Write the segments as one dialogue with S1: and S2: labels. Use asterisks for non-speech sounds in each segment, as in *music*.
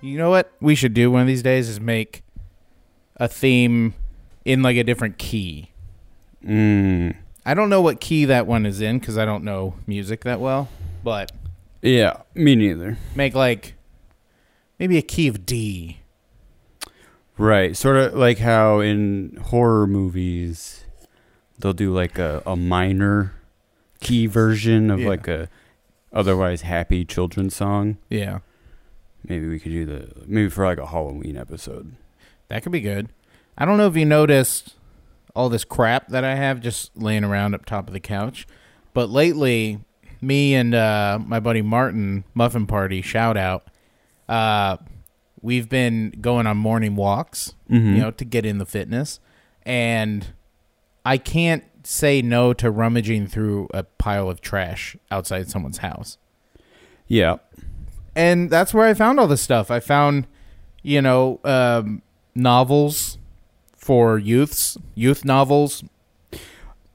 S1: You know what we should do one of these days is make a theme in like a different key.
S2: Mm.
S1: I don't know what key that one is in because I don't know music that well, but
S2: Yeah, me neither.
S1: make like maybe a key of D.
S2: Right. Sort of like how in horror movies they'll do like a, a minor key version of
S1: Yeah.
S2: like a otherwise happy children's song.
S1: Yeah,
S2: Maybe we could do the maybe for like a Halloween episode.
S1: that could be good. I don't know if you noticed all this crap that I have just laying around up top of the couch, but lately, me and uh, my buddy Martin Muffin Party shout out. Uh, we've been going on morning walks,
S2: Mhm.
S1: you know, to get in the fitness, and I can't say no to rummaging through a pile of trash outside someone's house.
S2: Yeah.
S1: and that's where I found all this stuff. I found, you know, um, novels for youths, youth novels,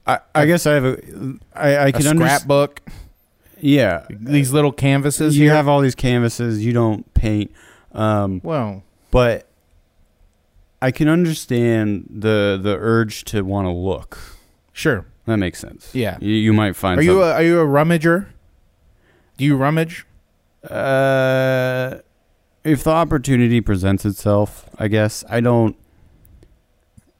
S2: I, I guess I have a I, I
S1: a
S2: can understand.
S1: scrapbook,
S2: Yeah.
S1: these little canvases
S2: You
S1: here.
S2: have all these canvases, you don't paint. Um
S1: well,
S2: but I can understand the the urge to want to look.
S1: sure.
S2: That makes sense.
S1: Yeah.
S2: you, you might find.
S1: Are you a, are you a rummager? Do you rummage?
S2: something. uh, if the opportunity presents itself, I guess I don't.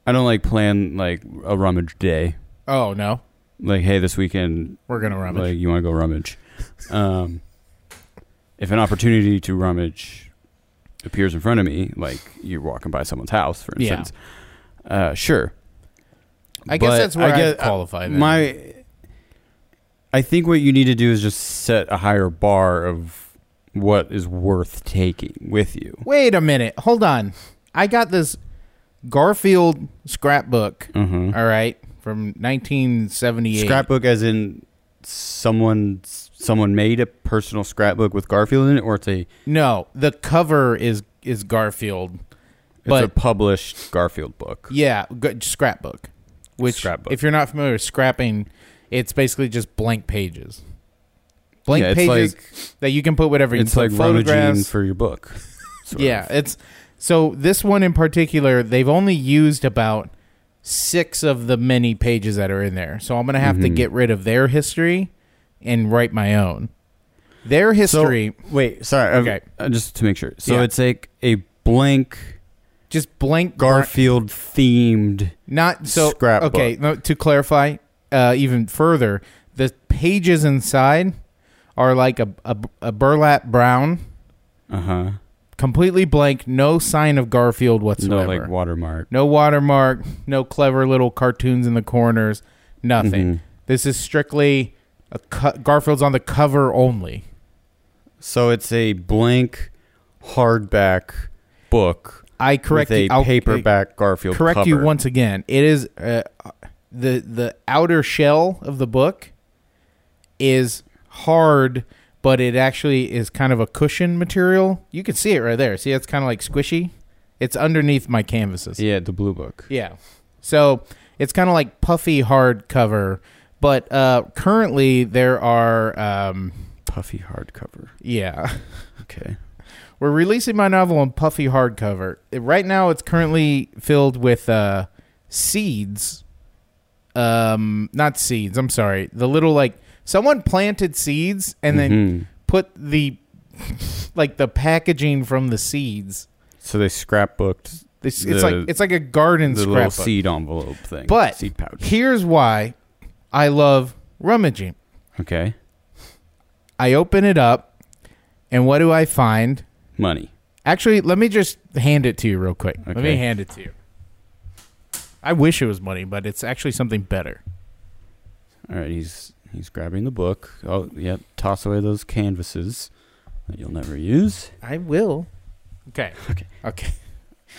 S2: I don't like plan like a rummage day.
S1: Oh no,
S2: Like, hey, this weekend,
S1: we're gonna rummage.
S2: like you want to go rummage. um, if an opportunity to rummage appears in front of me, like you're walking by someone's house, for
S1: Yeah.
S2: instance, uh, sure.
S1: I guess
S2: But
S1: that's where I,
S2: guess-
S1: qualify. Then.
S2: my i think what you need to do is just set a higher bar of what is worth taking with you
S1: wait a minute, hold on. I got this Garfield scrapbook.
S2: Mhm.
S1: all right, from 1978.
S2: scrapbook as in someone someone made a personal scrapbook with garfield in it or it's a
S1: No, the cover is is Garfield.
S2: it's a
S1: But-
S2: published garfield book
S1: Yeah, g- scrapbook. Which,
S2: Scrapbook.
S1: if you're not familiar with scrapping, it's basically just blank pages. Blank
S2: Yeah, it's
S1: pages
S2: like-
S1: that you can put whatever you
S2: it's
S1: can
S2: like
S1: put
S2: rummaging
S1: photographs.
S2: for
S1: *laughs*
S2: your book sort
S1: yeah,
S2: of.
S1: it's so this one in particular, they've only used about six of the many pages that are in there. So I'm gonna have
S2: Mm-hmm.
S1: to get rid of their history and write my own. Their
S2: so
S1: history,
S2: wait sorry okay
S1: Okay.
S2: just to make sure so
S1: Yeah.
S2: it's like a blank
S1: just blank
S2: garfield themed
S1: Not so
S2: Scrapbook.
S1: Okay, no, to clarify uh, even further, the pages inside are like a, a, a burlap brown,
S2: uh-huh
S1: completely blank, no sign of Garfield
S2: no
S1: whatsoever.
S2: like watermark
S1: No watermark, no clever little cartoons in the corners,
S2: Mm-hmm.
S1: nothing. This is strictly a co- Garfield's on the cover only.
S2: So it's a blank hardback book
S1: I correct
S2: with a
S1: you. I'll-
S2: paperback Garfield
S1: correct you
S2: cover.
S1: once again. It is uh, the the outer shell of the book is hard, but it actually is kind of a cushion material. You can see it right there. See, it's kind of like squishy. It's underneath my canvases.
S2: Yeah, the blue book.
S1: Yeah. So it's kind of like puffy hardcover, but uh, currently there are um,
S2: Puffy hardcover.
S1: yeah. *laughs*
S2: Okay.
S1: We're releasing my novel in puffy hardcover. It- Right now, it's currently filled with uh, seeds. Um, not seeds. I'm sorry. The little like someone planted seeds and
S2: Mm-hmm.
S1: then put the *laughs* like the packaging from the seeds.
S2: So they scrapbooked
S1: It's,
S2: the,
S1: it's like it's like a garden
S2: the little
S1: scrapbook.
S2: seed envelope thing.
S1: But
S2: seed pouch.
S1: here's why I love rummaging.
S2: Okay.
S1: I open it up, and what do I find?
S2: Money.
S1: Actually, let me just hand it to you real quick. Let me
S2: Okay.
S1: hand it to you. I wish it was money, but it's actually something better.
S2: All right, he's he's grabbing the book. Oh, yep. Toss away those canvases that you'll never use.
S1: I will. Okay.
S2: Okay.
S1: Okay.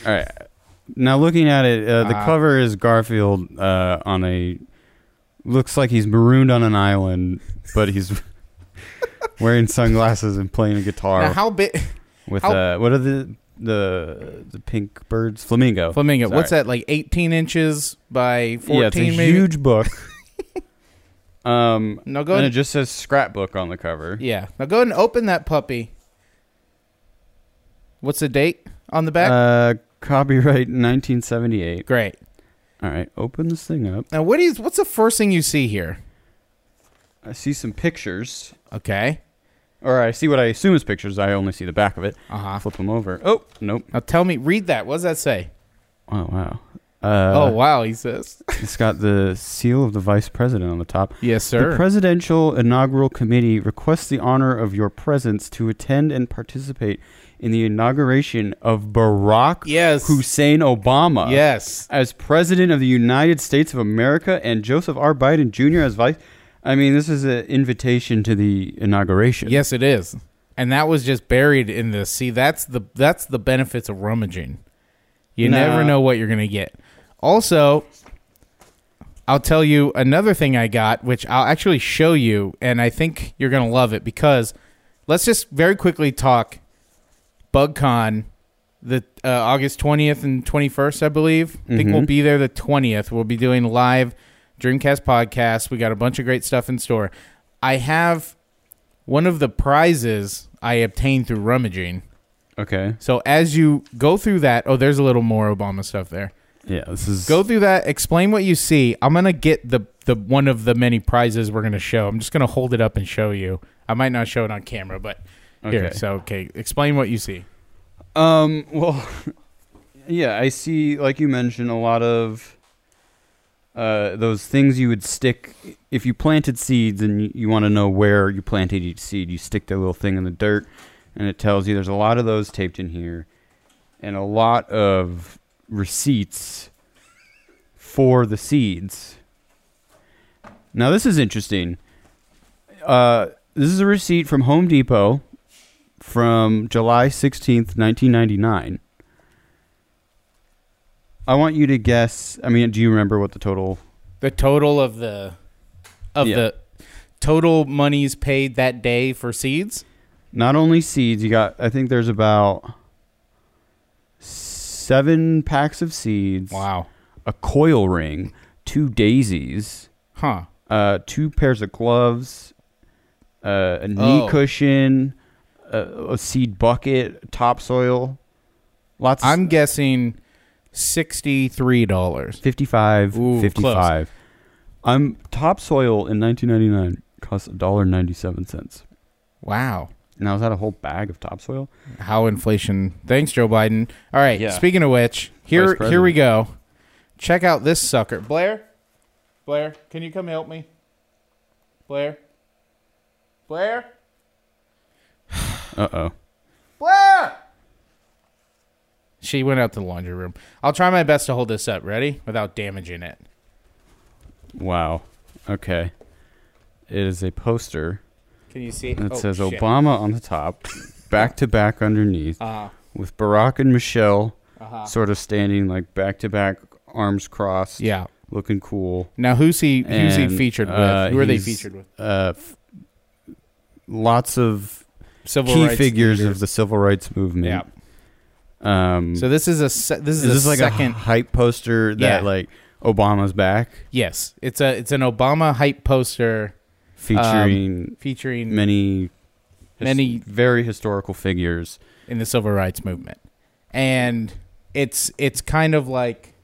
S2: All right. Now looking at it, uh, the
S1: Ah.
S2: cover is Garfield uh, on a looks like he's marooned on an island, but he's *laughs* wearing sunglasses and playing a guitar
S1: Now, how big?
S2: with
S1: how-
S2: uh, what are the the the pink birds flamingo
S1: Flamingo.
S2: Oh, Sorry.
S1: What's that? Like 18 inches by 14,
S2: yeah, it's a
S1: maybe?
S2: huge
S1: *laughs*
S2: book. um,
S1: No, go
S2: and it
S1: ahead.
S2: just says scrapbook on the cover.
S1: yeah. Now go ahead and open that puppy. What's the date on the back?
S2: Uh, copyright 1978.
S1: Great.
S2: All right, open this thing up.
S1: Now, what is what's the first thing you see here?
S2: I see some pictures,
S1: Okay.
S2: or I see what I assume is pictures. I only see the back of it. I
S1: Uh huh.
S2: flip them over. Oh, nope.
S1: Now tell me, read that. What does that say?
S2: Oh, wow.
S1: oh
S2: Uh,
S1: wow, he says.
S2: *laughs* It's got the seal of the vice president on the top.
S1: *laughs* yes,
S2: The
S1: sir.
S2: Presidential Inaugural Committee requests the honor of your presence to attend and participate in the inauguration of Barack
S1: yes.
S2: Hussein Obama
S1: yes.
S2: as President of the United States of America and Joseph R. Biden Jr. as Vice. I mean, this is an invitation to the inauguration.
S1: Yes, it is. And that was just buried in this. See, that's the that's the benefits of rummaging. You
S2: Nah.
S1: never know what you're gonna get. Also, I'll tell you another thing I got, which I'll actually show you, and I think you're gonna love it because let's just very quickly talk BugCon, the uh, August 20th and 21st, I believe. I think
S2: Mhm.
S1: we'll be there the 20th. We'll be doing live Dreamcast podcast. We got a bunch of great stuff in store. I have one of the prizes I obtained through rummaging.
S2: Okay.
S1: So as you go through that, oh, there's a little more Obama stuff there.
S2: Yeah. This is
S1: Go through that. Explain what you see. I'm gonna get the the one of the many prizes we're gonna show. I'm just gonna hold it up and show you. I might not show it on camera, but here.
S2: Okay.
S1: So okay, explain what you see.
S2: Um. Well, *laughs* yeah. I see, like you mentioned, a lot of uh, those things you would stick if you planted seeds, and you, you want to know where you planted each seed. You stick that little thing in the dirt, and it tells you. There's a lot of those taped in here, and a lot of receipts for the seeds. Now this is interesting. Uh, this is a receipt from Home Depot from July 16th, 1999. I want you to guess. I mean, do you remember what the total?
S1: The total of the of
S2: Yeah.
S1: the total monies paid that day for seeds.
S2: Not only seeds, you got, I think there's about seven packs of seeds,
S1: Wow.
S2: a coil ring, two daisies,
S1: Huh.
S2: uh, two pairs of gloves, uh, a knee
S1: Oh.
S2: cushion, a, a seed bucket, topsoil, lots
S1: I'm guessing sixty three dollars.
S2: 55
S1: Ooh,
S2: 55 i'm topsoil in 1999 cost $1.97
S1: Wow.
S2: now is that a whole bag of topsoil
S1: how inflation. Thanks, Joe Biden. All right.
S2: Yeah.
S1: Speaking of which,
S2: Vice
S1: here
S2: President.
S1: here we go. Check out this sucker, Blair. Blair, can you come help me? Blair. Blair.
S2: uh-oh
S1: Blair. She went out to the laundry room. I'll try my best to hold this up. Ready? Without damaging it.
S2: wow okay it is a poster
S1: Can you see?
S2: that
S1: Oh,
S2: says
S1: shit.
S2: obama on the top back to back underneath
S1: Uh-huh.
S2: with barack and michelle
S1: Uh-huh.
S2: sort of standing like back to back arms crossed
S1: Yeah.
S2: looking cool
S1: Now who's he? Who's
S2: And,
S1: he featured with?
S2: uh,
S1: Who are they
S2: he's-
S1: featured with?
S2: uh f- lots of
S1: Civil
S2: key
S1: rights
S2: figures
S1: leaders.
S2: of the civil rights movement
S1: Yeah.
S2: Um,
S1: So this is a se- this is,
S2: is this
S1: a
S2: like
S1: second
S2: a hype poster that
S1: Yeah.
S2: like Obama's back
S1: Yes, it's a it's an Obama hype poster
S2: featuring
S1: featuring
S2: many
S1: Um, many-
S2: very historical figures.
S1: in the civil rights movement, and it's it's kind of like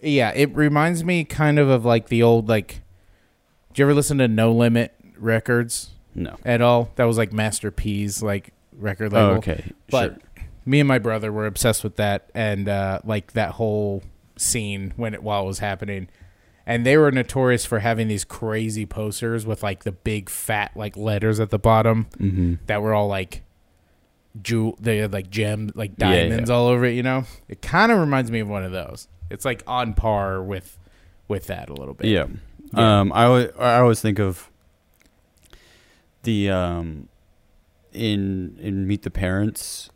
S1: yeah, it reminds me kind of of like the old like. Did you ever listen to No Limit Records
S2: No.
S1: at all? That was like Master P's like record
S2: Oh,
S1: label.
S2: okay.
S1: But
S2: sure.
S1: me and my brother were obsessed with that and uh, like that whole scene when it while it was happening. And they were notorious for having these crazy posters with like the big fat like letters at the bottom
S2: Mhm.
S1: that were all like jewel they had like gem like
S2: Yeah, yeah.
S1: diamonds all over it, you know? It kind of reminds me of one of those. It's like on par with with that a little bit.
S2: yeah.
S1: Yeah.
S2: Um, I always, I always think of the um, in in Meet the Parents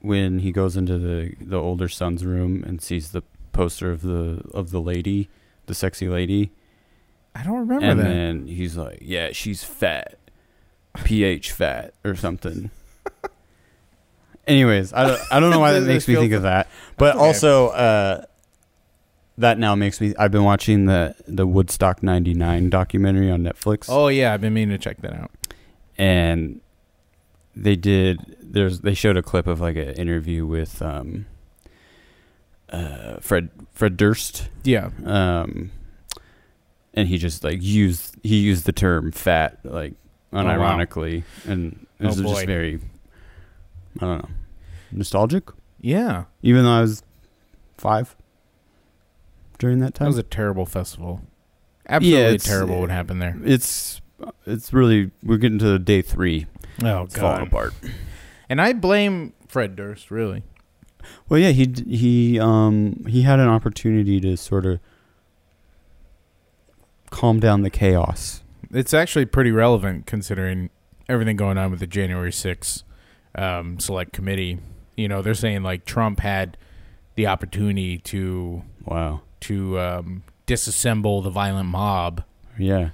S2: when he goes into the the older son's room and sees the poster of the of the lady, the sexy lady.
S1: I don't remember
S2: and
S1: that.
S2: then he's like, "Yeah, she's fat, pH fat or something." *laughs* Anyways, I don't, I don't know why *laughs* that
S1: This
S2: makes me
S1: feels-
S2: think of that, but
S1: okay.
S2: also uh, that now makes me. I've been watching the the Woodstock '99 documentary on Netflix,
S1: oh yeah, I've been meaning to check that out.
S2: and they did there's they showed a clip of like an interview with um, uh, Fred Fred Durst,
S1: Yeah.
S2: um, and he just like used he used the term fat like
S1: Oh, wow.
S2: unironically, and it
S1: Oh,
S2: was
S1: boy.
S2: just very I don't know nostalgic.
S1: Yeah.
S2: Even though I was five during that
S1: That
S2: time,
S1: was a terrible festival. Absolutely
S2: it's-
S1: terrible what happened there.
S2: it's it's really we're getting to day three.
S1: Oh
S2: It's falling apart.
S1: And I blame Fred Durst, really.
S2: Well, yeah, he d- he um he had an opportunity to sort of calm down the chaos.
S1: It's actually pretty relevant considering everything going on with the January 6th um, select committee. You know, they're saying like Trump had the opportunity to
S2: Wow.
S1: to um, disassemble the violent mob,
S2: Yeah.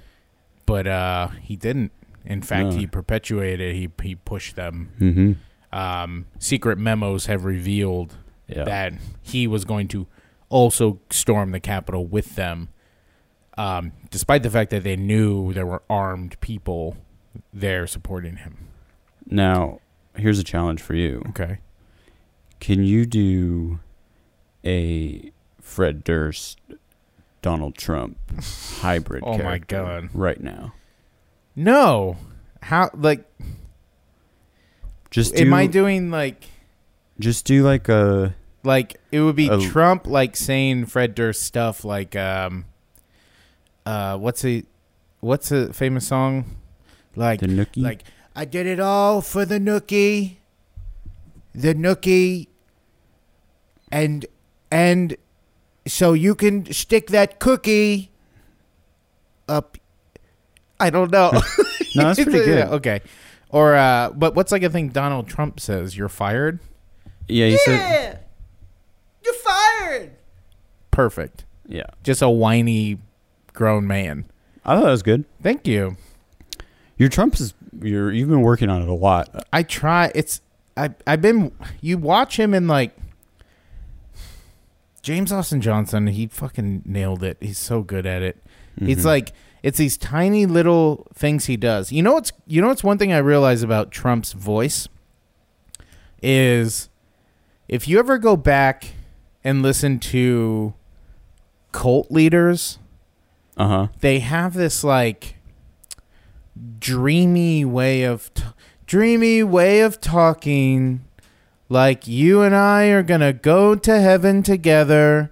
S1: but uh, he didn't. In fact,
S2: No.
S1: he perpetuated. He he pushed them.
S2: Mm-hmm.
S1: Um, secret memos have revealed
S2: Yeah.
S1: that he was going to also storm the Capitol with them, um, despite the fact that they knew there were armed people there supporting him.
S2: Now, here's a challenge for you.
S1: Okay.
S2: Can you do a Fred Durst, Donald Trump hybrid?
S1: Oh my
S2: character
S1: God.
S2: Right now,
S1: No. How like
S2: just do,
S1: am I doing like
S2: just do like uh, a
S1: like it would be
S2: Oh.
S1: Trump like saying Fred Durst stuff like um uh what's a what's a famous song like
S2: the nookie.
S1: like I did it all for the nookie, the nookie, and and so you can stick that cookie up. I don't know.
S2: no, *laughs*
S1: *laughs*
S2: that's pretty
S1: Yeah,
S2: good.
S1: okay. Or uh, but what's like a thing Donald Trump says? You're fired.
S2: Yeah, you said.
S1: You're fired. Perfect.
S2: Yeah,
S1: Just a whiny grown man.
S2: I thought that was good.
S1: Thank you.
S2: Your Trump's is you're you've been working on it a lot. Uh,
S1: I try. It's I. I've been. You watch him in like James Austin Johnson. He fucking nailed it. He's so good at it. He's
S2: Mhm.
S1: like it's these tiny little things he does. You know what's you know what's one thing I realize about Trump's voice is if you ever go back and listen to cult leaders
S2: Uh huh.
S1: they have this like dreamy way of t- dreamy way of talking like you and I are going to go to heaven together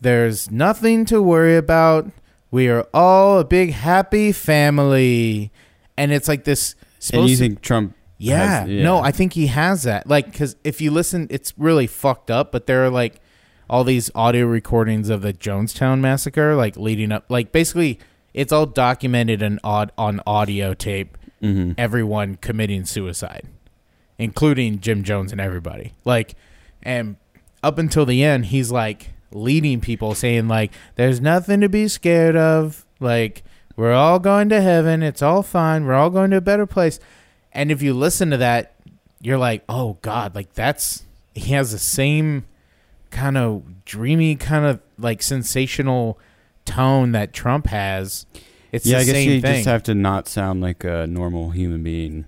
S1: there's nothing to worry about we are all a big happy family and it's like this
S2: And you
S1: supposed to-
S2: think Trump?
S1: yeah.
S2: has- yeah.
S1: No, I think he has that. Like, because if you listen, it's really fucked up, but there are like all these audio recordings of the Jonestown massacre, like leading up, like basically it's all documented and odd on audio tape,
S2: Mhm.
S1: everyone committing suicide, including Jim Jones and everybody. Like, and up until the end, he's like leading people saying, like, there's nothing to be scared of. Like, we're all going to heaven. It's all fine. We're all going to a better place. And if you listen to that, you're like, oh God, like that's he has the same kind of dreamy, kind of like sensational tone that Trump has. It's
S2: yeah,
S1: the
S2: I guess
S1: same
S2: you
S1: thing.
S2: just have to not sound like a normal human being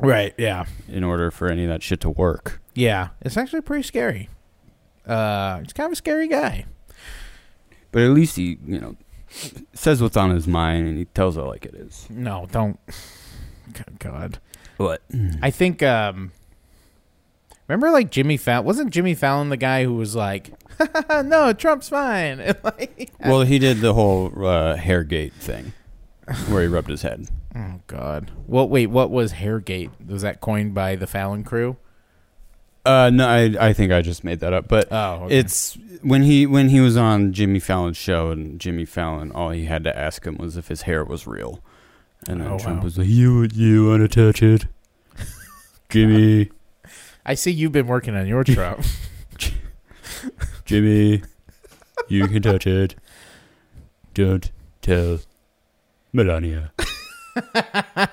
S1: right, yeah.
S2: in order for any of that shit to work.
S1: Yeah. It's actually pretty scary. Uh he's kind of a scary guy.
S2: But at least he, you know, says what's on his mind and he tells it like it is.
S1: No, don't God.
S2: What?
S1: I think um remember like Jimmy Fallon wasn't Jimmy Fallon the guy who was like *laughs* no, Trump's fine. *laughs* like,
S2: Well, he did the whole uh, Hairgate thing where he rubbed his head.
S1: Oh God! What? Wait, what was Hairgate? Was that coined by the Fallon crew?
S2: Uh, no, I, I think I just made that up. But uh,
S1: Oh,
S2: it's when he when he was on Jimmy Fallon's show and Jimmy Fallon, all he had to ask him was if his hair was real, and then
S1: Oh,
S2: Trump
S1: wow.
S2: was like, "You you want to touch it, *laughs* Jimmy,
S1: I see you've been working on *laughs* your Trump.
S2: Jimmy, you can touch it. Don't tell Melania."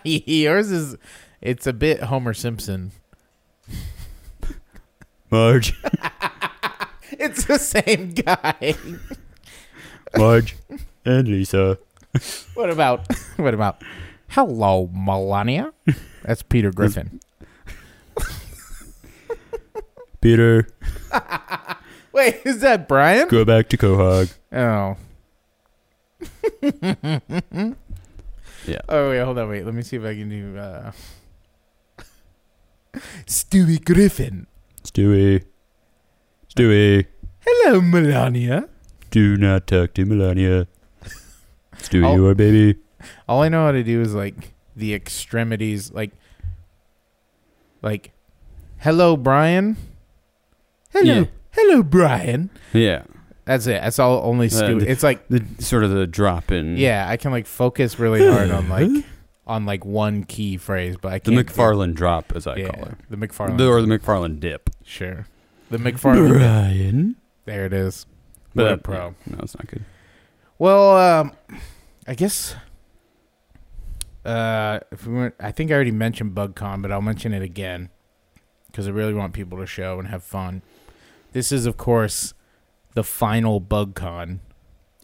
S1: Yours is, it's a bit Homer Simpson.
S2: Marge,
S1: It's the same *laughs* guy.
S2: Marge, and Lisa.
S1: What about? *laughs* What about? Hello, Melania. That's Peter Griffin.
S2: Peter,
S1: Wait, is that Brian?
S2: go back to Quahog.
S1: *laughs* Oh.
S2: Yeah.
S1: Oh wait, hold on, wait. Let me see if I can do uh *laughs* Stewie Griffin.
S2: Stewie. Stewie.
S1: Hello, Melania.
S2: Do not talk to Melania. Stewie,
S1: I'll-
S2: you are baby.
S1: All I know how to do is like the extremities, like, like, hello Brian, hello,
S2: Yeah.
S1: hello Brian.
S2: Yeah.
S1: That's it. That's all. Only Stewie.
S2: the-
S1: it's like,
S2: The sort of the drop in.
S1: yeah, I can like focus really hard on
S2: *laughs*
S1: like on like one key phrase, but I
S2: The
S1: can't. do-
S2: McFarlane drop, as I
S1: yeah,
S2: call it.
S1: the McFarlane.
S2: The- or the McFarlane dip.
S1: sure, the McFarlane.
S2: Brian.
S1: there it is.
S2: But
S1: What a
S2: that-
S1: pro.
S2: No, it's not good.
S1: Well, um, I guess. Uh, if we weren't, I think I already mentioned BugCon, but I'll mention it again because I really want people to show and have fun. This is, of course, the final BugCon.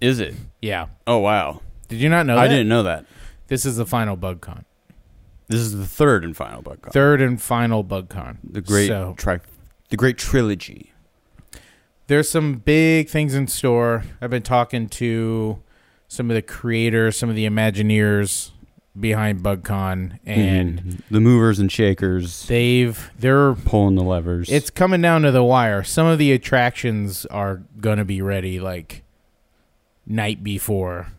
S2: Is it?
S1: Yeah,
S2: Oh, wow.
S1: did you not know?
S2: I
S1: that?
S2: didn't know that.
S1: This is the final BugCon,
S2: This is the third and final book.
S1: third and final BugCon.
S2: the great
S1: So
S2: tri- the great trilogy.
S1: there's some big things in store. I've been talking to some of the creators, some of the Imagineers behind BugCon, and
S2: Mhm. the movers and shakers
S1: they've they're
S2: pulling the levers.
S1: It's coming down to the wire. Some of the attractions are going to be ready like night before.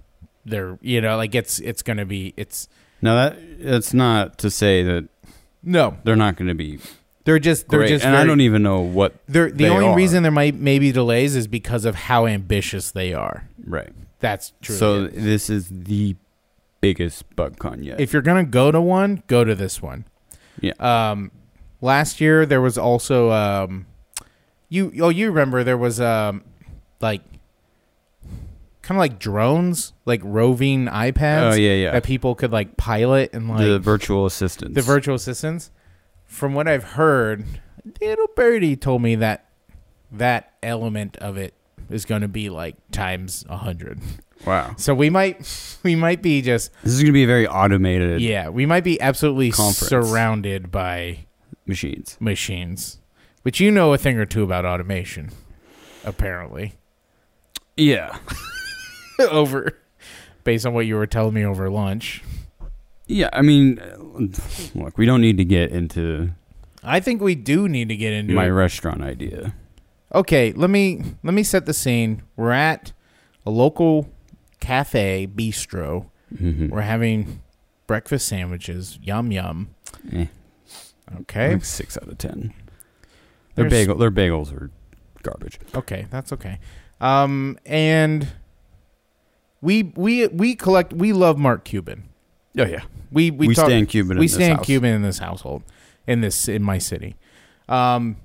S1: They're, you know, like it's it's going to be it's
S2: now that that's not to say that
S1: no.
S2: they're not going to be
S1: They're just they're
S2: great,
S1: just
S2: and I
S1: very-
S2: don't even know what
S1: they're the
S2: they
S1: only
S2: are.
S1: reason there might maybe delays is because of how ambitious they are.
S2: right.
S1: That's true.
S2: so this is the biggest bug con yet.
S1: if you're going to go to one, go to this one.
S2: Yeah.
S1: Um last year there was also um you oh you remember there was um like kind of like drones, like roving iPads.
S2: oh yeah, yeah.
S1: that people could like pilot and like
S2: the
S1: the,
S2: virtual assistants.
S1: virtual assistants. From what I've heard, little birdie told me that that element of it is going to be like times a hundred.
S2: wow.
S1: So we might *laughs* we might be just
S2: This is going to be very automated
S1: yeah we might be absolutely
S2: Conference.
S1: surrounded by
S2: machines.
S1: machines, which you know a thing or two about automation, apparently. *laughs*
S2: Yeah.
S1: over based on what you were telling me over lunch,
S2: Yeah, I mean, look, we don't need to get into
S1: I think we do need to get into
S2: my
S1: it.
S2: restaurant idea.
S1: okay let me let me set the scene we're at a local cafe bistro
S2: Mm-hmm.
S1: we're having breakfast sandwiches yum yum
S2: Eh.
S1: okay
S2: Like six out of ten. Their
S1: There's-
S2: bagel, their bagels are garbage.
S1: okay that's okay um and we we we collect we love mark cuban
S2: Oh yeah,
S1: we we,
S2: we,
S1: talk,
S2: stand Cuban.
S1: we
S2: in
S1: stand
S2: this house.
S1: cuban in this household in this in my city um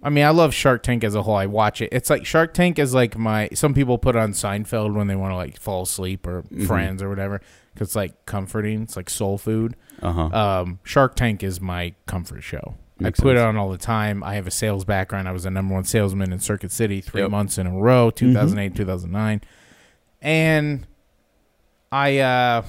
S1: I mean, I love Shark Tank as a whole. I watch it. It's like Shark Tank is like my. Some people put on Seinfeld when they want to like fall asleep or
S2: Mhm.
S1: Friends or whatever because it's like comforting. It's like soul food.
S2: Uh huh.
S1: Um, Shark Tank is my comfort show.
S2: Makes
S1: I put
S2: sense.
S1: it on all the time. I have a sales background. I was a number one salesman in Circuit City three
S2: Yep. Mm-hmm.
S1: months in a row, 2008, 2009. And I, uh,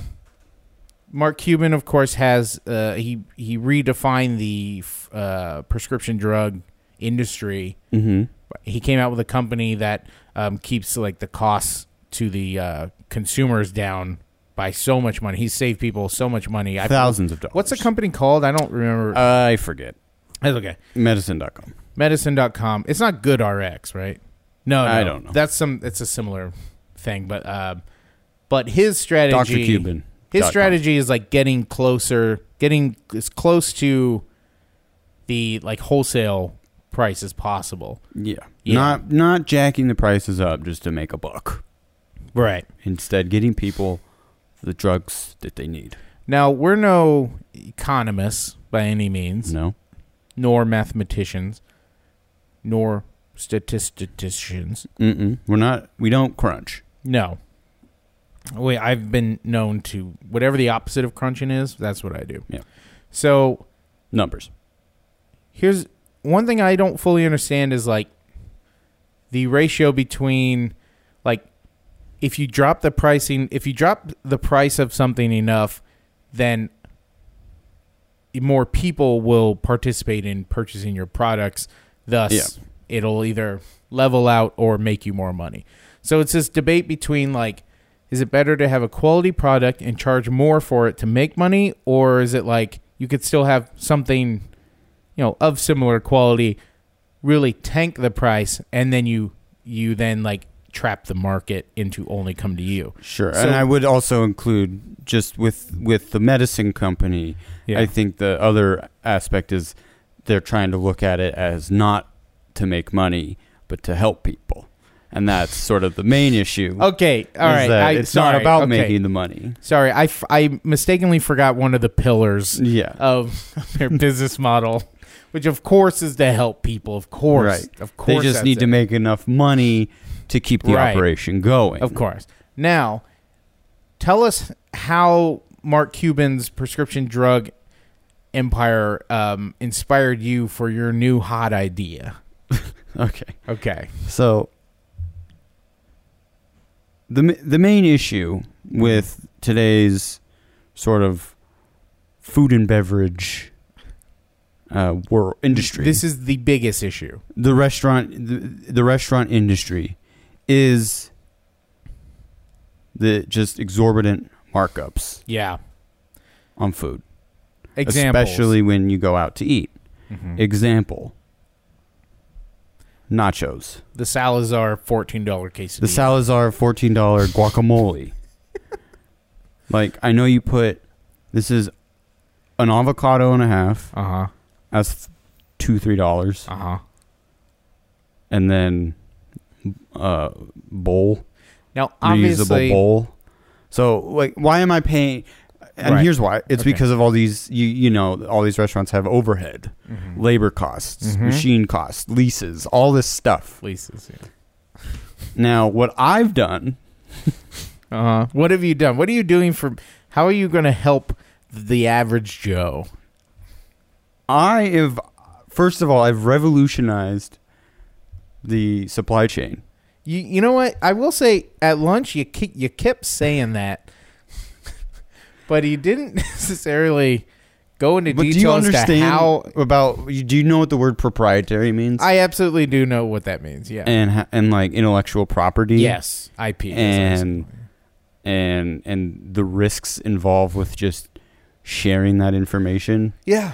S1: Mark Cuban, of course, has, uh, he, he redefined the f- uh, prescription drug industry.
S2: mm-hmm.
S1: He came out with a company that um, keeps like the costs to the uh, consumers down by so much money. He's saved people so much money. I,
S2: Thousands of dollars.
S1: what's the company called? I don't remember.
S2: I forget.
S1: That's okay.
S2: Medicine.com.
S1: medicine.com it's not good rx right no, no
S2: I don't know.
S1: that's some it's a similar thing but uh, but his strategy
S2: Doctor Cuban.
S1: his
S2: dot com.
S1: strategy is like getting closer getting as close to the like wholesale price as possible
S2: Yeah.
S1: Yeah.
S2: Not not jacking the prices up just to make a buck.
S1: right
S2: Instead, getting people the drugs that they need.
S1: now we're no economists by any means
S2: No.
S1: nor mathematicians nor statisticians
S2: Mm-mm. We're not. We don't crunch.
S1: No. Wait, I've been known to whatever the opposite of crunching is, that's what I do.
S2: Yeah.
S1: So
S2: Numbers.
S1: here's one thing I don't fully understand is like the ratio between like if you drop the pricing if you drop the price of something enough, then more people will participate in purchasing your products Thus,
S2: Yeah.
S1: it'll either level out or make you more money. So it's this debate between like, is it better to have a quality product and charge more for it to make money, or is it like you could still have something, you know, of similar quality, really tank the price, and then you you then like trap the market into only come to you.
S2: Sure,
S1: So-
S2: and I would also include just with with the medicine company.
S1: Yeah.
S2: I think the other aspect is they're trying to look at it as not to make money, but to help people, and that's sort of the main issue.
S1: Okay, all
S2: is
S1: right.
S2: that
S1: I,
S2: it's
S1: sorry,
S2: not about
S1: okay.
S2: making the money.
S1: Sorry, I, f- I mistakenly forgot one of the pillars
S2: Yeah,
S1: of *laughs* their business model, which of course is to help people. Of course,
S2: Right.
S1: Of course,
S2: they just
S1: that's
S2: need
S1: it.
S2: to make enough money to keep the
S1: Right.
S2: operation going.
S1: Of course. Now, tell us how Mark Cuban's prescription drug empire um, inspired you for your new hot idea.
S2: *laughs* Okay.
S1: Okay.
S2: So the ma- the main issue with today's sort of food and beverage uh, world industry,
S1: This is the biggest issue.
S2: the restaurant the, the restaurant industry is the just exorbitant markups
S1: Yeah.
S2: on food,
S1: Examples.
S2: especially when you go out to eat.
S1: Mhm.
S2: Example: nachos.
S1: the Salazar fourteen dollar quesadilla.
S2: The Salazar fourteen dollar guacamole. like I know you put this is an avocado and a half.
S1: Uh huh.
S2: That's two three dollars,
S1: Uh huh.
S2: and then uh bowl
S1: Now,
S2: reusable
S1: obviously,
S2: bowl. So like, why am I paying? And
S1: Right.
S2: here's why: it's
S1: Okay.
S2: because of all these you you know all these restaurants have overhead,
S1: Mhm.
S2: labor costs,
S1: Mhm.
S2: machine costs, leases, all this stuff.
S1: Fleeces, yeah.
S2: Now what I've done
S1: Uh-huh. What have you done? What are you doing for? How are you going to help the average Joe?
S2: I have, first of all, I've revolutionized the supply chain.
S1: You you know what? I will say at lunch you keep, you kept saying that, but you didn't *laughs* necessarily go into
S2: But
S1: details
S2: do you understand
S1: to how.
S2: about? Do you know what the word proprietary means?
S1: I absolutely do know what that means. Yeah.
S2: and ha- and like intellectual property.
S1: yes. IP. is
S2: And-
S1: awesome.
S2: and and the risks involved with just sharing that information
S1: yeah.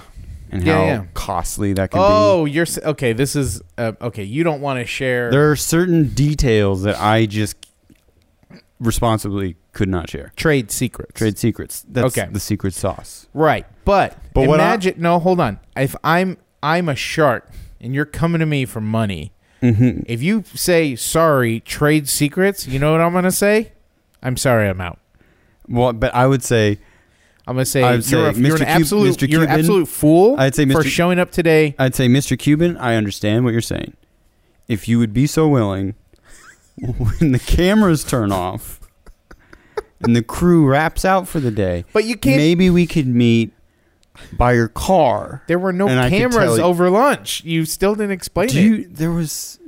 S2: and
S1: Yeah,
S2: how
S1: yeah.
S2: costly that can
S1: Oh, you're s- okay. This is uh, okay. You don't want to
S2: be.
S1: share.
S2: There are certain details that I just responsibly could not share.
S1: Trade secrets.
S2: Trade secrets. That's
S1: Okay.
S2: the secret sauce.
S1: Right, but
S2: But what I-
S1: imagine. no, hold on. If I'm I'm a shark and you're coming to me for money,
S2: Mm-hmm.
S1: if you say sorry, trade secrets, you know what I'm gonna say? I'm sorry, I'm out.
S2: Well, but I would say
S1: I'm gonna say
S2: I
S1: you're,
S2: would say,
S1: a, you're an
S2: Mr. Cub-
S1: absolute
S2: Mr.
S1: you're an
S2: Cuban,
S1: absolute fool
S2: I'd say
S1: for
S2: Mr.
S1: showing up today.
S2: I'd say, Mr. Cuban, I understand what you're saying. If you would be so willing, *laughs* when the cameras turn off and the crew wraps out for the day,
S1: But you can't.
S2: maybe we could meet by your car.
S1: there were no
S2: and I could
S1: cameras
S2: tell-
S1: over lunch. You still didn't explain
S2: Do
S1: it.
S2: you? There was.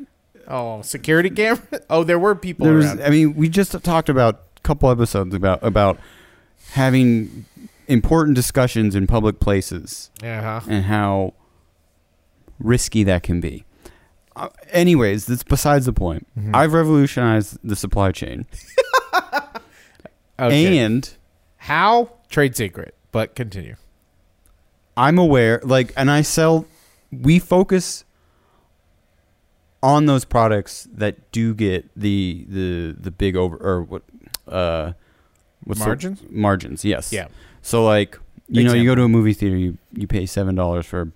S1: oh, security camera. *laughs* Oh, there were people
S2: There was.
S1: around.
S2: I mean, we just talked about a couple episodes about about having important discussions in public places
S1: Uh-huh.
S2: and how risky that can be. Uh, anyways, that's besides the point.
S1: Mhm.
S2: I've revolutionized the supply chain.
S1: Okay.
S2: And
S1: how trade secret? But continue.
S2: I'm aware, like, and I sell, we focus on those products that do get the, the, the big over, or what, uh, what's the-
S1: Margins?
S2: margins, yes.
S1: Yeah.
S2: So, like, you know, you go to a movie theater, you, you pay $7 for a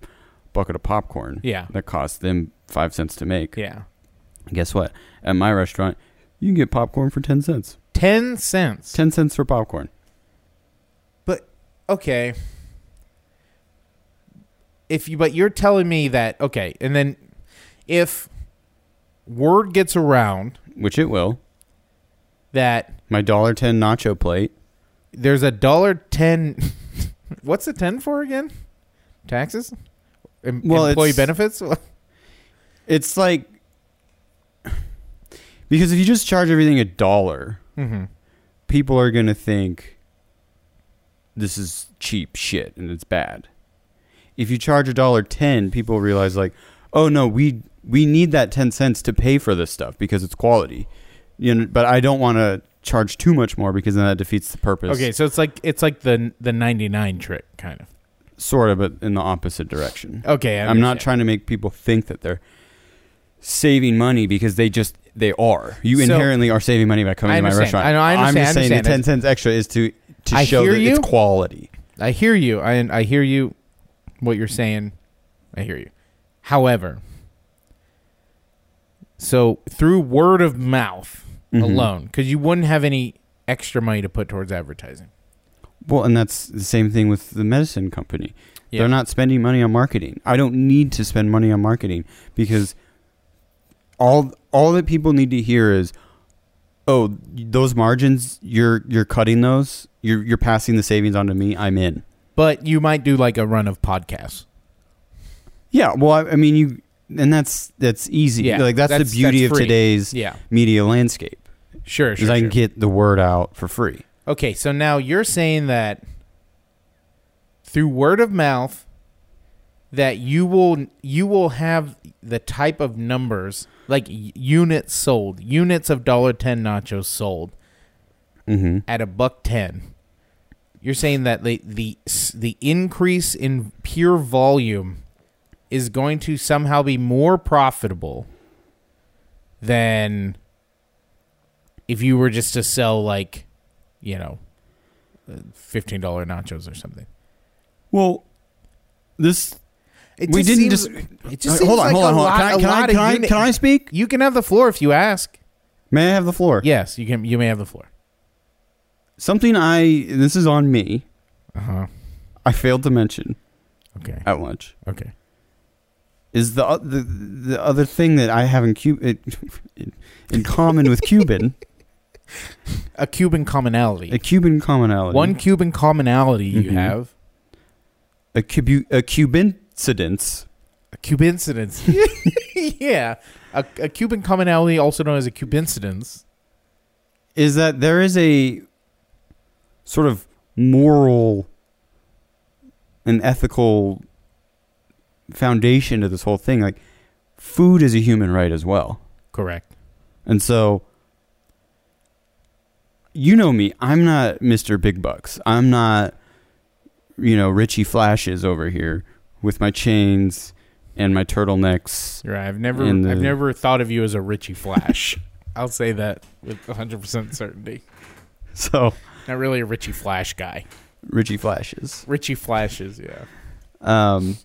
S2: bucket of popcorn
S1: Yeah.
S2: that costs them five cents to make.
S1: Yeah.
S2: Guess what? At my restaurant, you can get popcorn for 10 cents.
S1: 10 cents.
S2: 10 cents for popcorn.
S1: Okay. If you but you're telling me that okay, and then if word gets around
S2: which it will.
S1: that
S2: My dollar ten nacho plate.
S1: there's a dollar 10 *laughs* what's the 10 for again? Taxes? Em-
S2: Well,
S1: employee
S2: it's- *laughs*
S1: benefits? *laughs*
S2: It's like because if you just charge everything a dollar,
S1: mhm.
S2: people are gonna think this is cheap shit and it's bad. If you charge a dollar ten, people realize like, oh no, we we need that ten cents to pay for this stuff because it's quality. You know, but I don't want to charge too much more because then that defeats the purpose.
S1: Okay, so it's like it's like the the 99 trick kind of.
S2: sort of, but in the opposite direction.
S1: Okay, I
S2: I'm not
S1: understand.
S2: trying to make people think that they're saving money because they just they are. You
S1: So-
S2: inherently are saving money by coming
S1: I
S2: to my
S1: understand.
S2: restaurant.
S1: I know, I
S2: am
S1: understand,
S2: just
S1: I
S2: saying the ten
S1: understand.
S2: cents extra is to to
S1: I
S2: show
S1: hear
S2: that
S1: you.
S2: it's quality.
S1: I hear you. I I hear you what you're saying. I hear you. However, so through word of mouth
S2: Mhm.
S1: alone cuz you wouldn't have any extra money to put towards advertising.
S2: Well, and that's the same thing with the medicine company.
S1: Yeah.
S2: They're not spending money on marketing. I don't need to spend money on marketing because all all that people need to hear is, "Oh, those margins, you're you're cutting those. You're you're passing the savings on to me. I'm in."
S1: But you might do like a run of podcasts.
S2: Yeah. Well, I, I mean, you and that's that's easy.
S1: Yeah,
S2: like that's,
S1: that's-
S2: the beauty
S1: that's
S2: of
S1: free.
S2: today's
S1: Yeah.
S2: media landscape
S1: Sure,
S2: is
S1: sure.
S2: I
S1: sure.
S2: can get the word out for free.
S1: Okay, so now you're saying that through word of mouth that you will you will have the type of numbers like y- units sold, units of dollar 10 nachos sold
S2: Mm-hmm.
S1: at a buck 10. You're saying that the the s- the increase in pure volume is going to somehow be more profitable than if you were just to sell like, you know, uh, $15 nachos or something.
S2: Well, this
S1: It
S2: we
S1: just
S2: didn't
S1: seems-
S2: just
S1: it just
S2: Uh,
S1: seems
S2: hold on,
S1: like
S2: hold
S1: a
S2: on, hold on.
S1: lot-
S2: Can I
S1: a
S2: can I
S1: lot of
S2: can I,
S1: unit-
S2: can I speak?
S1: You can have the floor if you ask.
S2: May I have the floor?
S1: Yes, you can you may have the floor.
S2: Something I this is on me.
S1: Uh-huh.
S2: I failed to mention
S1: Okay.
S2: at lunch
S1: Okay.
S2: is the o- the the other thing that I have in Cu- it, in- in common
S1: *laughs*
S2: with Cuban
S1: A Cuban commonality.
S2: a Cuban commonality
S1: One Cuban commonality you
S2: Mhm.
S1: have
S2: a cubu, a Cubancidence
S1: a cubincidence. *laughs* yeah, a, a Cuban commonality, also known as a cubincidence.
S2: is that there is a sort of moral and ethical foundation to this whole thing. Like food is a human right as well.
S1: Correct.
S2: And so you know me, I'm not Mr. Big Bucks. I'm not you know Richie Flashes over here with my chains and my turtlenecks. *laughs*
S1: You're right. I've never,
S2: And, uh,
S1: I've never thought of you as a Richie Flash. *laughs* I'll say that with 100 percent certainty.
S2: So
S1: Not really a Richie Flash guy.
S2: Richie Flashes.
S1: Richie Flashes, yeah.
S2: Um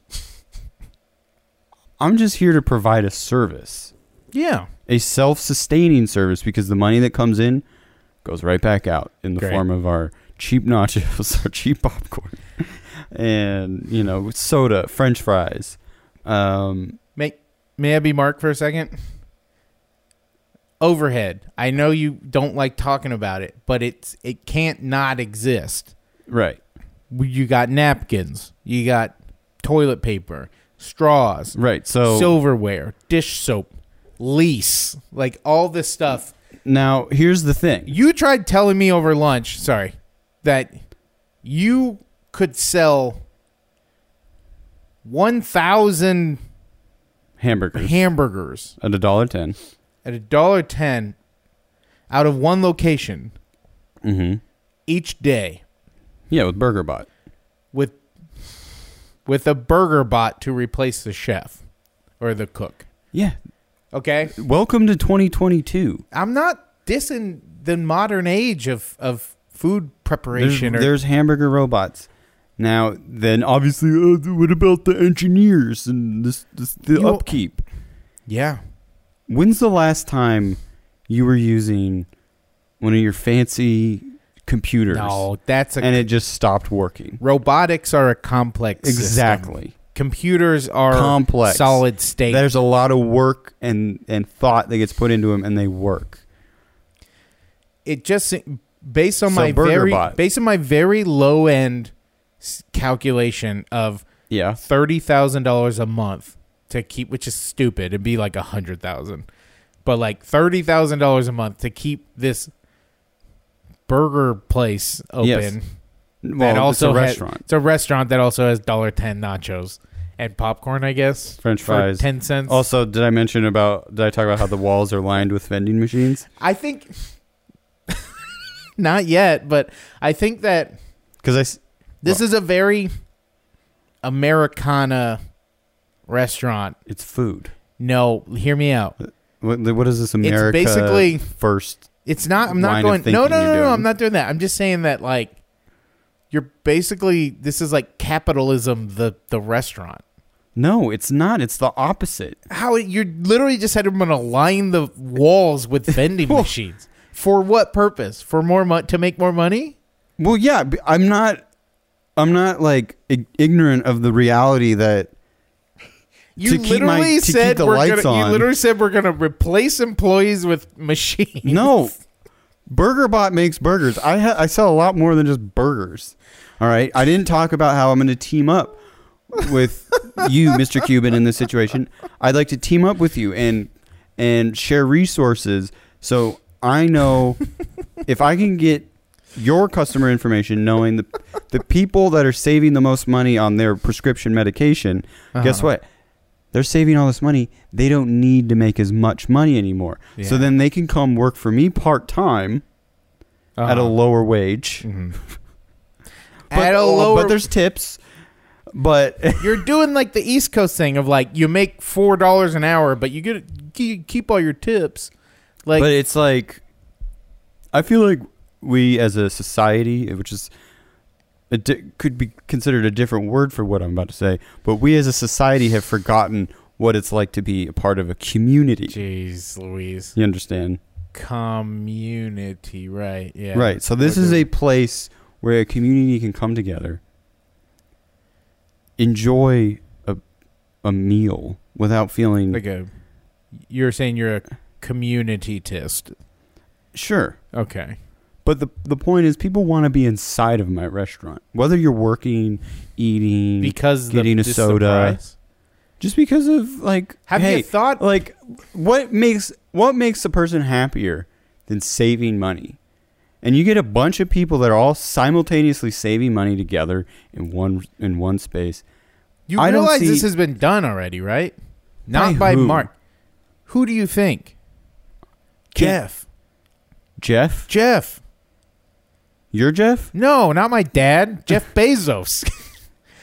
S2: I'm just here to provide a service,
S1: Yeah.
S2: a self-sustaining service because the money that comes in goes right back out in the
S1: Great.
S2: form of our cheap nachos, *laughs* our cheap popcorn, and you know soda, French fries. Um,
S1: May May I be Mark for a second? Overhead. I know you don't like talking about it, but it's it can't not exist.
S2: right,
S1: You got napkins. You got toilet paper, straws,
S2: right. So,
S1: silverware, dish soap, lease, like all this stuff.
S2: now here's the thing.
S1: You tried telling me over lunch, sorry, that you could sell 1,000
S2: Hamburgers
S1: hamburgers
S2: at a dollar 10
S1: at a dollar ten out of one location
S2: Mm-hmm.
S1: each day
S2: Yeah, with Burger Bot.
S1: with with a burger bot to replace the chef or the cook.
S2: Yeah.
S1: Okay?
S2: Welcome to 2022.
S1: I'm not dissing the modern age of, of food
S2: There's,
S1: preparation or
S2: there's hamburger robots. Now, then, obviously, uh, what about the engineers and this, this the
S1: You-
S2: upkeep?
S1: Yeah.
S2: When's the last time you were using one of your fancy computers
S1: No, that's a
S2: and it just stopped working?
S1: robotics are a complex system.
S2: Exactly.
S1: Computers are
S2: Complex.
S1: solid state.
S2: There's a lot of work and, and thought that gets put into them, and they work.
S1: it just se- based on
S2: So
S1: my
S2: Burger
S1: very
S2: Bot.
S1: based on my very low end s- calculation of
S2: Yeah.
S1: thirty thousand dollars a month to keep, which is stupid. It'd be like a hundred thousand, but like thirty thousand dollars a month to keep this burger place open.
S2: Yes. Well,
S1: also
S2: it's a
S1: had-
S2: restaurant.
S1: It's a restaurant that also has dollar ten nachos, and popcorn, I guess.
S2: French
S1: for
S2: fries.
S1: ten cents.
S2: Also, did I mention about? Did I talk about how the walls are lined with vending machines?
S1: I think not yet, but I think that
S2: Because I s-
S1: this is a very Americana restaurant.
S2: it's food.
S1: No, hear me out.
S2: What, what is this America?
S1: basically-
S2: first.
S1: It's not. I'm not
S2: line of
S1: going. No,
S2: thinking
S1: no, no,
S2: you're
S1: no,
S2: doing.
S1: I'm not doing that. I'm just saying that like you're basically this is like capitalism. The the restaurant.
S2: No, it's not. It's the opposite.
S1: How you're literally just had them to line the walls with
S2: *laughs*
S1: vending machines for what purpose? For more mo- to make more money?
S2: Well, yeah, b- I'm not. I'm not like ig- ignorant of the reality that
S1: You
S2: To keep my-
S1: literally
S2: to keep
S1: said
S2: the
S1: we're
S2: lights
S1: gonna,
S2: on.
S1: You literally said we're gonna replace employees with machines. *laughs*
S2: no. BurgerBot makes burgers. I ha- I sell a lot more than just burgers. All right. I didn't talk about how I'm going to team up with *laughs* you, Mr. Cuban, in this situation. I'd like to team up with you and and share resources so I know if I can get your customer information, knowing the the people that are saving the most money on their prescription medication. Guess
S1: Uh-huh.
S2: what? They're saving all this money. They don't need to make as much money anymore. So
S1: Yeah.
S2: then they can come work for me part time
S1: Uh-huh.
S2: at
S1: *laughs*
S2: a lower wage.
S1: Mhm.
S2: But,
S1: at a
S2: oh,
S1: lower,
S2: but there's tips. But
S1: *laughs* you're doing *laughs* like the East Coast thing of like you make four dollars an hour, but you get you keep all your tips. Like
S2: but it's like I feel like we as a society, which is it di- could be considered a different word for what I'm about to say, but we as a society have forgotten what it's like to be a part of a community.
S1: Jeez Louise.
S2: You understand?
S1: Community, right. Yeah.
S2: Right. So this is a place where a community can come together, enjoy a a meal without feeling
S1: like a you're saying you're a community test.
S2: sure.
S1: Okay.
S2: But the the point is, people want to be inside of my restaurant, whether you're working, eating,
S1: Because the-
S2: Mm. Getting a
S1: just the
S2: soda.
S1: price?
S2: just because of like.
S1: Have
S2: hey,
S1: you thought
S2: like what makes what makes a person happier than saving money? And you get a bunch of people that are all simultaneously saving money together in one in one space.
S1: you
S2: I don't
S1: realize this
S2: see-
S1: has been done already, right? Not
S2: By
S1: by,
S2: who?
S1: Mark. Who do you think? Jeff.
S2: Jeff,
S1: Jeff.
S2: you're Jeff.
S1: No, not my dad.
S2: *laughs*
S1: Jeff Bezos. *laughs*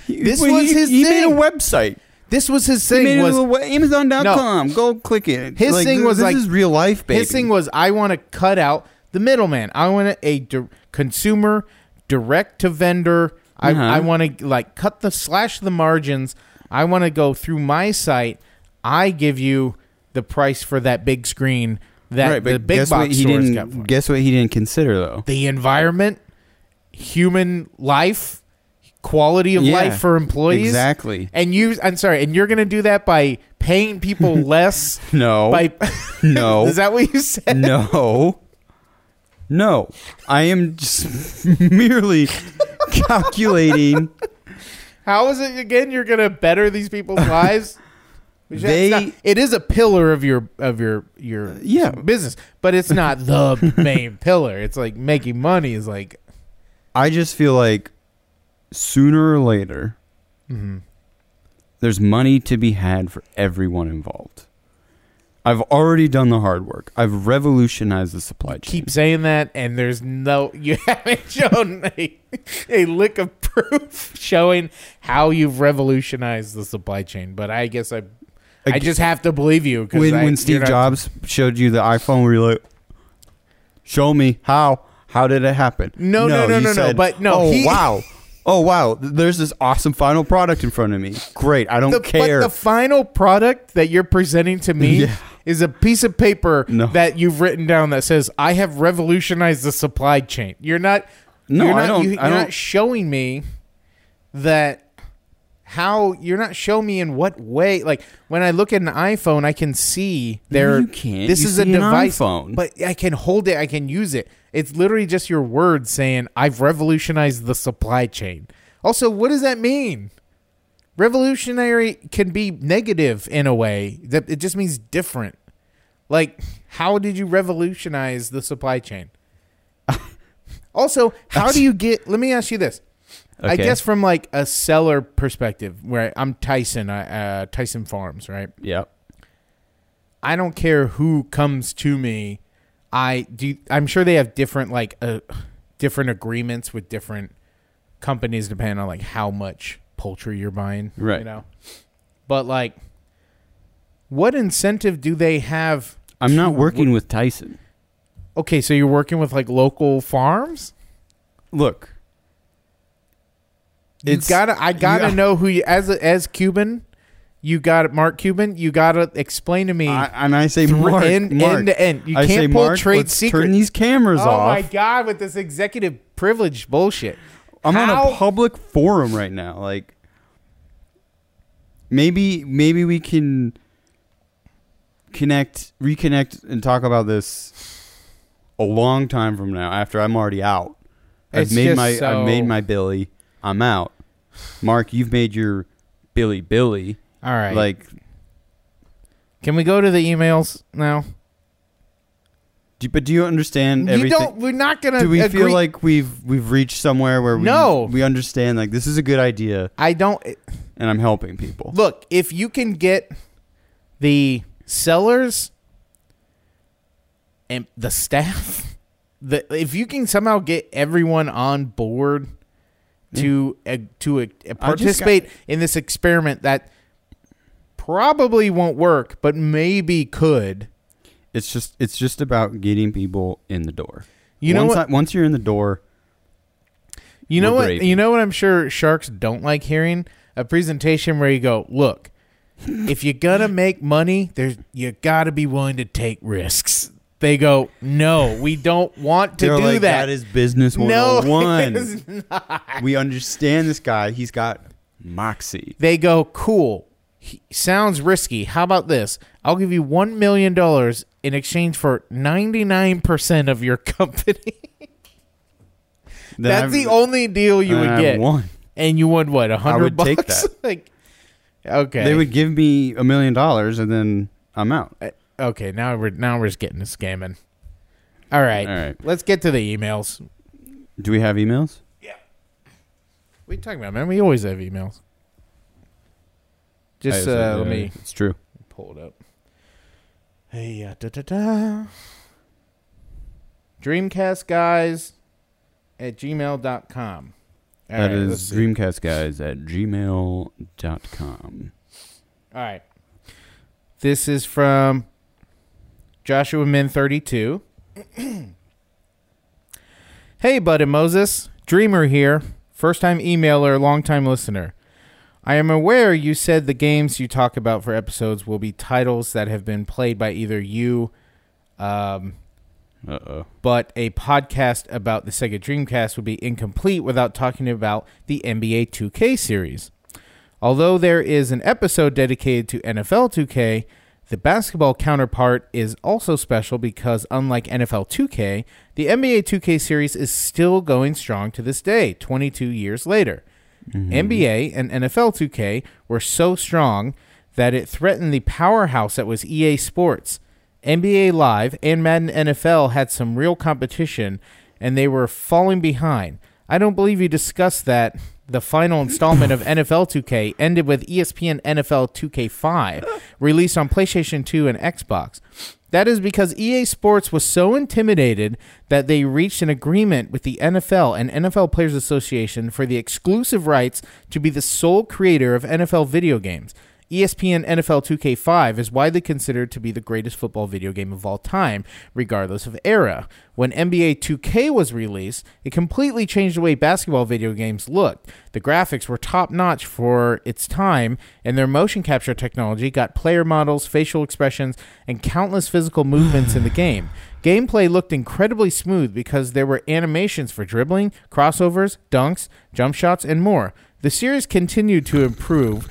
S1: This was
S2: he,
S1: his
S2: He made
S1: thing.
S2: a website.
S1: this was his
S2: He
S1: thing
S2: made
S1: was
S2: a little we- Amazon.com. Go click it.
S1: His thing
S2: thi-
S1: was
S2: this
S1: like-
S2: is real life, baby.
S1: His thing was, I want to cut out the middleman. I want a di- consumer direct to vendor. I,
S2: Uh-huh.
S1: I want to like cut the slash the margins. I want to go through my site. I give you the price for that big screen that
S2: right, but
S1: the big
S2: guess
S1: box
S2: what he
S1: stores
S2: didn't.
S1: got for.
S2: Guess what he didn't consider though.
S1: the environment, human life, quality of
S2: Yeah,
S1: life for employees.
S2: Exactly.
S1: And you, I'm sorry, and you're gonna do that by paying
S2: *laughs*
S1: people less. *laughs*
S2: No.
S1: By
S2: *laughs* No.
S1: is that what you said?
S2: *laughs* no. No. I am just *laughs* merely calculating.
S1: How is it again? You're gonna better these
S2: *laughs*
S1: people's lives? Which that's
S2: They-
S1: not- it is a pillar of your of your your
S2: yeah.
S1: business, but it's not
S2: *laughs*
S1: the main pillar. It's like making money is like
S2: I just feel like sooner or later,
S1: Mm-hmm.
S2: there's money to be had for everyone involved. I've already done the hard work. I've revolutionized the supply chain.
S1: keep saying that, and there's no *laughs* you haven't shown a, a lick of proof showing how you've revolutionized the supply chain. But I guess I I
S2: Ag-
S1: just have to believe you because
S2: when when Steve Jobs showed you the iPhone, were you like, "Show me how? How did it happen?"
S1: No, no, no,
S2: you
S1: no, no, but no,
S2: Oh
S1: he- *laughs*
S2: wow! Oh wow! th- There's this awesome final product in front of me. Great! I don't
S1: the,
S2: care.
S1: But the final product that you're presenting to me
S2: Yeah.
S1: is a piece of paper
S2: No.
S1: that you've written down that says, "I have revolutionized the supply chain." You're not.
S2: No,
S1: you're not,
S2: I don't-
S1: You,
S2: I
S1: are
S2: don't-
S1: not showing me that how you're not showing me in what way. Like when I look at an iPhone, I can see there.
S2: you can't.
S1: This
S2: You
S1: is a
S2: see an
S1: device,
S2: iPhone.
S1: but I can hold it. I can use it. It's literally just your words saying, "I've revolutionized the supply chain." Also, what does that mean? revolutionary can be negative in a way that it just means different like how did you *laughs* revolutionize the supply chain also how do you get let me ask you this I
S2: Okay.
S1: guess from like a seller perspective, where I'm Tyson, uh, uh, Tyson Farms, right?
S2: Yep.
S1: I don't care who comes to me. I do. I'm sure they have different like uh, different agreements with different companies depending on like how much poultry you're buying,
S2: Right.
S1: You know, but like, what incentive do they have?
S2: I'm not working with Tyson.
S1: Okay, so you're working with like local farms.
S2: Look.
S1: You
S2: It's-
S1: gotta. I *laughs* gotta
S2: Yeah.
S1: know who you as a, as Cuban. You got it, Mark Cuban. You gotta explain to me
S2: I, and I say
S1: through
S2: Mark,
S1: end,
S2: Mark.
S1: end to end. You
S2: I
S1: can't
S2: say,
S1: pull
S2: Mark,
S1: trade
S2: let's Turn
S1: secrets.
S2: these cameras
S1: oh
S2: off.
S1: my god, with this executive privilege bullshit.
S2: I'm on
S1: How-
S2: a public forum right now. Like maybe maybe we can connect reconnect and talk about this a long time from now after I'm already out. I've
S1: It's
S2: made
S1: just
S2: my
S1: so-
S2: I've made my Billy. I'm out. Mark, you've made your Billy Billy.
S1: All right. Like,
S2: Like
S1: can we go to the emails now?
S2: do, but do you understand
S1: You
S2: everything?
S1: don't. We're not gonna.
S2: do we
S1: agree.
S2: feel like we've we've reached somewhere where we
S1: No.
S2: we understand like this is a good idea
S1: I don't?
S2: and I'm helping people.
S1: Look, if you can get the sellers and the staff, *laughs* the if you can somehow get everyone on board to uh, to uh, participate in this experiment that probably won't work, but maybe could.
S2: It's just it's just about getting people in the door.
S1: You know
S2: once
S1: what?
S2: I- once you're in the door,
S1: You know
S2: We're
S1: what?
S2: brave.
S1: You know what? I'm sure sharks don't like hearing a presentation where you go, "Look, if you're gonna make money, there's you gotta be willing to take risks." They go, "No, we don't want to
S2: they're
S1: do
S2: like,
S1: that."
S2: That is business
S1: no, *laughs*
S2: 101.
S1: it is not.
S2: we understand this guy. He's got moxie.
S1: They go, "Cool, he, sounds risky. How about this? I'll give you one million dollars in exchange for ninety nine percent of your *laughs* company. That's the only deal you would get,
S2: One.
S1: and you won what a hundred
S2: would
S1: bucks?
S2: take that.
S1: *laughs* like, okay,
S2: They would give me a million dollars and then I'm out.
S1: Uh, okay, now we're now we're just getting to scamming. All right.
S2: All right.
S1: Let's get to the emails.
S2: Do we have emails?
S1: What are you talking about, man? We always have emails. Just
S2: I-
S1: uh, let me
S2: It's true.
S1: pull it up. Hey, uh, da da da. Dreamcast guys at gmail.com. All
S2: That
S1: right, let's
S2: is
S1: see.
S2: Dreamcast guys at gmail.com.
S1: All right. This is from Joshua Min *clears throat* 32. hey, Bud and Moses. Dreamer here. First time emailer, long time listener. I am aware you said the games you talk about for episodes will be titles that have been played by either you, um,
S2: Uh oh.
S1: but a podcast about the Sega Dreamcast would be incomplete without talking about the NBA 2K series. Although there is an episode dedicated to NFL 2K, the basketball counterpart is also special because, unlike NFL 2K, the NBA 2K series is still going strong to this day, 22 years later. NBA and NFL 2K were so strong that it threatened the powerhouse that was EA Sports. NBA Live and Madden NFL had some real competition, and they were falling behind. I don't believe you discussed that the final installment of NFL 2K ended with E ESPN NFL 2K5, released on PlayStation 2 and Xbox. That is because EA Sports was so intimidated that they reached an agreement with the NFL and NFL Players Association for the exclusive rights to be the sole creator of NFL video games. E ESPN NFL 2K5 is widely considered to be the greatest football video game of all time, regardless of era. When NBA 2K was released, it completely changed the way basketball video games looked. The graphics were top notch for its time, and their motion capture technology got player models, facial expressions, and countless physical movements in the game. Gameplay looked incredibly smooth because there were animations for dribbling, crossovers, dunks, jump shots, and more. The series continued to improve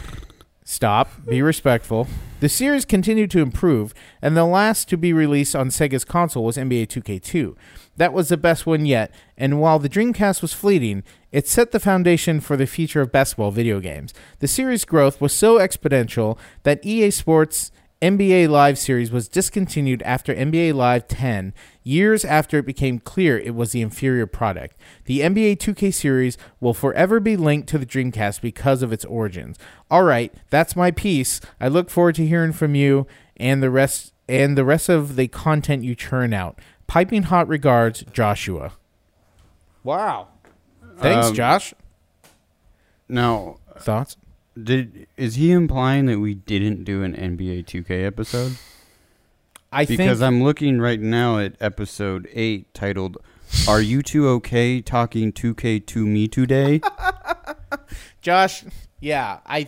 S1: Stop. Be respectful. The series continued to improve, and the last to be released on Sega's console was NBA 2K2. That was the best one yet, and while the Dreamcast was fleeting, it set the foundation for the future of basketball video games. The series' growth was so exponential that EA E Sports NBA Live series was discontinued after NBA Live 10, years after it became clear it was the inferior product. The NBA 2K series will forever be linked to the Dreamcast because of its origins. All right, that's my piece. I look forward to hearing from you and the rest and the rest of the content you churn out. Piping hot regards, Joshua. Wow. Thanks,
S2: Um,
S1: Josh.
S2: Now,
S1: Thoughts?
S2: did is he implying that we didn't do an NBA 2K episode?
S1: I
S2: Because
S1: think
S2: I'm looking right now at episode 8 titled Are you two okay talking 2K to
S1: *laughs*
S2: me today?
S1: Josh, yeah, I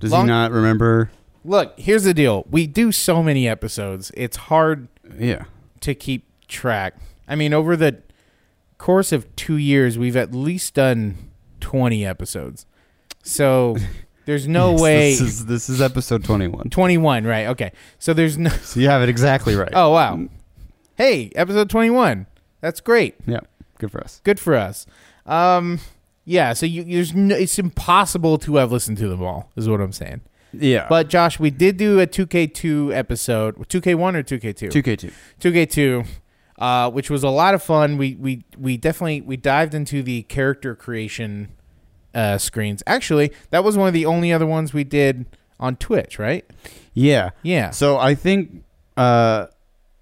S2: Does
S1: Long-
S2: he not remember?
S1: look, here's the deal. We do so many episodes. It's hard
S2: Yeah.
S1: to keep track. I mean, over the course of two years, we've at least done 20 episodes.
S2: *laughs*
S1: So there's no
S2: Yes,
S1: way.
S2: This is this is episode 21.
S1: 21, right? Okay. So there's
S2: *laughs*
S1: no.
S2: So you have it exactly right.
S1: Oh, wow. Hey, episode 21. That's great.
S2: Yeah. Good for us.
S1: Good for us. Um, yeah, so you, there's no, it's impossible to have listened to them all, is what I'm saying.
S2: Yeah.
S1: But Josh, we did do a 2K2 episode, 2K1 or 2K2?
S2: 2K2.
S1: 2K2, uh, which was a lot of fun. We we we definitely we dived into the character creation uh, screens. Actually, that was one of the only other ones we did on Twitch, right?
S2: Yeah.
S1: Yeah.
S2: So I think uh,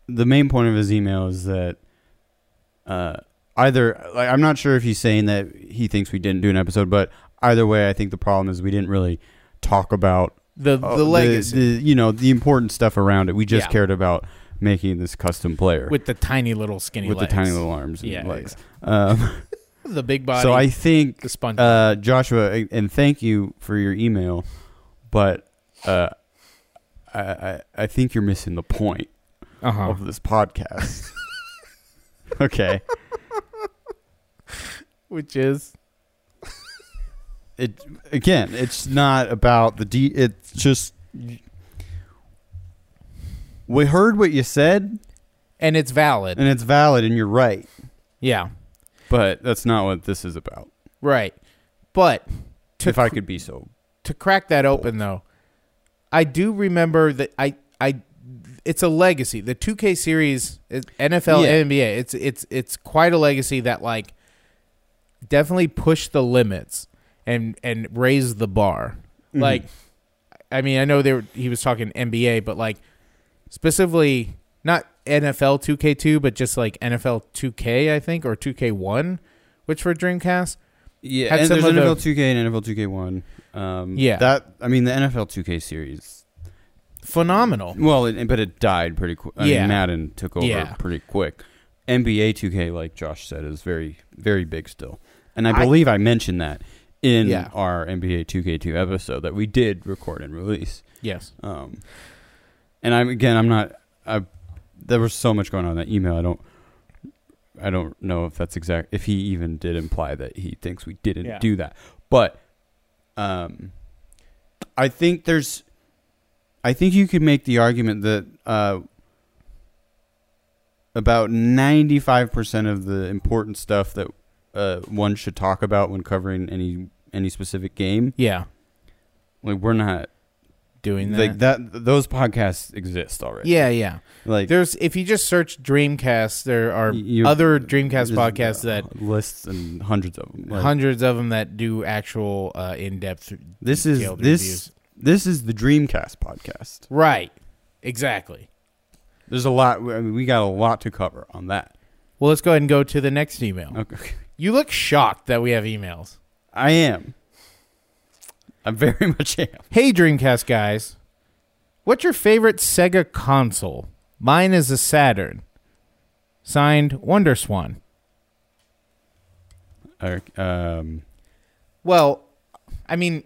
S2: the main point of his email is that uh, either like, I'm not sure if he's saying that he thinks we didn't do an episode, but either way, I think the problem is we didn't really talk about
S1: The
S2: uh,
S1: the legacy
S2: the, you know, the important stuff around it. We just
S1: Yeah.
S2: cared about making this custom player
S1: with the tiny little skinny
S2: with the
S1: legs.
S2: tiny little arms and
S1: Yeah, yeah,
S2: legs.
S1: *laughs*
S2: Um,
S1: the big body.
S2: so I think
S1: the sponge.
S2: uh, Joshua, a- and thank you for your email, but uh, I, I I think you're missing the point
S1: uh-huh.
S2: of this podcast. okay,
S1: Which is
S2: it again, it's not about the de- It's just we heard what you said,
S1: and it's valid.
S2: and it's valid, and you're right,
S1: Yeah.
S2: but that's not what this is about.
S1: Right. But to
S2: if I could be so,
S1: to crack that open though, I do remember that I I it's a legacy. The 2K series, it- NFL,
S2: Yeah.
S1: and NBA, it's it's it's quite a legacy that like definitely pushed the limits and and raised the bar.
S2: Mhm.
S1: Like, I mean, I know they were, he was talking NBA, but like specifically not NFL 2K2, but just like NFL 2K, I think, or 2K1, which for Dreamcast.
S2: yeah.
S1: Had
S2: and
S1: some
S2: there's
S1: of the-
S2: NFL 2K and NFL 2K1. Um,
S1: Yeah.
S2: that I mean the NFL 2K series
S1: Phenomenal.
S2: Well, it, but it died pretty quick. I
S1: Yeah.
S2: mean, Madden took over
S1: Yeah.
S2: pretty quick. NBA 2K, like Josh said, is very, very big still. And I
S1: I-
S2: believe I, mentioned that in
S1: Yeah.
S2: our NBA 2K2 episode that we did record and release.
S1: Yes.
S2: Um, and I'm again, I'm not. I there was so much going on in that email. I don't. I don't know if that's exact. If he even did imply that he thinks we didn't
S1: Yeah.
S2: do that, but um, I think there's. I think you could make the argument that uh, about ninety five percent of the important stuff that uh, one should talk about when covering any any specific game,
S1: Yeah.
S2: like we're not
S1: Doing that.
S2: like that those podcasts exist already
S1: Yeah, yeah.
S2: like
S1: There's if you just search Dreamcast, there are other Dreamcast podcasts that
S2: lists and hundreds of them Like,
S1: hundreds of them that do actual uh, in-depth.
S2: this is
S1: detailed
S2: this
S1: reviews.
S2: this is the dreamcast podcast
S1: Right. Exactly.
S2: there's a lot I mean, we got a lot to cover on that
S1: Well, let's go ahead and go to the next email.
S2: okay
S1: You look shocked that we have emails.
S2: i am i very *laughs* much am
S1: Hey, Dreamcast guys, what's your favorite Sega console? Mine is a Saturn. Signed, WonderSwan.
S2: Alright, um
S1: Well, I mean,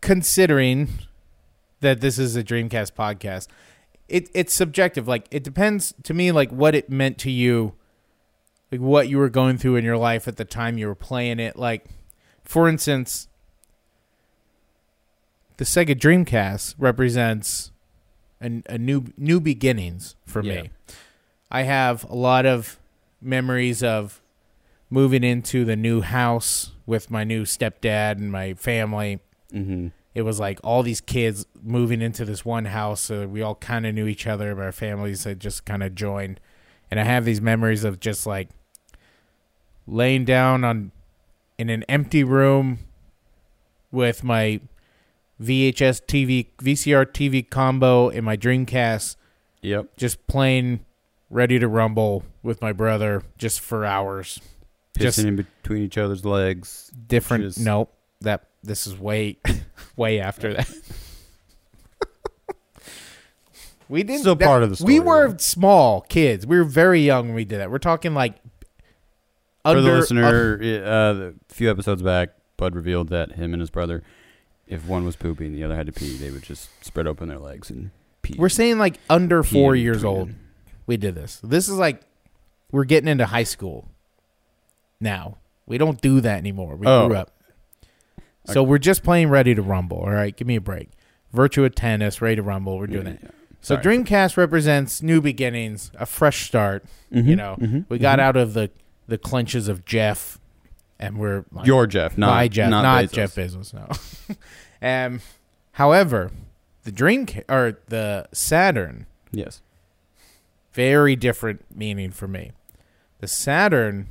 S1: considering that this is a Dreamcast podcast, it it's subjective. Like it depends to me, like what it meant to you, like what you were going through in your life at the time you were playing it. Like, for instance, the Sega Dreamcast represents a, a new new beginnings for
S2: Yeah.
S1: me. I have a lot of memories of moving into the new house with my new stepdad and my family
S2: mhm.
S1: it was like all these kids moving into this one house. So we all kind of knew each other, but our families had just kind of joined. And I have these memories of just like laying down on in an empty room with my VHS TV, VCR TV combo and my Dreamcast,
S2: Yep.
S1: just playing Ready to Rumble with my brother just for hours.
S2: Pissing
S1: Just-
S2: in between each other's legs.
S1: different.
S2: Just-
S1: Nope. That this is way, *laughs* way after that. we didn't.
S2: Still
S1: that-
S2: part of the
S1: We
S2: story,
S1: were
S2: though.
S1: small kids. We were very young when we did that. We're talking like under
S2: For the
S1: uh,
S2: listener, i- uh, a few episodes back, Bud revealed that him and his brother, if one was pooping, the other had to pee, they would just spread open their legs and pee.
S1: we're saying like under
S2: pee
S1: four
S2: in
S1: years
S2: between.
S1: old. We did this. This is like we're getting into high school now. We don't do that anymore. We
S2: Oh.
S1: grew up. So we're just playing Ready to Rumble. All right, give me a break. Virtua Tennis, Ready to Rumble. We're doing
S2: Yeah,
S1: that.
S2: yeah.
S1: So
S2: Sorry.
S1: Dreamcast represents new beginnings, a fresh start.
S2: Mhm,
S1: You know,
S2: mhm,
S1: we got
S2: mhm.
S1: out of the the clenches of Jeff, and we're like,
S2: Your Jeff, not
S1: my Jeff, not,
S2: Bezos.
S1: Jeff Bezos. No. *laughs* um, however, the Dreamcast or the Saturn,
S2: Yes.
S1: very different meaning for me. The Saturn,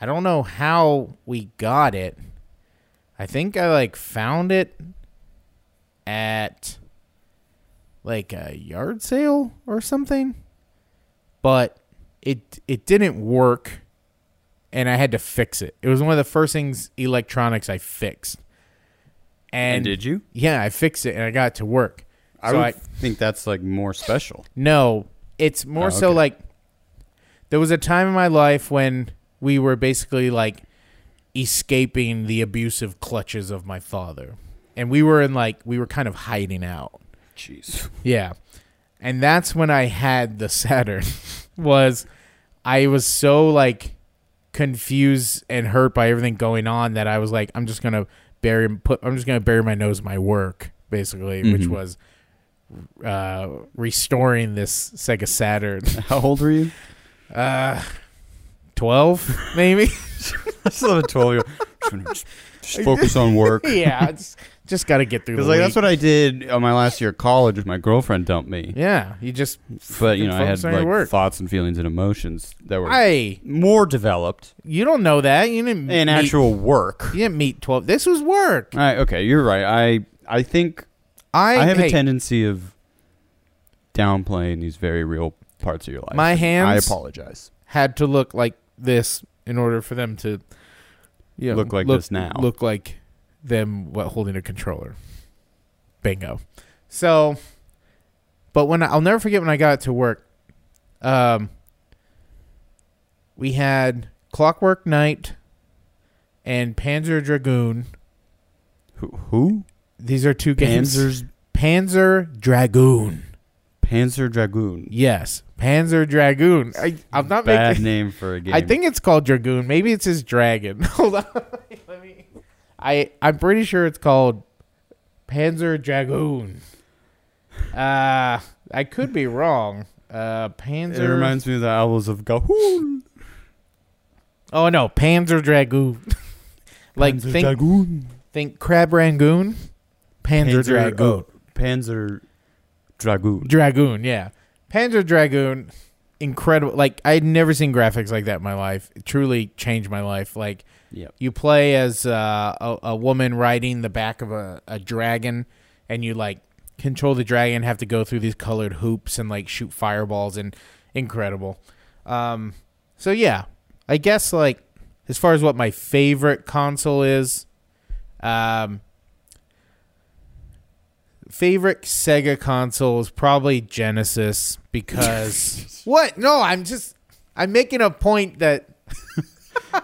S1: I don't know how we got it. I think I like found it at like a yard sale or something. But it it didn't work and I had to fix it. It was one of the first things electronics I fixed. And,
S2: you?
S1: yeah, I fixed it and I got it to work.
S2: I
S1: So
S2: would
S1: I-
S2: think that's like more special.
S1: no, it's more
S2: Oh,
S1: so
S2: okay.
S1: like there was a time in my life when we were basically like escaping the abusive clutches of my father. And we were in like we were kind of hiding out.
S2: Jeez.
S1: Yeah. And that's when I had the Saturn *laughs* was I was so like confused and hurt by everything going on that I was like I'm just going to bury put I'm just going to bury my nose in my work basically which
S2: Mhm.
S1: was uh restoring this Sega
S2: *laughs*
S1: Saturn.
S2: *laughs* How old were you?
S1: Uh 12
S2: *laughs*
S1: maybe.
S2: I still have a 12 year old. Just, just focus on *laughs* work.
S1: *laughs* yeah, it's just got to get through the
S2: Because like
S1: week.
S2: that's what I did on my last year of college. My girlfriend dumped me,
S1: Yeah, you just
S2: but you know I had
S1: focus on your
S2: like
S1: work.
S2: thoughts and feelings and emotions that were
S1: Hey,
S2: more developed
S1: you don't know that. You didn't
S2: in
S1: meet-
S2: actual work.
S1: you didn't meet 12. This was work.
S2: All right, okay, you're right. I I think
S1: I,
S2: I, have
S1: hey,
S2: a tendency of downplaying these very real parts of your life.
S1: My
S2: I
S1: hands
S2: apologize.
S1: had to look like this in order for them to you know,
S2: Look like this now.
S1: Look like them what, holding a controller. Bingo. So, but when I, I'll never forget when I got it to work, um, we had Clockwork Knight and Panzer Dragoon.
S2: Who? who?
S1: These are two games.
S2: Panzer's
S1: Panzer Dragoon.
S2: Panzer Dragoon.
S1: Yes, Panzer Dragoon. *laughs* I, I'm not making.
S2: Bad name for a game.
S1: I think it's called Dragoon. Maybe it's his dragon. *laughs* Hold on. Let me. I I'm pretty sure it's called Panzer Dragoon. Uh I could be wrong. Uh
S2: it
S1: Panzer
S2: reminds me of the Owls of Gahul.
S1: Oh no, Panzer Dragoon. *laughs* like
S2: Panzer
S1: think
S2: Dragoon.
S1: think Crab Rangoon. Panzer, Dragoon.
S2: oh, Panzer Dragoon.
S1: Dragoon, yeah. Panzer Dragoon, incredible. Like I had never seen graphics like that in my life. It truly changed my life. Like
S2: Yep.
S1: you play as uh, a, a woman riding the back of a, a dragon, and you like control the dragon, have to go through these colored hoops and like shoot fireballs, and incredible. Um, so yeah, I guess like as far as what my favorite console is, um, favorite Sega console is probably Genesis
S2: *laughs*
S1: because what? No, I'm just I'm making a point that. *laughs*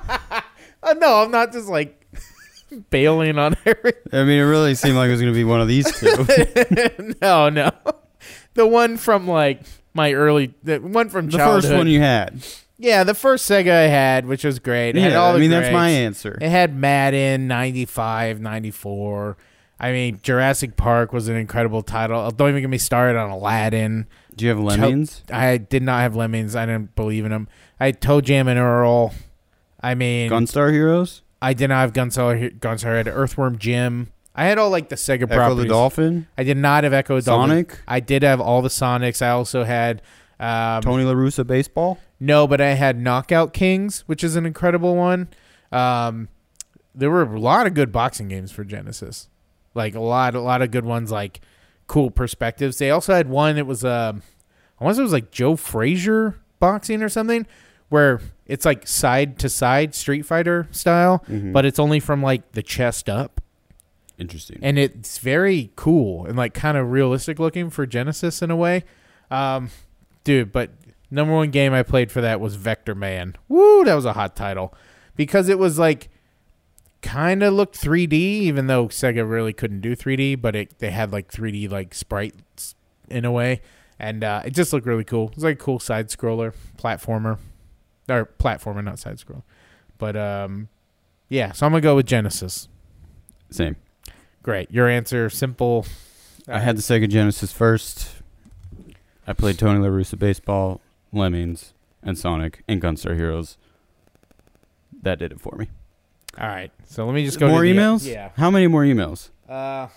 S1: Oh no, I'm not just like *laughs* bailing on *laughs* everything.
S2: I mean, it really seemed like it was going to be one of these
S1: *laughs*
S2: two.
S1: no, no, the one from like my early, the one from
S2: the
S1: childhood.
S2: first one you had.
S1: yeah, the first Sega I had, which was great. It had
S2: Yeah,
S1: all
S2: I
S1: the
S2: mean, that's my
S1: greats.
S2: answer.
S1: It had Madden 95, 94. I mean, Jurassic Park was an incredible title. Don't even get me started on Aladdin.
S2: Do you have Lemmings?
S1: I did not have Lemmings. I didn't believe in them. I had Toe Jam and Earl. I mean,
S2: Gunstar Heroes?
S1: I did not have Gunstar. Gunstar I had Earthworm Jim. I had all like the Sega
S2: Echo the
S1: properties.
S2: Dolphin,
S1: I did not have Echo the Dolphin.
S2: Sonic,
S1: I did have all the Sonics. I also had um,
S2: Tony La Russa Baseball.
S1: no, but I had Knockout Kings, which is an incredible one. Um, there were a lot of good boxing games for Genesis, like a lot, a lot of good ones, like cool perspectives. They also had one. It was um, I want to say it was like Joe Frazier boxing or something, where it's like side to side Street Fighter style, but it's only from like the chest up
S2: Interesting.
S1: and it's very cool and like kind of realistic looking for Genesis in a way. Um, dude, but number one game I played for that was Vector Man. Woo, that was a hot title because it was like kind of looked 3D, even though Sega really couldn't do 3D, but it they had like 3D like sprites in a way, and uh, it just looked really cool. It was like a cool side scroller platformer, or platformer, not side scroll, but um, yeah. So I'm gonna go with Genesis.
S2: Same.
S1: Great. Your answer simple.
S2: I had the Sega Genesis first. I played Tony La Russa Baseball, Lemmings, and Sonic and Gunstar Heroes. That did it for me.
S1: All right. So let me just go
S2: more
S1: to the- uh,
S2: emails? How many more emails?
S1: yeah. Uh,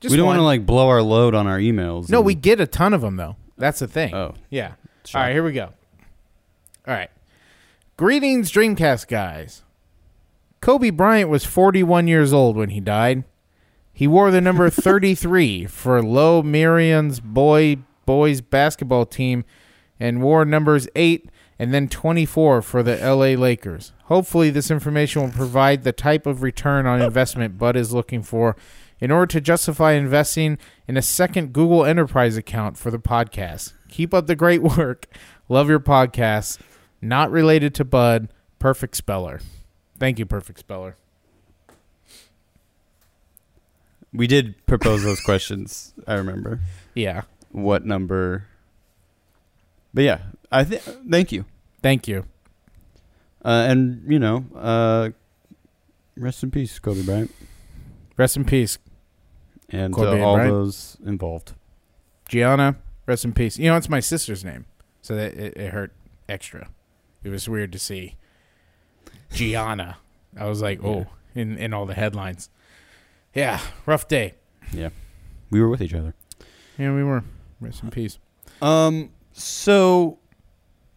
S1: just
S2: We don't
S1: want
S2: want to like blow our load on our emails.
S1: No,
S2: and-
S1: we get a ton of them though. That's the thing.
S2: Oh,
S1: Yeah.
S2: sure.
S1: All right, here we go. All right. Greetings, Dreamcast guys. Kobe Bryant was 41 years old when he died. He wore the number *laughs* 33 for Low Miriam's boy boys basketball team and wore numbers 8 and then 24 for the LA Lakers. Hopefully this information will provide the type of return on investment Bud is looking for in order to justify investing in a second Google Enterprise account for the podcast. Keep up the great *laughs* work. Love your podcast. Not related to Bud. Perfect speller. Thank you, perfect speller.
S2: We did propose those questions. *laughs* I remember
S1: Yeah.
S2: what number. But yeah, I think. Thank you,
S1: Thank you.
S2: uh, and you know, uh, rest in peace, Kobe Bryant,
S1: Rest in peace,
S2: and
S1: Kobe
S2: to all
S1: Bryant.
S2: those involved.
S1: Gianna. Rest in peace. You know, it's my sister's name, so that it, it hurt extra. It was weird to see Gianna. I was like, oh, in in all the headlines. Yeah, rough day.
S2: We were with each other.
S1: Yeah, we were. Rest in peace.
S2: Um. So,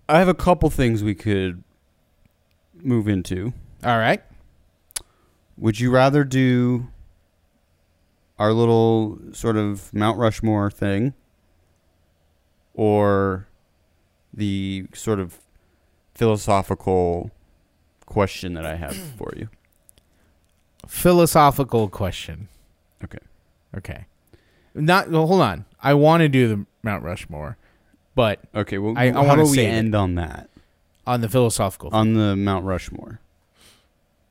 S2: I have a couple things we could move into.
S1: All right.
S2: Would you rather do our little sort of Mount Rushmore thing or the sort of philosophical question that
S1: *clears throat*
S2: I have for you?
S1: philosophical question.
S2: Okay.
S1: Okay. Not well, hold on. I want to do the Mount Rushmore, but
S2: Okay, well,
S1: I- I
S2: how
S1: wanna
S2: about we
S1: save it.
S2: end on that?
S1: on the philosophical.
S2: On the Mount Rushmore.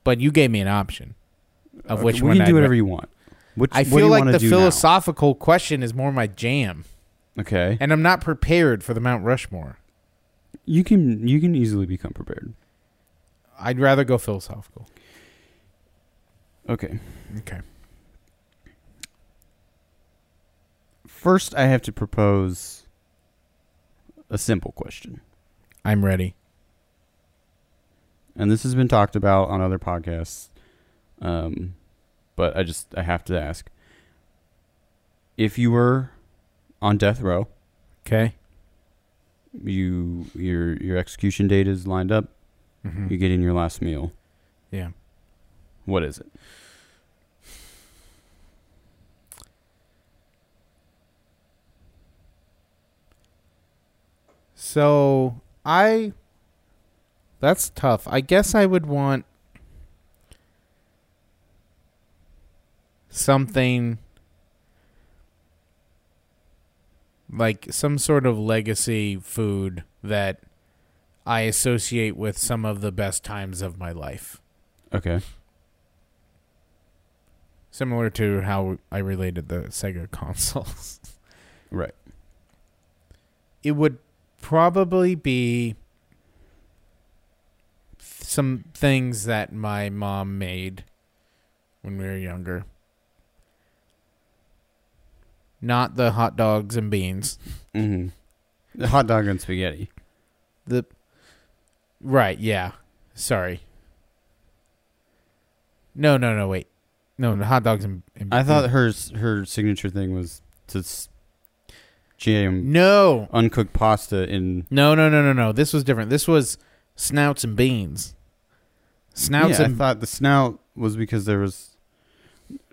S1: but you gave me an option of
S2: Okay,
S1: which
S2: we
S1: one
S2: can do
S1: I'd
S2: whatever
S1: ra-
S2: you want. Which,
S1: I
S2: what do
S1: feel
S2: you
S1: like
S2: wanna
S1: the
S2: do now?
S1: philosophical question is more my jam,
S2: Okay,
S1: and I'm not prepared for the Mount Rushmore.
S2: you can you can easily become prepared.
S1: I'd rather go philosophical.
S2: Okay,
S1: Okay.
S2: first I have to propose a simple question.
S1: I'm ready.
S2: and this has been talked about on other podcasts um, but i just i have to ask if you were on death row
S1: Okay.
S2: you your your execution date is lined up
S1: Mm-hmm.
S2: you get in your last meal
S1: Yeah.
S2: what is it
S1: So I that's tough. I guess I would want something like some sort of legacy food that I associate with some of the best times of my life.
S2: okay
S1: Similar to how I related the Sega *laughs* consoles.
S2: right
S1: it would probably be some things that my mom made when we were younger. Not the hot dogs and beans.
S2: mm-hmm. the hot dog and spaghetti
S1: The Right, yeah. Sorry. No, no, no, wait. No, the hot dogs and, and
S2: I thought hers her signature thing was to s- jam
S1: No.
S2: uncooked pasta in.
S1: No, no, no, no, no. This was different. This was snouts and beans. Snouts
S2: yeah, I
S1: and
S2: thought the snout was because there was.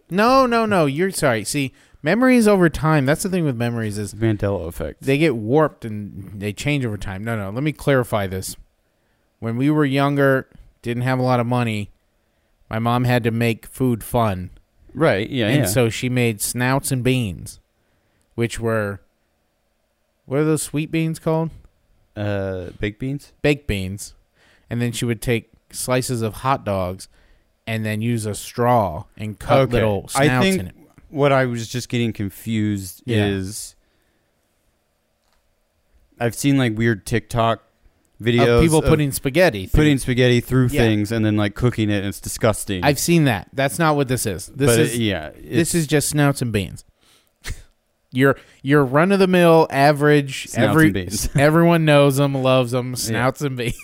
S1: No, no, no. You're sorry. See, memories over time. That's the thing with memories is
S2: It's the Mandela effect.
S1: they get warped and they change over time. No, no. Let me clarify this. When we were younger, didn't have a lot of money, my mom had to make food fun.
S2: right. Yeah.
S1: and
S2: yeah.
S1: so she made snouts and beans, which were what are those sweet beans called?
S2: uh, baked beans.
S1: Baked beans. And then she would take slices of hot dogs and then use a straw and cut
S2: Okay.
S1: little
S2: I
S1: snouts
S2: think
S1: in it.
S2: What I was just getting confused
S1: Yeah.
S2: is I've seen like weird TikTok videos
S1: Of people
S2: of
S1: putting spaghetti. through-
S2: putting spaghetti through
S1: Yeah.
S2: things and then like cooking it and it's disgusting.
S1: I've seen that. That's not what this is. This
S2: but
S1: is
S2: it- yeah.
S1: this is just snouts and beans. your your run of the mill average
S2: Snouts
S1: every
S2: and beans.
S1: everyone knows them, loves
S2: *laughs*
S1: them, snouts and beans.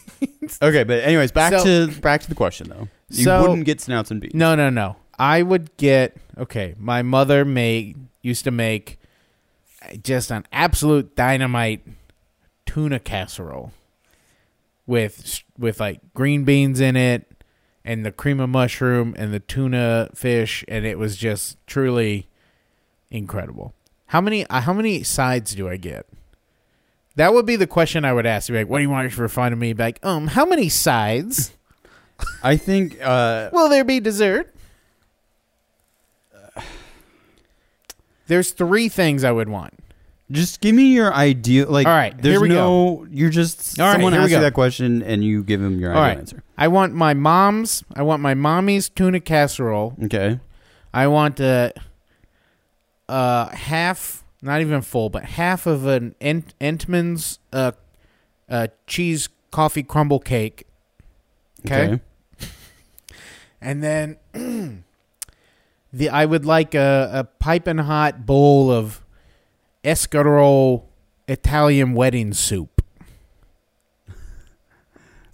S2: okay. But anyways, back
S1: So-
S2: to back to the question though. You
S1: So-
S2: wouldn't get snouts and beans.
S1: No, no, no. I would get okay. My mother made used to make uh, just an absolute dynamite tuna casserole with with like green beans in it and the cream of mushroom and the tuna fish and it was just truly incredible. How many uh, how many sides do I get? That would be the question I would ask. Be like, what do you want for fun of me? Be like, um, how many sides?
S2: I think uh,
S1: Will there be dessert? *sighs* There's three things I would want.
S2: just give me your idea. Like,
S1: All right,
S2: there's
S1: here we
S2: no. You're just
S1: All right,
S2: someone
S1: here we
S2: asks you
S1: go.
S2: that question and you give them your
S1: All
S2: ideal
S1: right.
S2: answer.
S1: I want my mom's. I want my mommy's tuna casserole.
S2: Okay.
S1: I want a, uh, half, not even full, but half of an Ent- Entman's uh, uh, cheese coffee crumble cake. Okay. And then *clears throat* the I would like a, a piping hot bowl of escarole Italian wedding soup.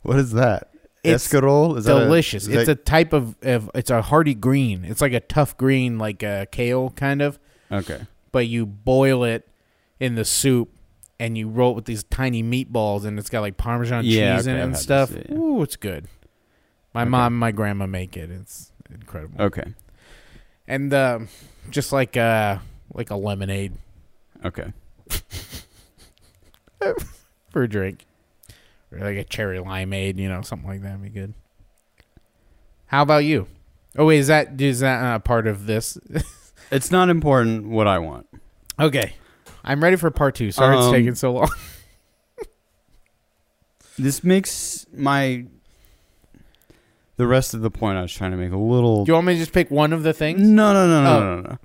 S2: What is that?
S1: It's
S2: Escarole? Is
S1: Delicious.
S2: That a, is
S1: it's a type of, of it's a hearty green. It's like a tough green, like a kale kind of.
S2: that- okay.
S1: But you boil it in the soup and you roll it with these tiny meatballs and it's got like Parmesan
S2: Yeah,
S1: cheese in
S2: okay,
S1: it
S2: I've
S1: and
S2: had this,
S1: stuff.
S2: yeah, yeah.
S1: Ooh, it's good. My
S2: Okay.
S1: mom and my grandma make it. It's incredible.
S2: Okay.
S1: and um, just like uh like a lemonade
S2: Okay.
S1: *laughs* for a drink, or like a cherry limeade, you know, something like that would be good. How about you? Oh, wait, is that is that uh, part of this?
S2: It's not important what I want.
S1: okay, I'm ready for part two. Sorry it's
S2: Um,
S1: taking so long. *laughs*
S2: This makes my the rest of the point I was trying to make a little
S1: Do you want me to just pick one of the things?
S2: No, no, no, no,
S1: Oh.
S2: no, no, no.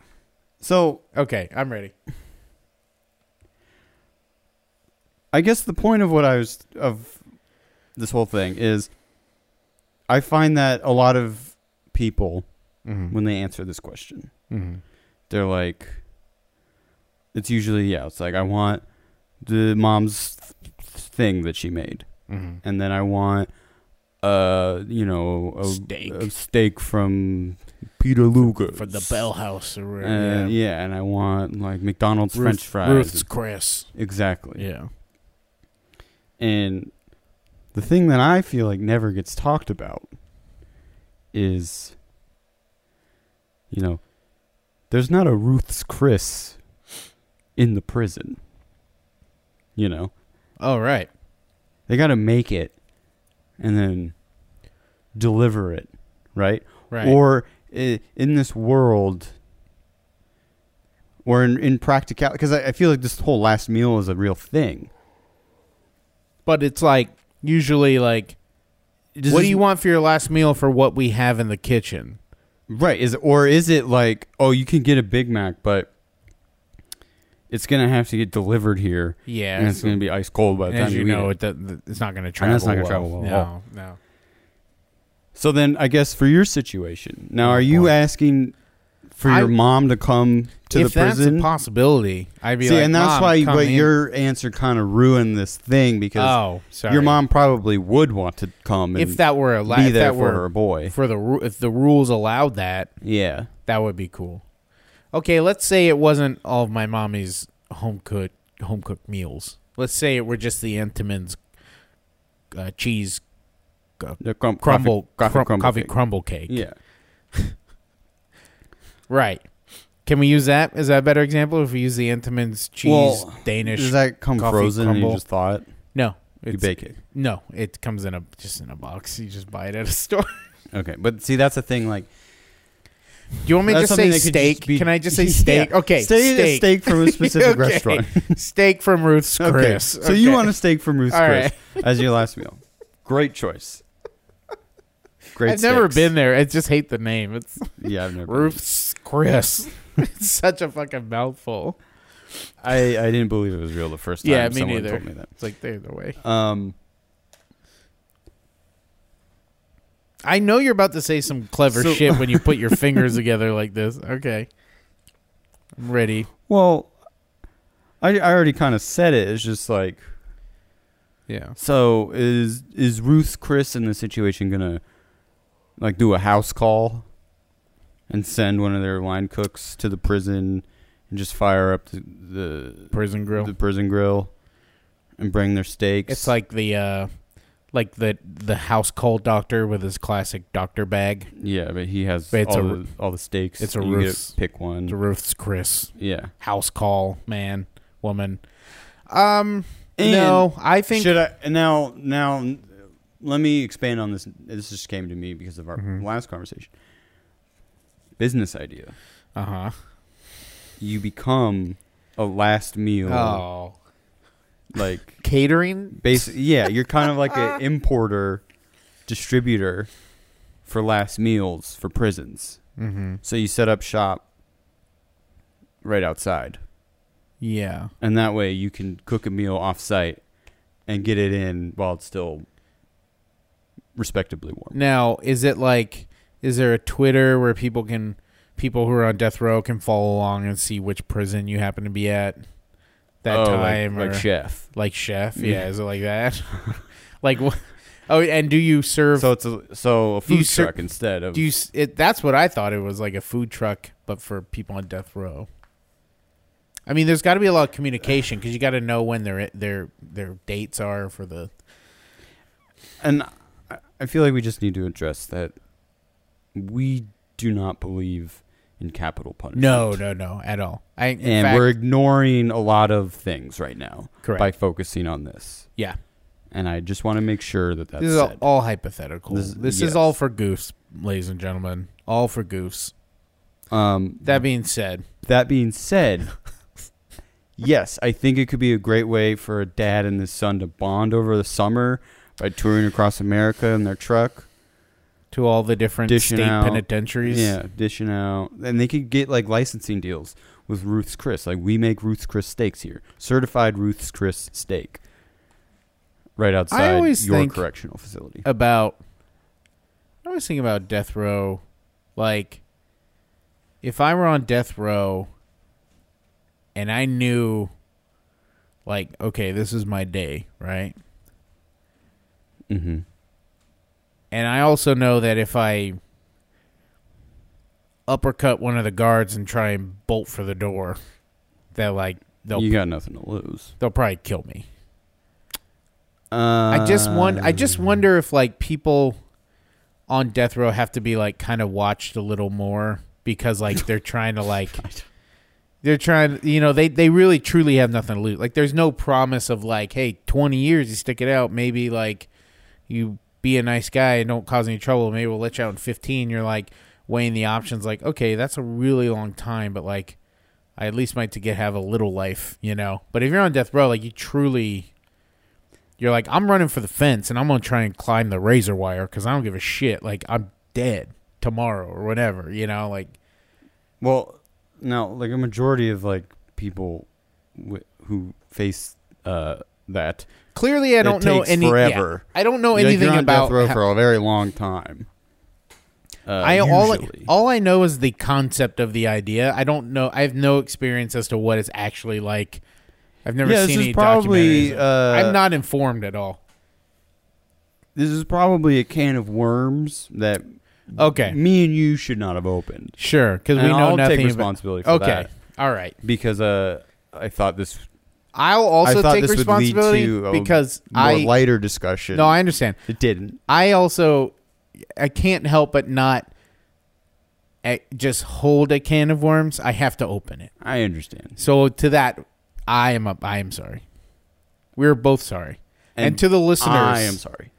S2: So,
S1: Okay, I'm ready.
S2: I guess the point of what I was of this whole thing is I find that a lot of people
S1: Mm-hmm.
S2: when they answer this question
S1: Mm-hmm.
S2: they're like it's usually yeah it's like i want the mom's th- thing that she made
S1: Mm-hmm.
S2: and then i want uh you know a
S1: Steak.
S2: a steak from peter luger
S1: For the Bell House or
S2: and,
S1: yeah.
S2: yeah. and i want like mcdonald's
S1: Ruth-
S2: french fries
S1: Ruth's Chris.
S2: exactly
S1: Yeah.
S2: and the thing that i feel like never gets talked about is you know there's not a ruth's chris in the prison you know
S1: All right.
S2: they got to make it and then deliver it right,
S1: Right.
S2: or i- in this world or in, in practicality because I, I feel like this whole last meal is a real thing
S1: but it's like usually like
S2: Does
S1: what
S2: this-
S1: do you want for your last meal for what we have in the kitchen?
S2: Right. Is or is it like, oh, you can get a Big Mac, but it's gonna have to get delivered here,
S1: Yeah.
S2: and it's gonna be ice cold by the time
S1: As you
S2: eat
S1: know,
S2: it.
S1: it, doesn't- it's not going to
S2: I
S1: travel.
S2: know it's not gonna
S1: well.
S2: travel well at all.
S1: No, no.
S2: So then, I guess for your situation, now,
S1: Oh,
S2: are you
S1: boy.
S2: asking for your
S1: I-
S2: mom to come to
S1: if
S2: the
S1: that's
S2: prison.
S1: a possibility, I'd be
S2: See,
S1: like,
S2: and that's
S1: "Mom,
S2: why,
S1: come
S2: but
S1: in."
S2: your answer kind of ruined this thing because
S1: oh, sorry.
S2: your mom probably would want to come and
S1: if that were allowed,
S2: be
S1: if
S2: there
S1: that
S2: for
S1: were
S2: her boy.
S1: for the ru- if the rules allowed that,
S2: Yeah,
S1: that would be cool. Okay, let's say it wasn't all of my mommy's home cooked home cooked meals. Let's say it were just the Entenmann's uh, cheese
S2: the crum-
S1: crumble
S2: coffee, coffee
S1: crum-
S2: crumble
S1: coffee
S2: cake.
S1: crumble cake.
S2: Yeah,
S1: Right. Can we use that? Is that a better example if we use the Entenmann's cheese
S2: Well,
S1: Danish?
S2: does that come
S1: coffee
S2: frozen? And
S1: crumble.
S2: you just thaw it.
S1: no.
S2: You
S1: it's-
S2: bake it.
S1: No, it comes in a just in a box. You just buy it at a *laughs* store.
S2: Okay, but see, that's the thing. Like,
S1: Do you want me to
S2: That's
S1: just
S2: something
S1: say
S2: that could
S1: steak?
S2: just be-
S1: Can I
S2: *laughs*
S1: just say
S2: Yeah.
S1: steak? Okay,
S2: Steak-
S1: steak.
S2: a
S1: *laughs*
S2: steak from a specific
S1: Okay.
S2: restaurant.
S1: Steak from Ruth's Chris.
S2: So you
S1: Okay.
S2: want a steak from Ruth's
S1: All
S2: Chris *laughs* as your last meal? Great choice. Great.
S1: I've never
S2: steaks.
S1: been there. I just hate the name. It's
S2: Yeah, I've never. Been.
S1: Ruth's
S2: *laughs*
S1: Chris. *laughs* it's such a fucking mouthful.
S2: I I didn't believe it was real the first time.
S1: Yeah, me
S2: someone
S1: neither.
S2: Told me that.
S1: It's like they're the way.
S2: Um,
S1: I know you're about to say some clever
S2: So-
S1: shit when you put
S2: *laughs*
S1: your fingers together like this. Okay, I'm ready.
S2: well, I I already kind of said it. It's just like
S1: Yeah.
S2: so is is Ruth Chris in this situation gonna like do a house call and send one of their line cooks to the prison and just fire up the the,
S1: Prison grill.
S2: the prison grill and bring their steaks?
S1: It's like the uh like the the house call doctor with his classic doctor bag.
S2: yeah, but he has
S1: But it's
S2: all,
S1: a Ru-
S2: the, all the steaks.
S1: it's a
S2: you get
S1: Ruth's-
S2: to pick one.
S1: The Ruth's Chris
S2: yeah.
S1: house call man woman. Um no, I think
S2: should I now now let me expand on this this just came to me because of our
S1: Mhm.
S2: last conversation. Business idea.
S1: uh-huh.
S2: You become a last meal
S1: Oh.
S2: like
S1: Catering?
S2: basic yeah, you're kind of
S1: *laughs*
S2: like an importer distributor for last meals for prisons.
S1: Mhm.
S2: So you set up shop right outside.
S1: Yeah.
S2: And that way you can cook a meal off site and get it in while it's still respectably warm.
S1: Now, is it like is there a Twitter where people can people who are on death row can follow along and see which prison you happen to be at that
S2: Oh, like-
S1: time
S2: like,
S1: or
S2: chef.
S1: like chef? Yeah,
S2: Yeah.
S1: is it like that? *laughs* like wh- Oh, and do you serve
S2: So it's a so a
S1: you
S2: food
S1: ser-
S2: truck instead of
S1: Do you? s- It, that's what I thought. It was like a food truck, but for people on death row. I mean, there's got to be a lot of communication because you got to know when their their their dates are for the.
S2: and I- I feel like we just need to address that we do not believe in capital punishment.
S1: No, no, no, at all. I in
S2: And
S1: fact,
S2: we're ignoring a lot of things right now
S1: correct.
S2: by focusing on this.
S1: yeah,
S2: And I just want to make sure that that's
S1: this is all,
S2: said.
S1: all hypothetical.
S2: This-
S1: This,
S2: yes.
S1: is all for goofs, ladies and gentlemen. All for goofs.
S2: um,
S1: That being said,
S2: That being said, yes, I think it could be a great way for a dad and his son to bond over the summer by touring across America in their truck.
S1: to all the different
S2: Dishing
S1: state
S2: out.
S1: penitentiaries,
S2: Yeah, dishing out. And they could get like licensing deals with Ruth's Chris. Like we make Ruth's Chris steaks here. Certified Ruth's Chris steak. Right outside
S1: always
S2: your
S1: think-
S2: correctional facility.
S1: about I was thinking about death row like if I were on death row and I knew like okay this is my day right
S2: Mm-hmm.
S1: and I also know that if I uppercut one of the guards and try and bolt for the door that like they'll
S2: You got nothing to lose.
S1: they'll probably kill me
S2: Uh,
S1: I just wonder. I just wonder if like people on death row have to be like kind of watched a little more because like they're trying to like they're trying. You know, they they really truly have nothing to lose. Like, there's no promise of like, hey, twenty years you stick it out. Maybe like you be a nice guy and don't cause any trouble. Maybe we'll let you out in fifteen. You're like weighing the options. Like, okay, that's a really long time, but like. I at least might to get have a little life, you know. But if you're on death row, like you truly you're like, I'm running for the fence and I'm going to try and climb the razor wire because I don't give a shit. Like, I'm dead tomorrow or whatever, you know? Like,
S2: Well, no, like a majority of like people w- who face uh, that
S1: clearly, I don't know
S2: takes
S1: any. yeah.
S2: forever.
S1: I don't know
S2: Like,
S1: anything
S2: you're on
S1: about.
S2: death row
S1: how-
S2: for a very long time. Uh,
S1: I all I-
S2: usually.
S1: all I know is the concept of the idea. I don't know. I have no experience as to what it's actually like. I've never
S2: Yeah, this
S1: seen
S2: is
S1: any
S2: probably,
S1: documentaries.
S2: uh,
S1: I'm not informed at all.
S2: this is probably a can of worms that
S1: Okay,
S2: me and you should not have opened.
S1: sure, because we
S2: And
S1: know
S2: I'll
S1: nothing.
S2: take
S1: about-
S2: responsibility for
S1: okay,
S2: that
S1: all right.
S2: because uh, I thought this
S1: I'll also
S2: I thought
S1: take
S2: this would lead
S1: responsibility
S2: to a
S1: because
S2: more
S1: I
S2: lighter discussion.
S1: no, I understand.
S2: it didn't.
S1: I also I can't help but not eh, just hold a can of worms. I have to open it.
S2: I understand.
S1: So to that, I am up. I am sorry. We're both sorry. And,
S2: And
S1: to the listeners,
S2: I am sorry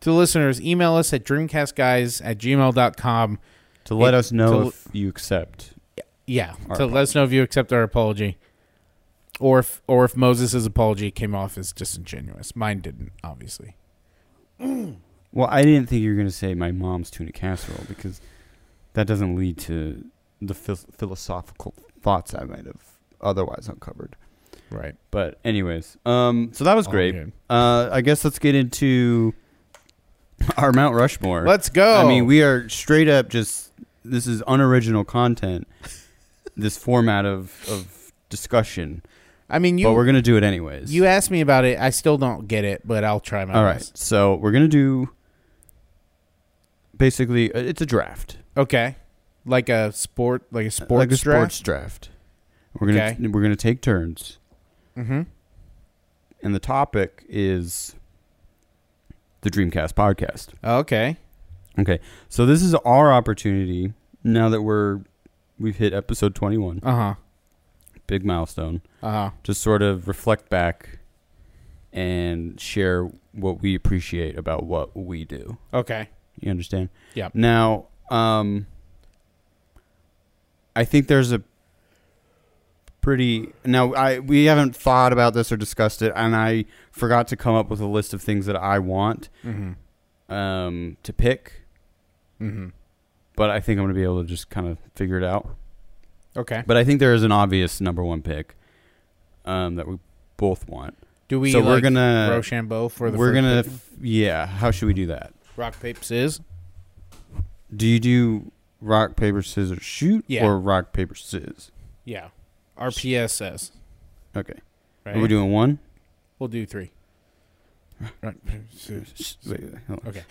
S1: to the listeners, email us at dreamcastguys at gmail.com.
S2: to let
S1: It-
S2: us know
S1: to-
S2: if you accept.
S1: Yeah,
S2: Our
S1: to let us know if you accept our apology, or if or if Moses' apology came off as disingenuous. Mine didn't, obviously.
S2: Well, I didn't think you were going to say my mom's tuna casserole because that doesn't lead to the phil- philosophical thoughts I might have otherwise uncovered.
S1: Right.
S2: But anyways, um, so that was
S1: All
S2: great.
S1: good.
S2: Uh, I guess let's get into our Mount Rushmore.
S1: Let's go.
S2: I mean, we are straight up just this is unoriginal content. this format of of discussion,
S1: I mean,
S2: but
S1: you
S2: we're gonna do it anyways.
S1: you asked me about it. I still don't get it, but I'll try my
S2: All right,
S1: best.
S2: so we're gonna do basically uh, it's a draft,
S1: Okay. Like a sport, like a sports
S2: like a
S1: draft.
S2: sports draft. We're gonna
S1: Okay.
S2: we're gonna take turns,
S1: Mm-hmm.
S2: and the topic is the Dreamcast podcast.
S1: Okay.
S2: Okay, so this is our opportunity now that we're we've hit episode twenty one,
S1: Uh huh.
S2: big milestone.
S1: Uh huh.
S2: to sort of reflect back and share what we appreciate about what we do.
S1: Okay.
S2: You understand?
S1: Yep.
S2: Now, um, I think there's a pretty now I we haven't thought about this or discussed it, and I forgot to come up with a list of things that I want
S1: Mm-hmm.
S2: um, to pick.
S1: Mm-hmm.
S2: But I think I'm gonna be able to just kind of figure it out.
S1: Okay.
S2: But I think there is an obvious number one pick um, that we both want.
S1: Do we?
S2: so
S1: like,
S2: we're gonna uh,
S1: Rochambeau for the.
S2: we're
S1: first
S2: gonna
S1: pick?
S2: f- yeah how should we do that
S1: rock paper scissors.
S2: do you do rock paper scissors shoot
S1: Yeah.
S2: or rock paper scissors
S1: Yeah. RPSS.
S2: okay
S1: Right.
S2: are we doing one
S1: will do three. Rock paper scissors.
S2: Sh- wait, wait, hold on.
S1: Okay.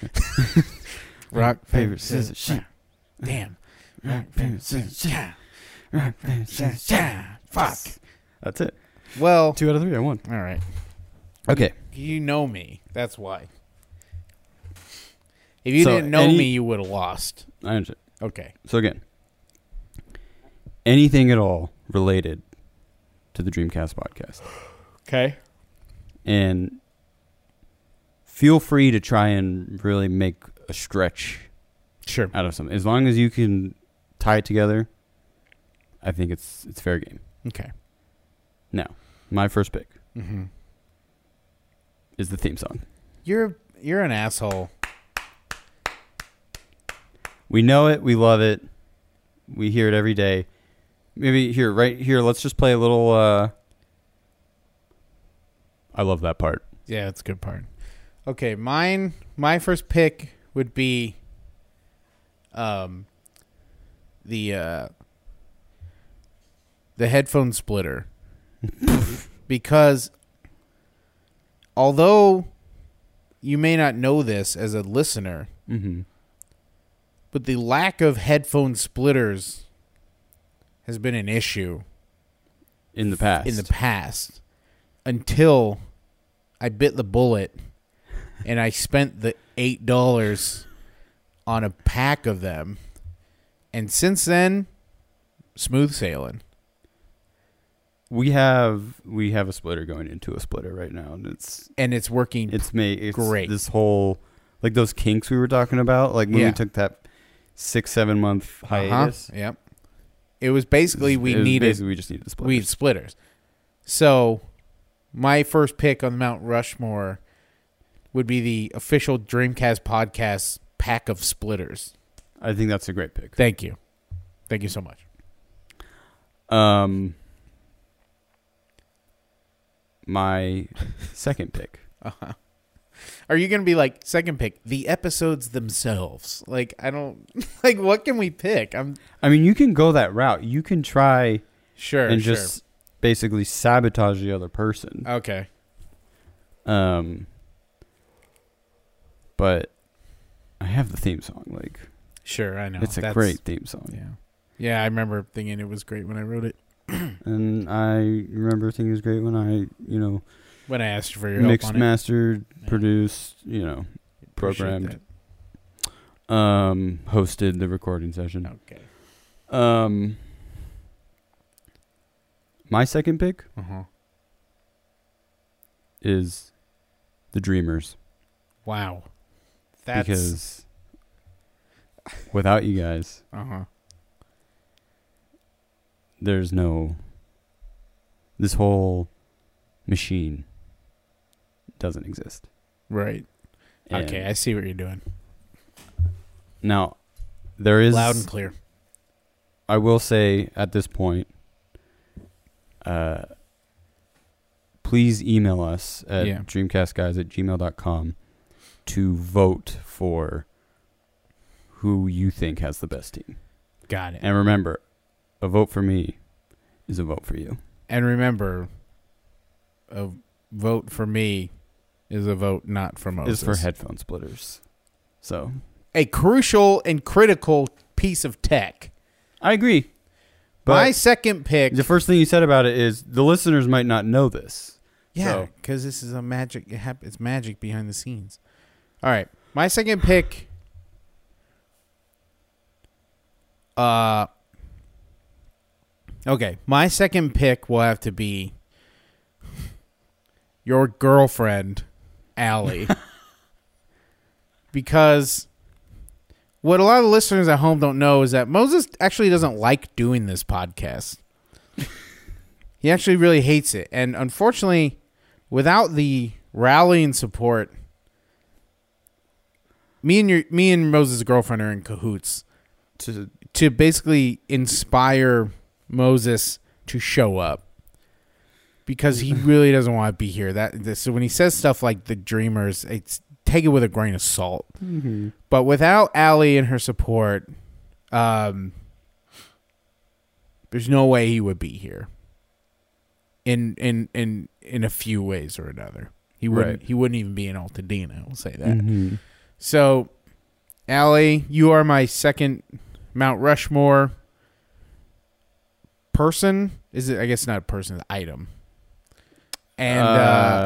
S1: Rock
S2: paper scissors shoot
S1: Damn.
S2: rock paper scissors shoot
S1: Yeah.
S2: rock paper scissors shoot.
S1: Yeah. Fuck.
S2: that's it
S1: Well.
S2: two out of three i won
S1: All right.
S2: okay
S1: You know me. That's why. If you
S2: So,
S1: didn't know
S2: any-
S1: me, you would have lost.
S2: i understand
S1: Okay.
S2: so again anything at all related to the dreamcast podcast
S1: Okay.
S2: and feel free to try and really make a stretch
S1: Sure.
S2: out of something. As long as you can tie it together, I think it's it's fair game.
S1: Okay.
S2: Now, my first pick
S1: hmm
S2: is the theme song.
S1: You're you're an asshole.
S2: We know it, we love it, we hear it every day. Maybe here, right here, let's just play a little. uh I love that part.
S1: Yeah, that's a good part. Okay, mine my first pick would be um the uh the headphone splitter. because although you may not know this as a listener,
S2: Mm-hmm.
S1: but the lack of headphone splitters has been an issue
S2: In the past,
S1: in the past until I bit the bullet and I spent the eight dollars on a pack of them. And since then, smooth sailing.
S2: we have we have a splitter going into a splitter right now, and it's
S1: And it's working
S2: it's made it's
S1: Great.
S2: This whole like those kinks we were talking about, like when
S1: Yeah.
S2: we took that six seven month
S1: Uh-huh.
S2: hiatus.
S1: Yep. It was basically we needed
S2: Basically, we just needed to split.
S1: we splitters. So my first pick on Mount Rushmore would be the official Dreamcast podcast pack of splitters.
S2: I think that's a great pick.
S1: Thank you. Thank you so much.
S2: Um, my second pick
S1: Uh-huh. *laughs* Are you going to be like second pick the episodes themselves? Like I don't *laughs* like what can we pick? I'm
S2: I mean, you can go that route. You can try
S1: sure
S2: and
S1: sure.
S2: just basically sabotage the other person.
S1: okay. Oh.
S2: Um, but I have the theme song. Like
S1: Sure, I know.
S2: it's a
S1: That's-
S2: great theme song,
S1: Yeah. Yeah, I remember thinking it was great when I wrote it.
S2: and I remember thinking it was great when I, you know,
S1: When I asked for your
S2: mixed
S1: help on it.
S2: mastered,
S1: Yeah.
S2: produced, you know,
S1: Appreciate
S2: programmed. um, hosted the recording
S1: that.
S2: session.
S1: Okay.
S2: Um, my second pick
S1: Uh-huh.
S2: is the Dreamers
S1: Wow. That's
S2: because without you guys,
S1: uh-huh.
S2: there's no this whole machine doesn't exist.
S1: Right.
S2: And
S1: okay, I see what you're doing.
S2: Now there is
S1: Loud and clear.
S2: I will say at this point uh please email us at
S1: Yeah.
S2: dreamcastguys at gmail.com to vote for who you think has the best team.
S1: Got it.
S2: And remember, a vote for me is a vote for you.
S1: And remember, a vote for me is a vote not for Moses.
S2: Is for headphone splitters. So
S1: A crucial and critical piece of tech.
S2: I agree.
S1: My second pick.
S2: The first thing you said about it is the listeners might not know this.
S1: yeah,
S2: so-
S1: because this is a magic. It hap- it's magic behind the scenes. All right, my second pick. Uh. Okay, my second pick will have to be your girlfriend, Allie. because what a lot of listeners at home don't know is that Moses actually doesn't like doing this podcast. *laughs* he actually really hates it. And unfortunately, without the rallying support, me and your me and Moses' girlfriend are in cahoots
S2: To
S1: to basically inspire Moses to show up because he really doesn't want to be here. That this, so when he says stuff like the Dreamers, it's take it with a grain of salt. But without Allie and her support, um, there's no way he would be here. In in in in a few ways or another, he wouldn't
S2: Right. Mm.
S1: he wouldn't even be in Altadena. We'll say that.
S2: Mm-hmm.
S1: So, Allie, you are my second Mount Rushmore person. Is it? I guess not a person. It's item. And uh,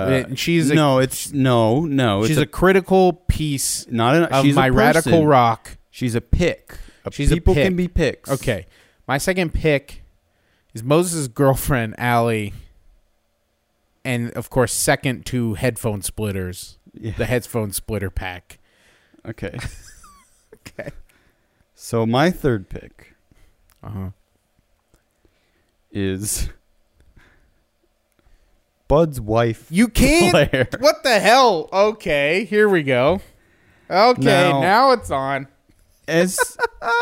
S2: Uh,
S1: and she's a,
S2: no, it's no, no.
S1: she's
S2: It's
S1: a,
S2: a,
S1: critical piece
S2: not an,
S1: of
S2: she's a
S1: my radical
S2: person.
S1: rock.
S2: She's a pick. A
S1: She's a
S2: people can
S1: pick.
S2: be picks.
S1: Okay, my second pick is Moses' girlfriend Allie, and of course, second to headphone splitters,
S2: Yeah. *laughs*
S1: the headphone splitter pack.
S2: Okay.
S1: Okay.
S2: So my third pick
S1: Uh
S2: Uh-huh.
S1: huh.
S2: is Bud's wife
S1: You can't
S2: *laughs* Blair.
S1: What the hell? Okay, here we go. Okay, now,
S2: Now-
S1: it's on.
S2: As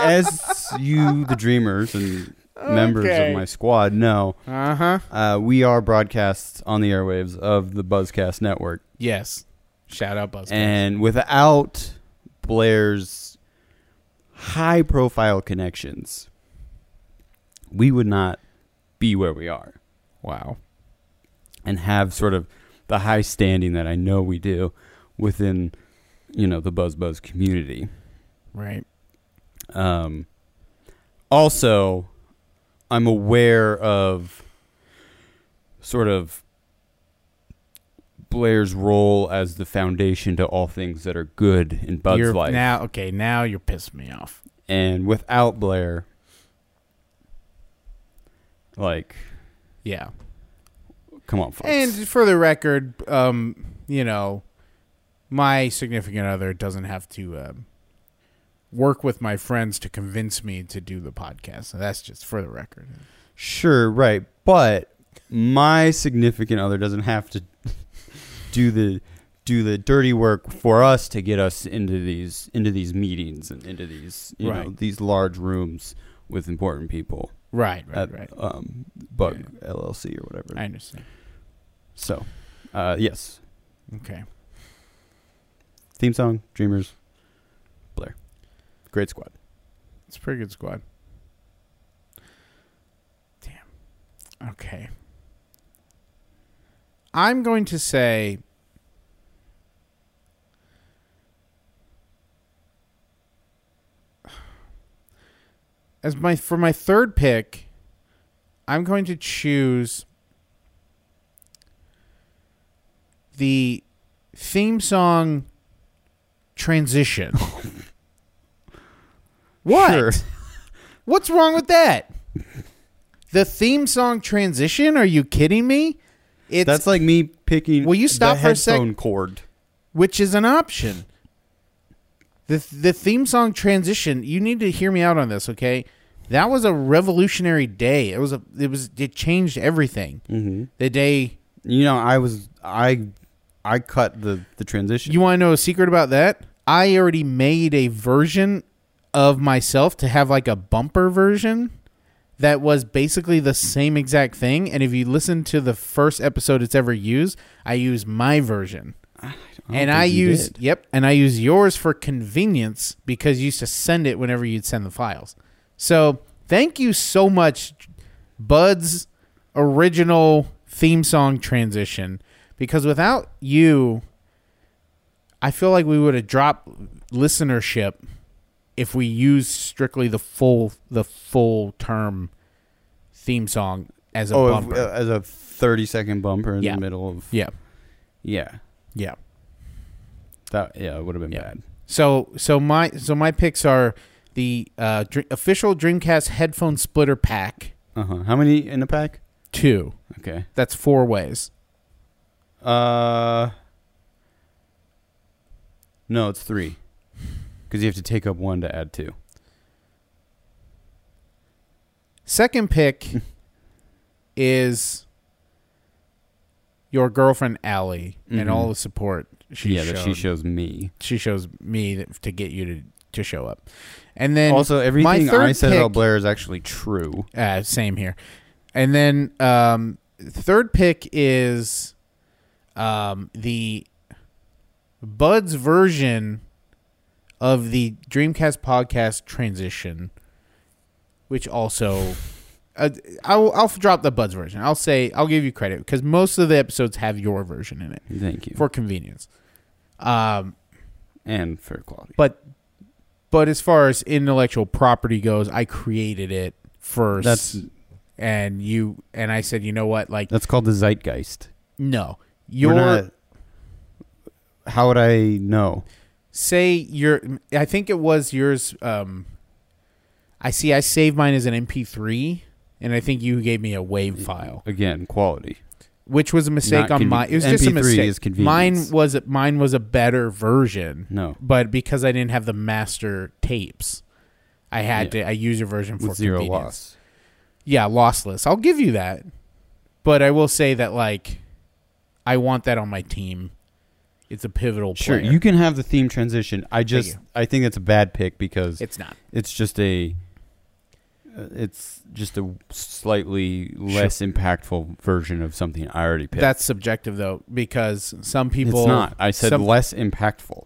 S2: as you the dreamers and members
S1: Okay.
S2: of my squad know,
S1: Uh huh.
S2: uh, we are broadcasts on the airwaves of the Buzzcast network.
S1: Yes. Shout out Buzzcocks.
S2: and without Blair's high profile connections, we would not be where we are
S1: wow.
S2: and have sort of the high standing that I know we do within, you know, the Buzz Buzz community.
S1: Right.
S2: Um, also, I'm aware of sort of Blair's role as the foundation to all things that are good in Bud's
S1: you're,
S2: life.
S1: Now, okay, now you're pissing me off.
S2: and without Blair, like,
S1: Yeah.
S2: come on, folks.
S1: And for the record, um, you know, my significant other doesn't have to um, work with my friends to convince me to do the podcast. So that's just for the record.
S2: sure, right, but my significant other doesn't have to *laughs* do the do the dirty work for us to get us into these into these meetings and into these you know
S1: Right.
S2: these large rooms with important people
S1: Right, right,
S2: at
S1: right.
S2: um, Bug LLC or whatever.
S1: I understand.
S2: So, uh, yes,
S1: Okay.
S2: Theme song, Dreamers, Blair. Great squad.
S1: It's a pretty good squad. Damn. Okay. I'm going to say as my for my third pick, I'm going to choose the theme song transition. what?
S2: Sure.
S1: What's wrong with that? The theme song transition? Are you kidding me? It's
S2: That's like me picking.
S1: Will you stop
S2: the
S1: for a sec?
S2: headphone cord?
S1: which is an option. The the theme song transition, you need to hear me out on this, okay? That was a revolutionary day. It was a it was it changed everything.
S2: Mm-hmm.
S1: The day
S2: You know, I was I I cut the the transition.
S1: you want to know a secret about that? I already made a version of myself to have like a bumper version that was basically the same exact thing. And if you listen to the first episode it's ever used, I use my version.
S2: don't
S1: and
S2: think
S1: I
S2: you
S1: use
S2: did.
S1: yep, and I use yours for convenience because you used to send it whenever you'd send the files. So thank you so much, Bud's original theme song transition, because without you, I feel like we would have dropped listenership if we used strictly the full the full term theme song as a
S2: oh, if-
S1: bumper.
S2: uh, as a thirty second bumper in
S1: Yeah.
S2: the middle of
S1: yeah,
S2: yeah
S1: yeah.
S2: that yeah it would have been
S1: Yeah.
S2: bad.
S1: So so my so my picks are the uh, dr- official Dreamcast headphone splitter pack
S2: Uh huh. How many in a pack?
S1: two.
S2: Okay.
S1: That's four ways.
S2: Uh. No, it's three. Because you have to take up one to add two.
S1: Second
S2: *laughs*
S1: pick is your girlfriend Allie and
S2: Mhm.
S1: all the support she
S2: yeah, that she
S1: showed.
S2: shows me.
S1: she shows me that- to get you to to show up, and then
S2: also, everything
S1: third
S2: I said about
S1: pick-
S2: Blair is actually true.
S1: Uh, same here. And then um, third pick is um, the Bud's version of the Dreamcast podcast transition, which also. Uh, I'll, I'll drop the Bud's version. I'll say, I'll give you credit because most of the episodes have your version in it
S2: Thank you.
S1: for convenience. Um,
S2: and for quality.
S1: but but as far as intellectual property goes, I created it first
S2: That's
S1: and you and I said, you know what? Like,
S2: that's called the zeitgeist.
S1: no,
S2: We're
S1: your
S2: not- how would I know?
S1: say your. I think it was yours. Um, I see. I saved mine as an MP3, and I think you gave me a WAV file,
S2: Again, quality.
S1: which was a mistake
S2: Not
S1: on
S2: conven-
S1: my. It was just a
S2: MP3
S1: mistake.
S2: is convenience.
S1: mine was mine was a better version,
S2: No,
S1: but because I didn't have the master tapes, I had to. I used your version for
S2: with zero
S1: convenience.
S2: loss.
S1: yeah, lossless. I'll give you that. But I will say that like I want that on my team. It's a pivotal
S2: Sure,
S1: player.
S2: you can have the theme transition. I just
S1: you.
S2: I think it's a bad pick because
S1: it's not.
S2: it's just a uh, it's just a slightly less impactful version of something I already picked.
S1: That's subjective though because some people
S2: it's not. I said
S1: some-
S2: less impactful.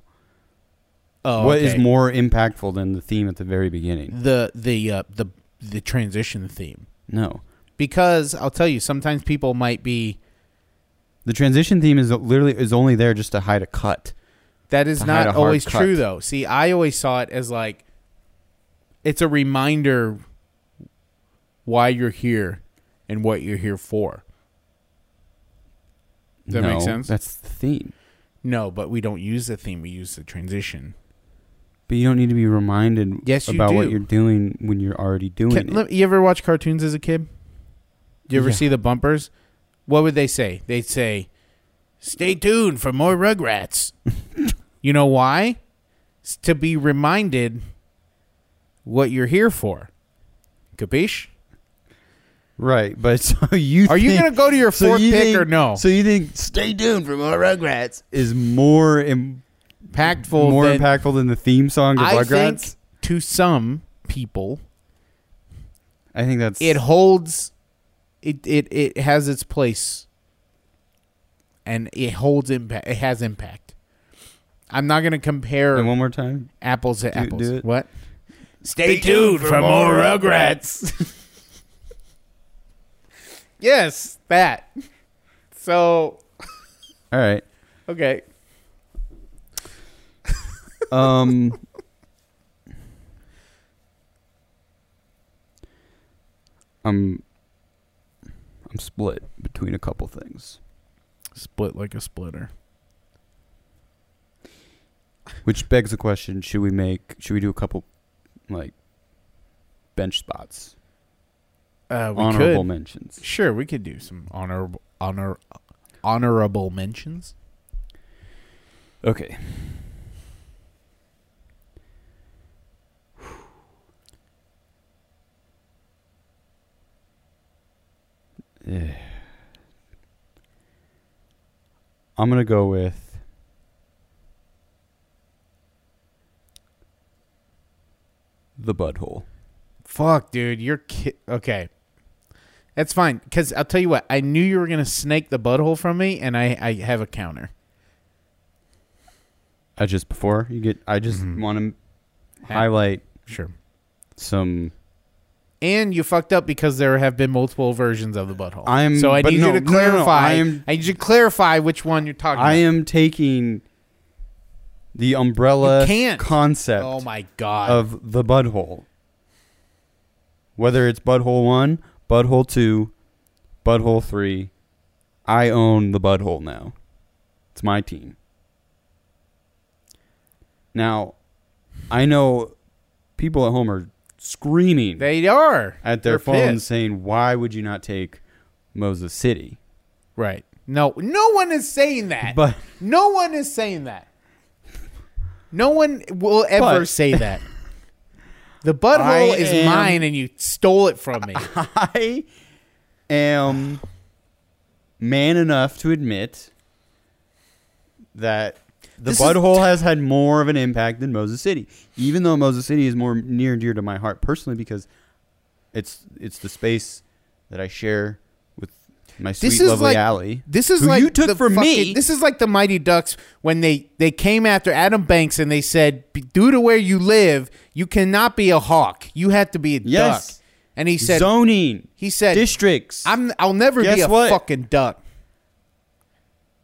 S1: oh,
S2: What is
S1: okay.
S2: more impactful than the theme at the very beginning?
S1: the the uh, the the transition theme
S2: No.
S1: because I'll tell you sometimes people might be
S2: The transition theme is literally is only there just to hide a cut.
S1: that is
S2: To hide
S1: not
S2: a hard
S1: always
S2: cut.
S1: true though. See, I always saw it as like it's a reminder why you're here and what you're here for. Does that make
S2: No,
S1: sense?
S2: That's the theme.
S1: No, but we don't use the theme. We use the transition.
S2: But you don't need to be reminded
S1: Yes, you
S2: about what
S1: do.
S2: you're doing when you're already doing
S1: Can,
S2: it.
S1: let- you ever watch cartoons as a kid? Do you ever
S2: Yeah.
S1: see the bumpers? What would they say? They'd say, "Stay tuned for more
S2: *laughs*
S1: Rugrats." you know why? It's to be reminded what you're here for. Capiche?
S2: right, but *laughs* so you
S1: Are you
S2: think-
S1: going to go to your
S2: *laughs* so
S1: fourth
S2: you
S1: pick
S2: think-
S1: or no?
S2: So you think "Stay tuned for more Rugrats" is more Im-
S1: Impactful.
S2: more
S1: than-
S2: impactful than the theme song to
S1: I think
S2: Rugrats?
S1: to some people,
S2: I think that's
S1: it holds it it it has its place and it holds impact it has impact I'm not going to compare
S2: And one more time.
S1: apples to
S2: Do-
S1: apples.
S2: do it.
S1: What? Stay tuned for more Rugrats. *laughs* yes, that. So,
S2: All right.
S1: okay.
S2: Um. *laughs* I'm I'm split between a couple things,
S1: Split like a splitter.
S2: which begs the question: Should we make? Should we do a couple, like, bench spots?
S1: Uh, we
S2: honorable
S1: could.
S2: mentions.
S1: Sure, we could do some honorable honor honorable mentions.
S2: Okay. *sighs* Eh. I'm going to go with the butthole.
S1: Fuck, dude, you're ki- okay. That's fine, because I'll tell you what. I knew you were gonna snake the butthole from me, and I, I have a counter.
S2: I just before you get I just
S1: Mhm.
S2: want to
S1: Ha-
S2: highlight
S1: Sure.
S2: some
S1: And you fucked up because there have been multiple versions of the butthole.
S2: I'm-
S1: so I
S2: but
S1: need
S2: no,
S1: you to
S2: no, no, no,
S1: clarify. I,
S2: I am-
S1: need you to clarify which one you're talking
S2: I
S1: about.
S2: am taking the umbrella
S1: You can't.
S2: concept
S1: Oh my god.
S2: of the butthole. Whether it's butthole one, butthole two, butthole three, I own the butthole now. It's my team. Now, I know people at home are screaming
S1: they are
S2: at their
S1: They're
S2: phones
S1: pissed.
S2: saying, Why would you not take Moses City?
S1: Right. No. No one is saying that.
S2: But
S1: no one is saying that. No one will ever
S2: But-
S1: say that. The butthole
S2: I
S1: is
S2: am-
S1: mine, and you stole it from me.
S2: I am man enough to admit that the
S1: This is-
S2: butthole has had more of an impact than Moses City, even though Moses City is more near and dear to my heart personally because it's it's the space that I share with my sweet
S1: is
S2: lovely
S1: like-
S2: Allie.
S1: This is
S2: who
S1: like
S2: you took
S1: the
S2: from me.
S1: fucking- This is like the Mighty Ducks when they they came after Adam Banks and they said, "B- "Due to where you live, you cannot be a hawk. You have to be a
S2: Yes.
S1: duck." And he said,
S2: zoning,
S1: "He said,
S2: districts.
S1: I'm I'll never be
S2: Guess
S1: a
S2: what?
S1: fucking duck."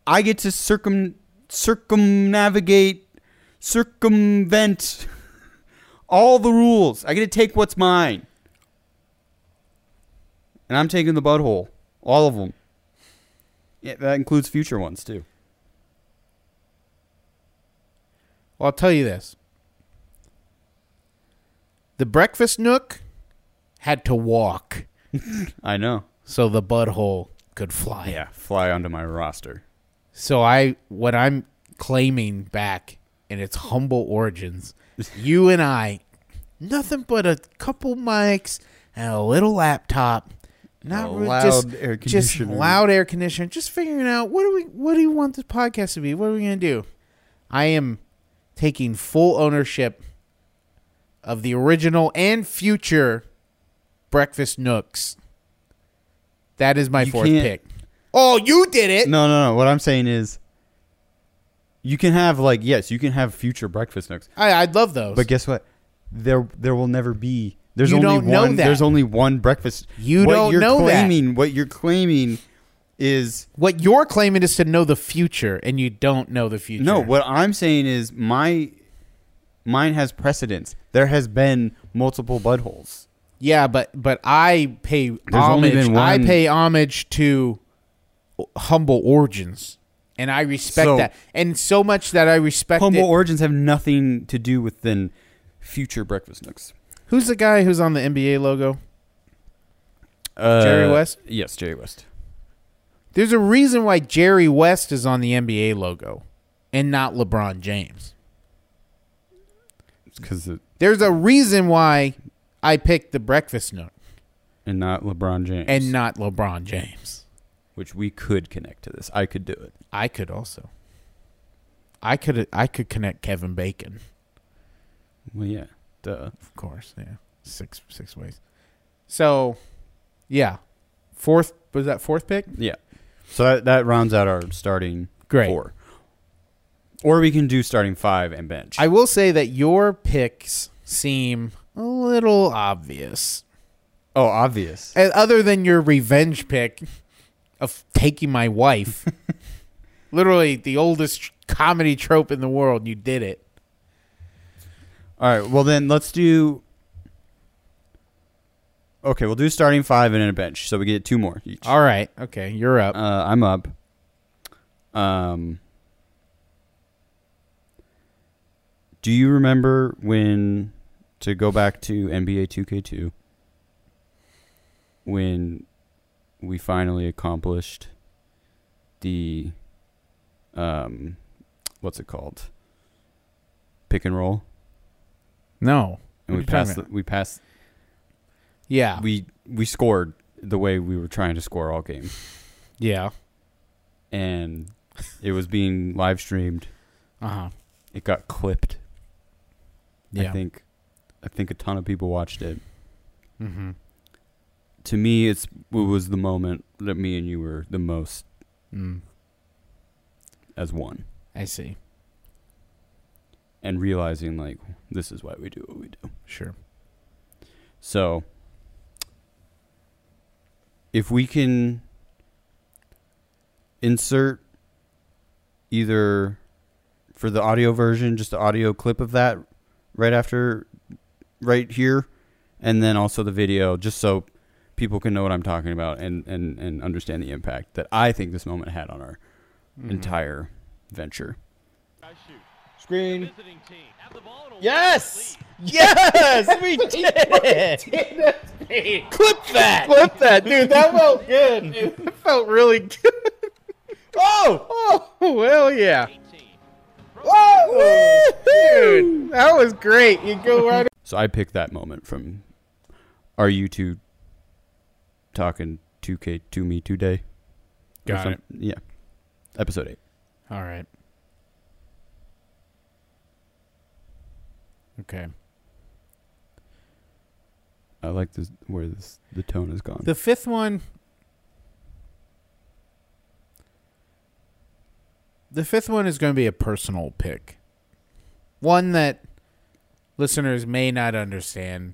S2: I get to circum circumnavigate circumvent *laughs* all the rules. I get to take what's mine. And I'm taking the butthole. All of them. Yeah, that includes future ones too.
S1: Well, I'll tell you this: the breakfast nook had to walk
S2: I know.
S1: so the butthole could fly.
S2: fly onto my roster.
S1: So I what I'm claiming back in its humble
S2: *laughs*
S1: origins, you and I, nothing but a couple mics and a little laptop, not
S2: A
S1: really-
S2: loud
S1: just
S2: air
S1: just
S2: conditioner.
S1: loud air conditioner, just figuring out what do we what do you want this podcast to be? What are we gonna do? I am taking full ownership of the original and future breakfast nooks. That is my
S2: You
S1: 4th
S2: can't-
S1: pick. Oh, you did it.
S2: No, no, no. What I'm saying is you can have like yes, you can have future breakfast nooks.
S1: I, I'd love those.
S2: But guess what? There there will never be. There's
S1: You
S2: only
S1: don't know
S2: one.
S1: that.
S2: There's only one breakfast.
S1: You
S2: what
S1: don't
S2: you're
S1: know that.
S2: claiming, What you're claiming is
S1: what you're claiming is to know the future, and you don't know the future.
S2: no. What I'm saying is my mine has precedence. There has been multiple buttholes.
S1: Yeah, but but I pay
S2: only
S1: homage.
S2: been
S1: I
S2: one-
S1: pay homage to humble origins, and I respect
S2: So-
S1: that, and so much that I respect
S2: Humble
S1: it.
S2: origins have nothing to do with then future breakfast nooks.
S1: Who's the guy who's on the NBA logo? Jerry West?
S2: Uh, Yes, Jerry West.
S1: There's a reason why Jerry West is on the NBA logo, and not LeBron James.
S2: Because
S1: There's a reason why I picked the Breakfast Nook
S2: and not LeBron James.
S1: and not LeBron James.
S2: which we could connect to this. I could do it.
S1: I could also. I could I could connect Kevin Bacon,
S2: Well, yeah. Duh.
S1: of course. Yeah, six six ways. So, yeah, fourth was that fourth pick?
S2: Yeah. So that, that rounds out our starting
S1: Great.
S2: four. Or we can do starting five and bench.
S1: I will say that your picks seem a little obvious.
S2: oh, obvious.
S1: And other than your revenge pick of taking my
S2: *laughs*
S1: wife, literally the oldest tr- comedy trope in the world, you did it.
S2: All right. Well, then let's do. Okay, we'll do starting five and then a bench, so we get two more each.
S1: All right. Okay. You're up.
S2: Uh, I'm up. Um, do you remember when to go back to NBA 2K2 when we finally accomplished the um, what's it called? Pick and roll,
S1: no. What
S2: and we
S1: are you talking
S2: passed. The, we passed.
S1: Yeah.
S2: We we scored the way we were trying to score all game,
S1: yeah.
S2: and it was being live streamed.
S1: Uh huh.
S2: it got clipped. I
S1: Yeah.
S2: think I think a ton of people watched it.
S1: Mm-hmm.
S2: To me, it's it was the moment that me and you were the most
S1: Mm,
S2: as one,
S1: I see.
S2: and realizing like this is why we do what we do.
S1: Sure.
S2: So, if we can insert either for the audio version, just the audio clip of that right after, right here, and then also the video, just so people can know what I'm talking about and, and, and understand the impact that I think this moment had on our Mm-hmm.
S1: Mm-hmm.
S2: entire venture.
S3: Screen.
S4: Yes!
S3: *laughs* Yes, we did it. Clip that. Clip that, dude. *laughs* That felt good. dude. That felt really good. *laughs* Oh,
S1: Oh well, yeah.
S3: whoa,
S1: Dude, that was great. You go right.
S2: So I picked that moment from Are You Two Talking 2K to Me Today? or
S1: Got
S2: some-
S1: it.
S2: Yeah. Episode 8.
S1: All right. Okay.
S2: I like this where this the tone has gone.
S1: The fifth one. The fifth one is going to be a personal pick. One that listeners may not understand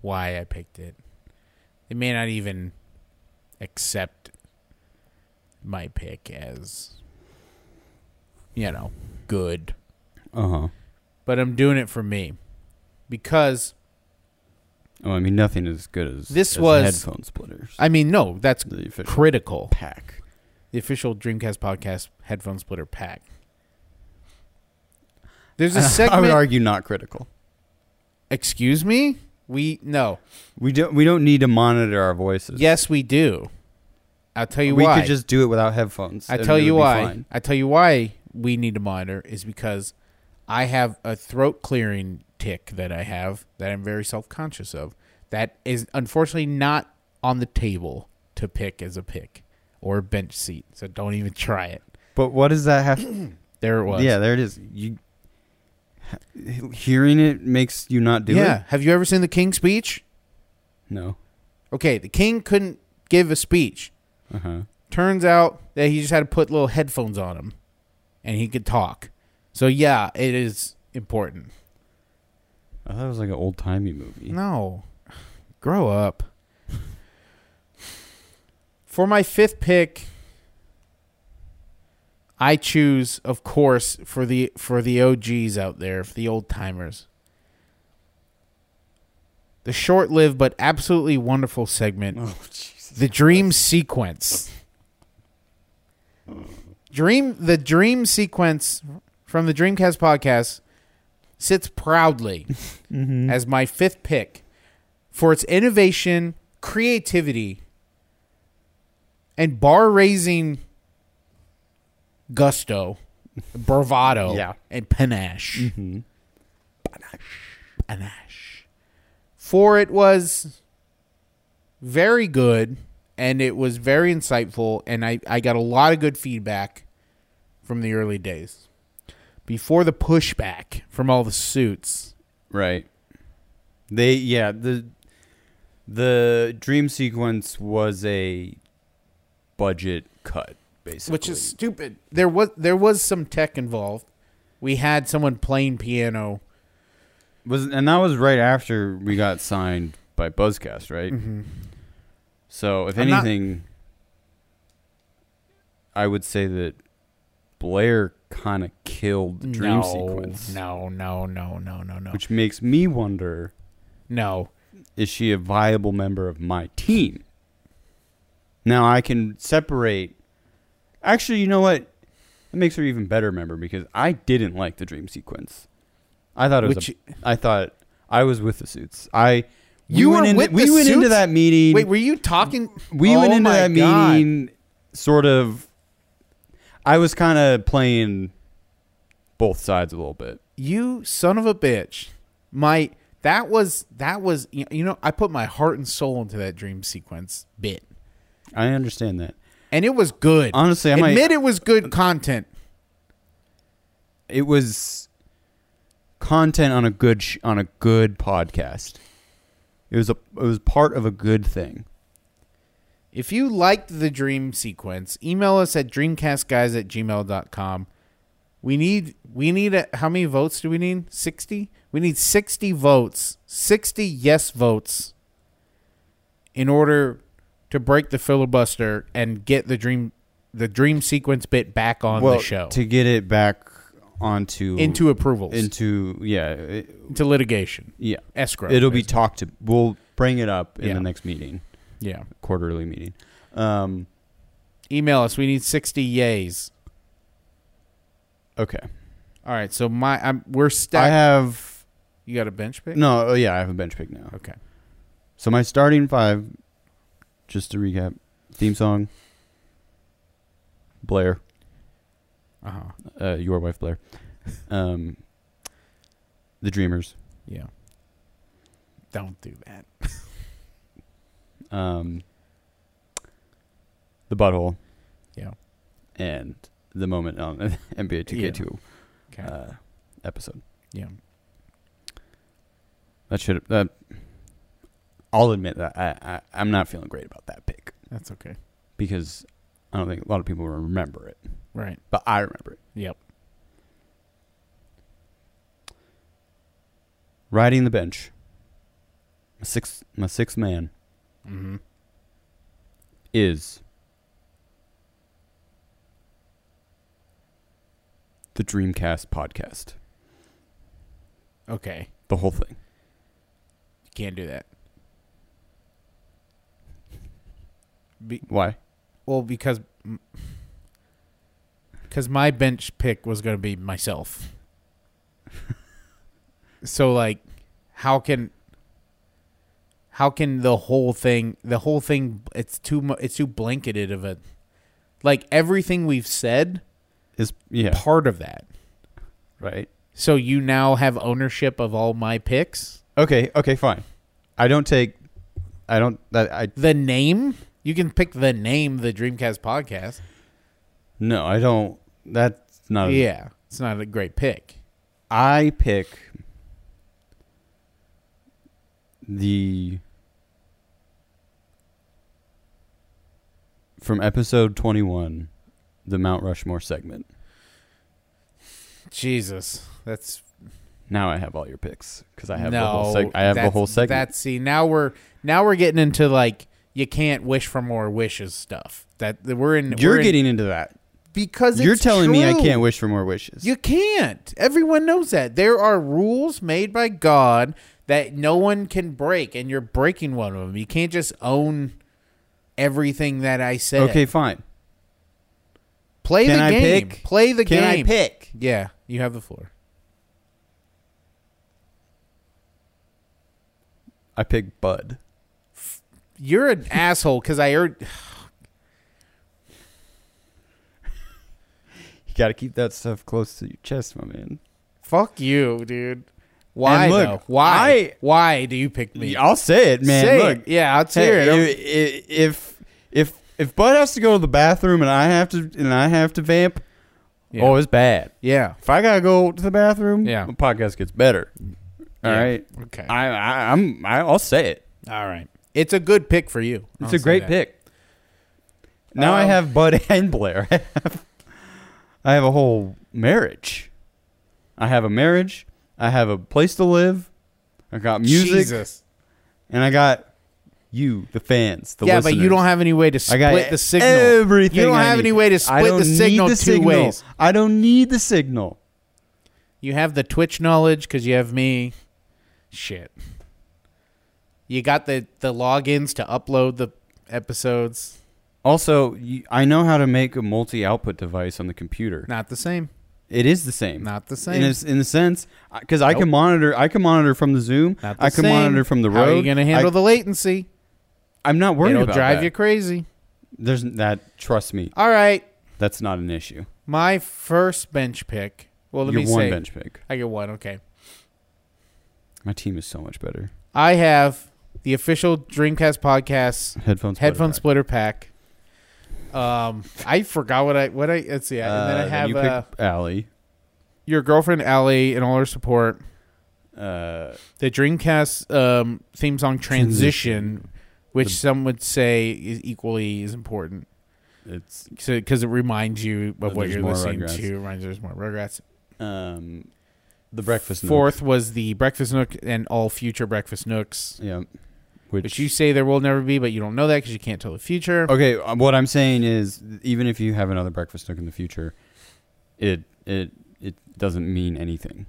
S1: why I picked it. They may not even accept my pick as, you know, good
S2: Uh huh.
S1: but I'm doing it for me because
S2: Oh, I mean nothing as good as
S1: This
S2: as
S1: was-
S2: headphone splitters.
S1: I mean, no, that's
S2: the official
S1: critical.
S2: pack.
S1: The official Dreamcast podcast headphone splitter pack. There's a
S2: *laughs* I would
S1: segment.
S2: argue not critical.
S1: excuse me. We no.
S2: We don't we don't need to monitor our voices.
S1: Yes, we do. I'll tell you
S2: we
S1: why.
S2: could just do it without headphones.
S1: I
S2: and
S1: tell
S2: it
S1: you
S2: would be
S1: why.
S2: fine.
S1: I tell you why we need a monitor is because I have a throat clearing tick that I have that I'm very self conscious of. That is unfortunately not on the table to pick as a pick or a bench seat. So don't even try it.
S2: But what does that have
S1: There it was.
S2: *coughs* Yeah, there it is. You he- hearing it makes you not do
S1: yeah.
S2: it.
S1: Have you ever seen the King's speech?
S2: No.
S1: Okay, the king couldn't give a speech.
S2: Uh huh.
S1: Turns out that he just had to put little headphones on him and he could talk. So yeah, it is important.
S2: I thought it was like an old timey movie.
S1: No. Grow up. For my fifth pick, I choose, of course, for the for the OGs out there, for the old timers. The short-lived but absolutely wonderful segment,
S2: Oh Jesus.
S1: the dream sequence. Dream the dream sequence from the Dreamcast podcast sits proudly as my fifth pick for its innovation, creativity, and bar raising gusto, bravado,
S2: Yeah.
S1: and panache. Panache. Panache. For it was very good and it was very insightful, and I, I got a lot of good feedback from the early days. Before the pushback from all the suits.
S2: Right. They yeah, the the dream sequence was a budget cut basically.
S1: which is stupid. There was there was some tech involved, we had someone playing piano.
S2: Was and that was right after we got signed by Buzzcast, right? So if
S1: Mm-hmm. I'm not-
S2: anything, I would say that Blair kind of killed the dream
S1: no,
S2: sequence,
S1: No, no, no, no, no, no.
S2: which makes me wonder:
S1: no.
S2: Is she a viable member of my team? Now I can separate. Actually, you know what? It makes her even better member because I didn't like the dream sequence. I thought it was.
S1: Which-
S2: a, I thought I was with the suits. I. we
S1: You
S2: went
S1: were
S2: in-
S1: with
S2: We
S1: the
S2: went into
S1: suits?
S2: that meeting.
S1: Wait, were you talking?
S2: we
S1: Oh
S2: went into
S1: my
S2: that
S1: God.
S2: meeting sort of. I was kind of playing both sides a little bit.
S1: You son of a bitch! My that was that was you you know I put my heart and soul into that dream sequence bit,
S2: I understand that.
S1: and it was good.
S2: Honestly, I might-
S1: admit it was good content.
S2: It was content on a good sh- on a good podcast. It was a it was part of a good thing.
S1: If you liked the dream sequence, email us at dreamcastguys at gmail.com. We need we need a, how many votes do we need? 60? We need 60 votes. 60 yes votes in order to break the filibuster and get the dream the dream sequence bit back on the show
S2: to get it back onto
S1: into approvals
S2: into yeah it-
S1: into litigation.
S2: yeah
S1: Escrow.
S2: It'll be
S1: basically.
S2: talked to. We'll bring it up in
S1: Yeah.
S2: the next meeting,
S1: yeah.
S2: quarterly meeting. Um,
S1: Email us. We need 60 yays.
S2: okay,
S1: All right, so my I'm we're
S2: I
S1: stacked.
S2: have
S1: you got a bench pick?
S2: no. Oh yeah, I have a bench pick now.
S1: Okay.
S2: So my starting five, just to recap, theme song. Blair,
S1: Uh-huh.
S2: uh, your wife Blair, um, the Dreamers,
S1: Yeah. Don't do that.
S2: um, the Butthole,
S1: Yeah.
S2: and the moment on *laughs* NBA Two K Two uh,
S1: Okay.
S2: episode.
S1: yeah.
S2: That should that. I'll admit that I, I I'm not feeling great about that pick
S1: That's okay.
S2: because I don't think a lot of people will remember it,
S1: Right.
S2: but I remember it.
S1: Yep.
S2: Riding the bench. My sixth my sixth man
S1: Mm-hmm.
S2: is the Dreamcast podcast.
S1: Okay.
S2: The whole thing.
S1: You can't do that. Be-
S2: Why?
S1: well, because because my bench pick was going to be myself. so like, how can how can the whole thing the whole thing it's too mu- it's too blanketed of a like everything we've said
S2: Is yeah
S1: part of that.
S2: right.
S1: So you now have ownership of all my picks.
S2: Okay. Okay. Fine. I don't take. I don't. That I
S1: The name you can pick the name the Dreamcast podcast.
S2: no. I don't. That's not.
S1: yeah, it's not a great pick.
S2: I pick the from episode 21 the Mount Rushmore segment.
S1: Jesus, that's
S2: Now I have all your picks cuz I have
S1: no.
S2: the whole seg- I have the
S1: that's-
S2: whole segment.
S1: That's see now we're now we're getting into like you can't wish for more wishes stuff. That that we're in.
S2: You're
S1: we're in-
S2: getting into that.
S1: because
S2: You're
S1: it's
S2: telling me I
S1: true.
S2: can't wish for more wishes.
S1: You can't. Everyone knows that. There are rules made by God that no one can break, and you're breaking one of them. You can't just own everything that I said.
S2: okay, fine.
S1: Play
S2: Can
S1: the
S2: I
S1: game.
S2: pick?
S1: Play the
S2: Can
S1: game.
S2: I pick?
S1: Yeah, you have the floor.
S2: I pick Bud.
S1: You're an *laughs* asshole because I heard. *sighs*
S2: You got to keep that stuff close to your chest, my man.
S1: Fuck you, dude. Why
S2: And look,
S1: though? Why?
S2: I-
S1: Why do you pick me?
S2: I'll say it, man.
S1: Say
S2: Look,
S1: it. Yeah, I'll
S2: Hey,
S1: hear it.
S2: if, if if if Bud has to go to the bathroom and I have to and I have to vamp,
S1: Yeah.
S2: oh, it's bad.
S1: Yeah.
S2: If I gotta go to the bathroom,
S1: Yeah.
S2: the podcast gets better. All
S1: Yeah.
S2: right,
S1: Okay.
S2: I, I I'm I, I'll say it.
S1: All right. It's a good pick for you.
S2: It's
S1: I'll say
S2: a great
S1: that.
S2: pick. Now I
S1: Um,
S2: *laughs* have Bud and Blair. I have a whole marriage. I have a marriage. I have a place to live. I got music,
S1: Jesus.
S2: and I got you, the fans, the
S1: yeah,
S2: listeners.
S1: but you don't have any way to
S2: I
S1: split
S2: got
S1: the signal.
S2: Everything
S1: You don't
S2: I
S1: have
S2: need.
S1: any way to
S2: I
S1: split
S2: don't
S1: the
S2: need
S1: signal
S2: the
S1: two ways.
S2: I don't need the signal.
S1: You have the Twitch knowledge because you have me. Shit. You got the the logins to upload the episodes.
S2: Also, you, I know how to make a multi-output device on the computer.
S1: Not the same.
S2: It is the same.
S1: Not the
S2: In
S1: same.
S2: a, s- in a sense, because I
S1: Nope.
S2: can monitor. I can monitor from the Zoom.
S1: Not the
S2: I can
S1: same.
S2: monitor from the road.
S1: How are you going to handle
S2: I,
S1: the latency?
S2: I'm not worried
S1: It'll
S2: about
S1: drive
S2: that.
S1: you crazy.
S2: There's n- that. Trust me,
S1: All right.
S2: that's not an issue.
S1: My first bench pick. Well, let
S2: You're
S1: me
S2: one
S1: say.
S2: bench pick.
S1: I get one. Okay.
S2: My team is so much better. *laughs*
S1: I have the official Dreamcast podcast
S2: Headphones.
S1: headphone
S2: split.
S1: splitter pack. Um, I forgot what I what I let's see. and then I have
S2: you
S1: uh,
S2: pick Allie.
S1: your girlfriend Allie and all her support.
S2: Uh,
S1: The Dreamcast um, theme song transition, which some would say is equally as important
S2: it's
S1: because it reminds you of what
S2: That there's
S1: you're
S2: more
S1: listening
S2: Rugrats.
S1: to. Reminds you there's more Rugrats.
S2: um, the breakfast. Nook.
S1: Fourth was the Breakfast Nook and all future Breakfast Nooks,
S2: Yeah. Which,
S1: which you say there will never be, but you don't know that because you can't tell the future.
S2: Okay, um, what I'm saying is, even if you have another breakfast nook in the future, it it it doesn't mean anything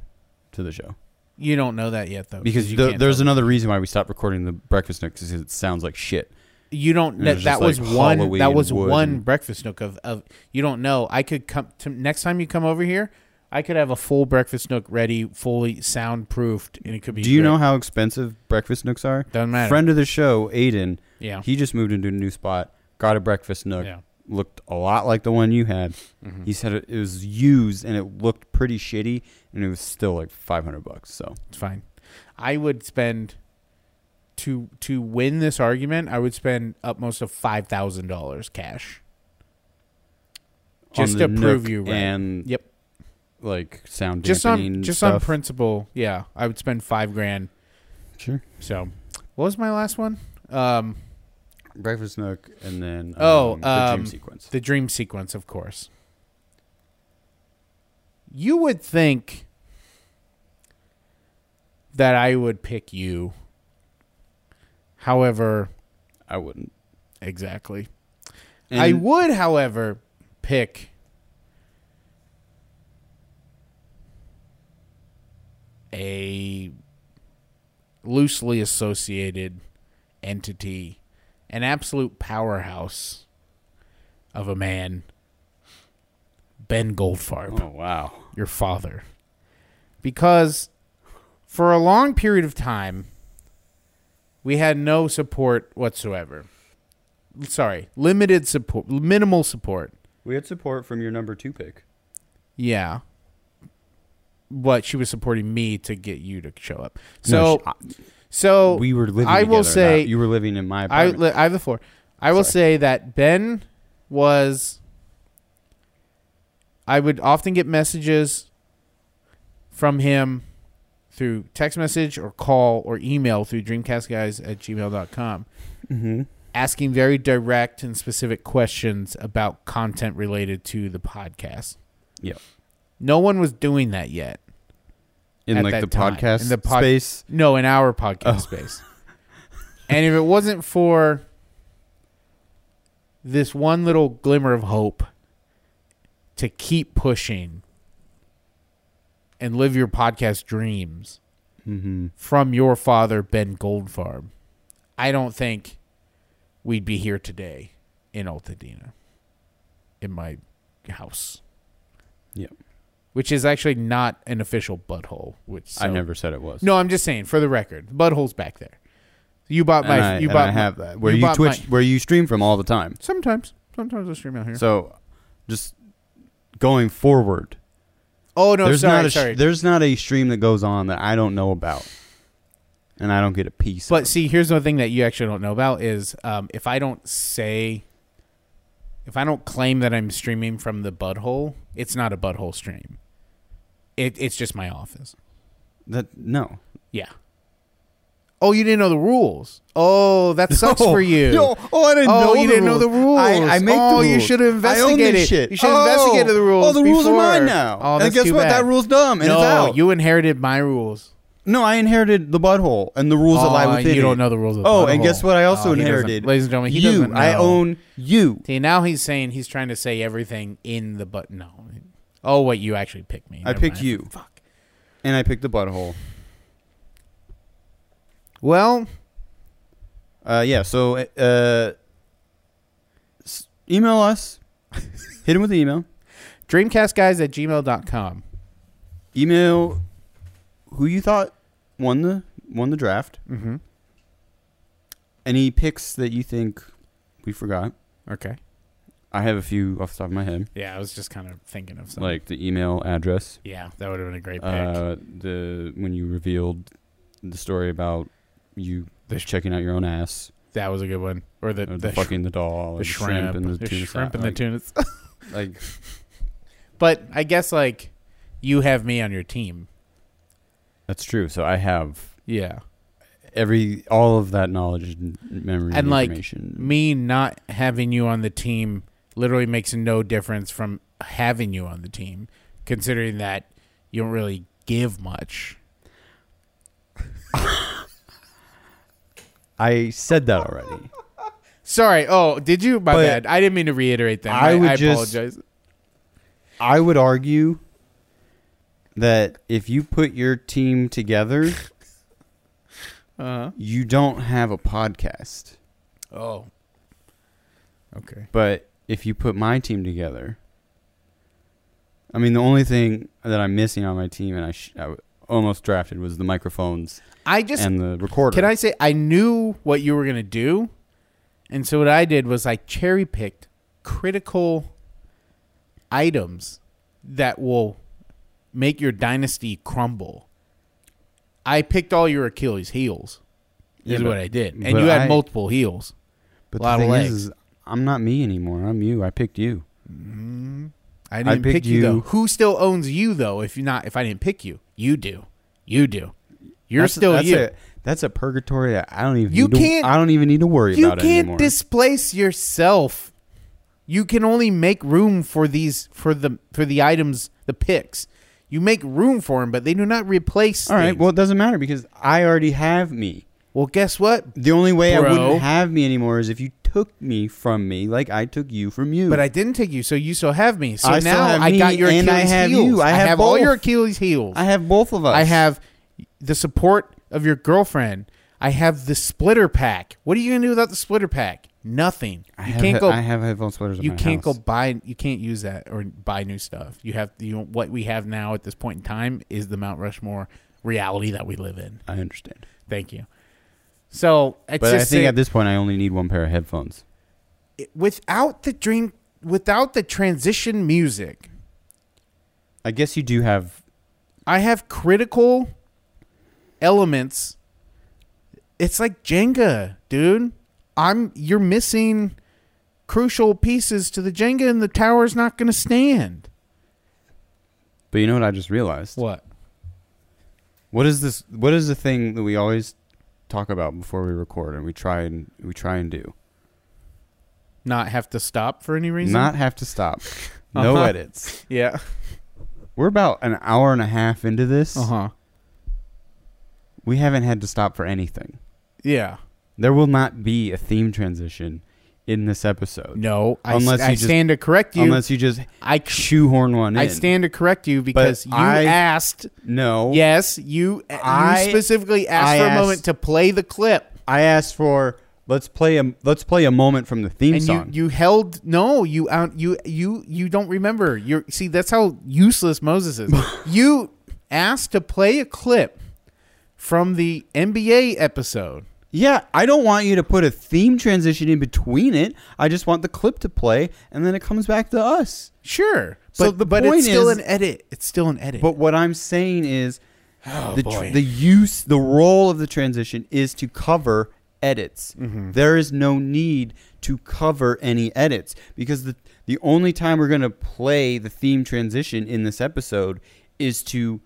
S2: to the show
S1: You don't know that yet though
S2: because
S1: Oh, you
S2: there-
S1: can't
S2: there's
S1: tell.
S2: another reason why we stopped recording the breakfast nook because it sounds like shit.
S1: You don't.
S2: And
S1: That,
S2: it's
S1: that was
S2: just like
S1: one.
S2: Halloween
S1: that was
S2: wood
S1: one
S2: and-
S1: breakfast nook of, of. You don't know. I could come to, next time you come over here. I could have a full breakfast nook ready, fully soundproofed, and it could be.
S2: Do you
S1: great.
S2: know how expensive breakfast nooks are?
S1: Doesn't matter.
S2: Friend of the show, Aiden,
S1: yeah.
S2: he just moved into a new spot, got a breakfast nook,
S1: Yeah.
S2: looked a lot like the one you had.
S1: Mhm.
S2: He said it, it was used and it looked pretty shitty, and it was still like 500 bucks. So
S1: It's fine. I would spend to to win this argument. I would spend upmost of five thousand dollars cash.
S2: on
S1: Just
S2: the
S1: to prove
S2: Nook
S1: you right.
S2: and
S1: Yep.
S2: like sound
S1: Just
S2: dampening
S1: on just on
S2: stuff.
S1: principle. Yeah, I would spend five grand.
S2: Sure.
S1: So, what was my last one? Um,
S2: Breakfast Nook, and then
S1: Oh,
S2: um, the
S1: um,
S2: dream sequence.
S1: The dream sequence, of course. You would think that I would pick you. However,
S2: I wouldn't.
S1: exactly. I
S2: And
S1: would, however, pick a loosely associated entity, an absolute powerhouse of a man, Ben Goldfarb,
S2: Oh wow.
S1: your father. Because for a long period of time, we had no support whatsoever. Sorry, limited support, minimal support.
S2: We had support from your number two pick.
S1: Yeah. But she was supporting me to get you to show up. So, so
S2: we were living.
S1: I will
S2: together,
S1: say-
S2: not- you were living in my
S1: I,
S2: apartment.
S1: li- I have the floor. I will
S2: Sorry.
S1: say that Ben was. I would often get messages from him through text message or call or email through dreamcastguys at gmail.com
S2: mm-hmm.
S1: asking very direct and specific questions about content related to the podcast.
S2: Yep.
S1: No one was doing that yet.
S2: in
S1: at
S2: like
S1: that
S2: the
S1: time,
S2: podcast
S1: in the pod-
S2: space.
S1: No, in our podcast
S2: Oh.
S1: space. And if it wasn't for this one little glimmer of hope to keep pushing and live your podcast dreams
S2: Mm-hmm.
S1: from your father, Ben Goldfarb, I don't think we'd be here today in Altadena, in my house.
S2: Yep.
S1: Which is actually not an official butthole. Which
S2: I
S1: so-
S2: never said it was.
S1: no, I'm just saying for the record, butthole's back there. You bought
S2: and
S1: my.
S2: I,
S1: you
S2: and
S1: bought my-
S2: I have that where
S1: you
S2: you,
S1: bought
S2: Twitch, where you stream from all the time.
S1: sometimes, sometimes I stream out here.
S2: So, just going forward,
S1: oh no,
S2: there's
S1: sorry,
S2: not a sh-
S1: sorry.
S2: there's not a stream that goes on that I don't know about, and I don't get a piece.
S1: but
S2: of.
S1: see, here's the thing that you actually don't know about is um, if I don't say, if I don't claim that I'm streaming from the butthole, it's not a butthole stream. It, it's just my office.
S2: that no,
S1: Yeah. Oh, you didn't know the rules. Oh, that *laughs*
S2: *laughs*
S1: sucks for you.
S2: Yo, oh,
S1: *laughs*
S2: I didn't
S1: oh,
S2: know.
S1: you
S2: the
S1: didn't
S2: rules.
S1: know the rules.
S2: I, I make
S1: oh,
S2: the rules.
S1: you should have
S2: I own
S1: investigated.
S2: this shit.
S1: You should have
S2: oh,
S1: investigated the rules.
S2: Oh, the rules are
S1: before.
S2: mine now.
S1: Oh,
S2: and
S1: that's
S2: guess
S1: too
S2: what?
S1: bad.
S2: That rule's dumb. And
S1: no,
S2: it's out.
S1: you inherited my rules.
S2: no, I inherited the butthole and the rules that
S1: Oh,
S2: lie within
S1: you
S2: it.
S1: don't know the rules of the
S2: Oh, and
S1: butthole.
S2: guess what? I also
S1: Oh, he doesn't-
S2: inherited.
S1: ladies and gentlemen, he
S2: you.
S1: doesn't
S2: I
S1: know.
S2: own you.
S1: See, now he's saying he's trying to say everything in the but no. Oh, wait, you actually picked me.
S2: I
S1: Never
S2: picked
S1: mind.
S2: you. Fuck. And I picked the butthole.
S1: Well,
S2: Uh, yeah. So uh, s- email us. *laughs* Hit him with the email.
S1: dreamcastguys at gmail.com.
S2: Email who you thought won the won the draft.
S1: Mm-hmm.
S2: Any picks that you think we forgot.
S1: Okay.
S2: I have a few off the top of my head,
S1: Yeah, I was just kind of thinking of something.
S2: like the email address.
S1: yeah, that would have been a great pick.
S2: Uh, the when you revealed the story about you
S1: The sh-
S2: checking out your own ass,
S1: that was a good one. Or uh, the,
S2: or the,
S1: the, sh-
S2: fucking the doll,
S1: the
S2: and
S1: shrimp,
S2: and the, tuna
S1: shrimp and
S2: salad,
S1: the tunas.
S2: like, like
S1: but I guess, like, you have me on your team.
S2: that's true. So I have
S1: Yeah.
S2: every all of that knowledge and memory
S1: And,
S2: and
S1: like,
S2: information.
S1: Me not having you on the team literally makes no difference from having you on the team, considering that you don't really give much.
S2: I said that already.
S1: Sorry. Oh, did you? My
S2: But-
S1: bad. I didn't mean to reiterate that.
S2: I
S1: I,
S2: would
S1: I
S2: just-
S1: apologize.
S2: I would argue that if you put your team together,
S1: Uh,
S2: you don't have a podcast.
S1: oh. Okay.
S2: But if you put my team together, I mean, the only thing that I'm missing on my team, and I, sh- I w- almost drafted, was the microphones
S1: I just
S2: and the recorder.
S1: can I say I knew what you were gonna do, and so what I did was I cherry picked critical items that will make your dynasty crumble. I picked all your Achilles heels.
S2: Yeah,
S1: Is
S2: but-
S1: what I did, and
S2: but
S1: you had
S2: I-
S1: multiple heels.
S2: But
S1: Lot of
S2: the thing
S1: legs.
S2: is, is, I'm not me anymore. I'm you. I picked you.
S1: I didn't
S2: picked
S1: pick you. though.
S2: you.
S1: Who still owns you though? If you not, if I didn't pick you, you do. You do. You're
S2: That's-
S1: still
S2: that's
S1: you.
S2: A, that's a purgatory. that I don't even.
S1: You
S2: need to-
S1: can't-
S2: I don't even need to worry
S1: you
S2: about it
S1: can't
S2: anymore.
S1: displace yourself. You can only make room for these for the for the items, the picks. You make room for them, but they do not replace.
S2: All right.
S1: things.
S2: Well, it doesn't matter because I already have me.
S1: well, guess what?
S2: The only way I
S1: Bro.
S2: wouldn't have me anymore is if you took me from me, like I took you from you.
S1: But I didn't take you, so you still have me. So
S2: I still
S1: now
S2: have
S1: I
S2: me,
S1: got your
S2: and I
S1: Achilles
S2: have you.
S1: heels.
S2: I have
S1: all
S2: both.
S1: your Achilles heels.
S2: I have both of us.
S1: I have the support of your girlfriend. I have the splitter pack. What are you gonna do without the splitter pack? Nothing.
S2: I
S1: you
S2: have,
S1: can't
S2: he-
S1: go.
S2: I have headphone sweaters. in
S1: you
S2: my
S1: can't
S2: house.
S1: go buy. You can't use that or buy new stuff. You have you. know, What we have now at this point in time is the Mount Rushmore reality that we live in.
S2: I understand.
S1: Thank you. So it's
S2: But I
S1: just
S2: think
S1: say-
S2: at this point, I only need one pair of headphones.
S1: without the dream, without the transition music,
S2: I guess you do have.
S1: I have critical elements. It's like Jenga, dude. I'm you're missing crucial pieces to the Jenga and the tower's not going to stand.
S2: But you know what I just realized?
S1: What?
S2: What is this? What is the thing that we always talk about before we record, and we try and we try and do?
S1: Not have to stop for any reason?
S2: Not have to stop.
S1: *laughs*
S2: No
S1: Uh-huh.
S2: edits.
S1: yeah.
S2: We're about an hour and a half into this.
S1: Uh-huh.
S2: We haven't had to stop for anything.
S1: Yeah.
S2: There will not be a theme transition in this episode.
S1: No, I,
S2: Unless
S1: unless
S2: you
S1: I
S2: just-
S1: stand to correct you.
S2: Unless you just
S1: I
S2: shoehorn one in.
S1: I stand to correct you because you
S2: I-
S1: asked
S2: No.
S1: Yes, you,
S2: I-
S1: you specifically asked
S2: I
S1: for a
S2: asked-
S1: moment to play the clip.
S2: I asked for let's play a let's play a moment from the theme
S1: and you,
S2: song.
S1: you held no you out you you you don't remember you see that's how useless moses
S2: *laughs*
S1: is you asked to play a clip from the nba episode
S2: yeah, I don't want you to put a theme transition in between it. I just want the clip to play and then it comes back to us.
S1: sure but,
S2: So the
S1: but
S2: point
S1: it's still
S2: is-
S1: an edit it's still an edit
S2: But what I'm saying is the tr-
S1: Oh, boy.
S2: the use the role of the transition is to cover edits.
S1: Mm-hmm.
S2: There is no need to cover any edits because the the only time we're going to play the theme transition in this episode is to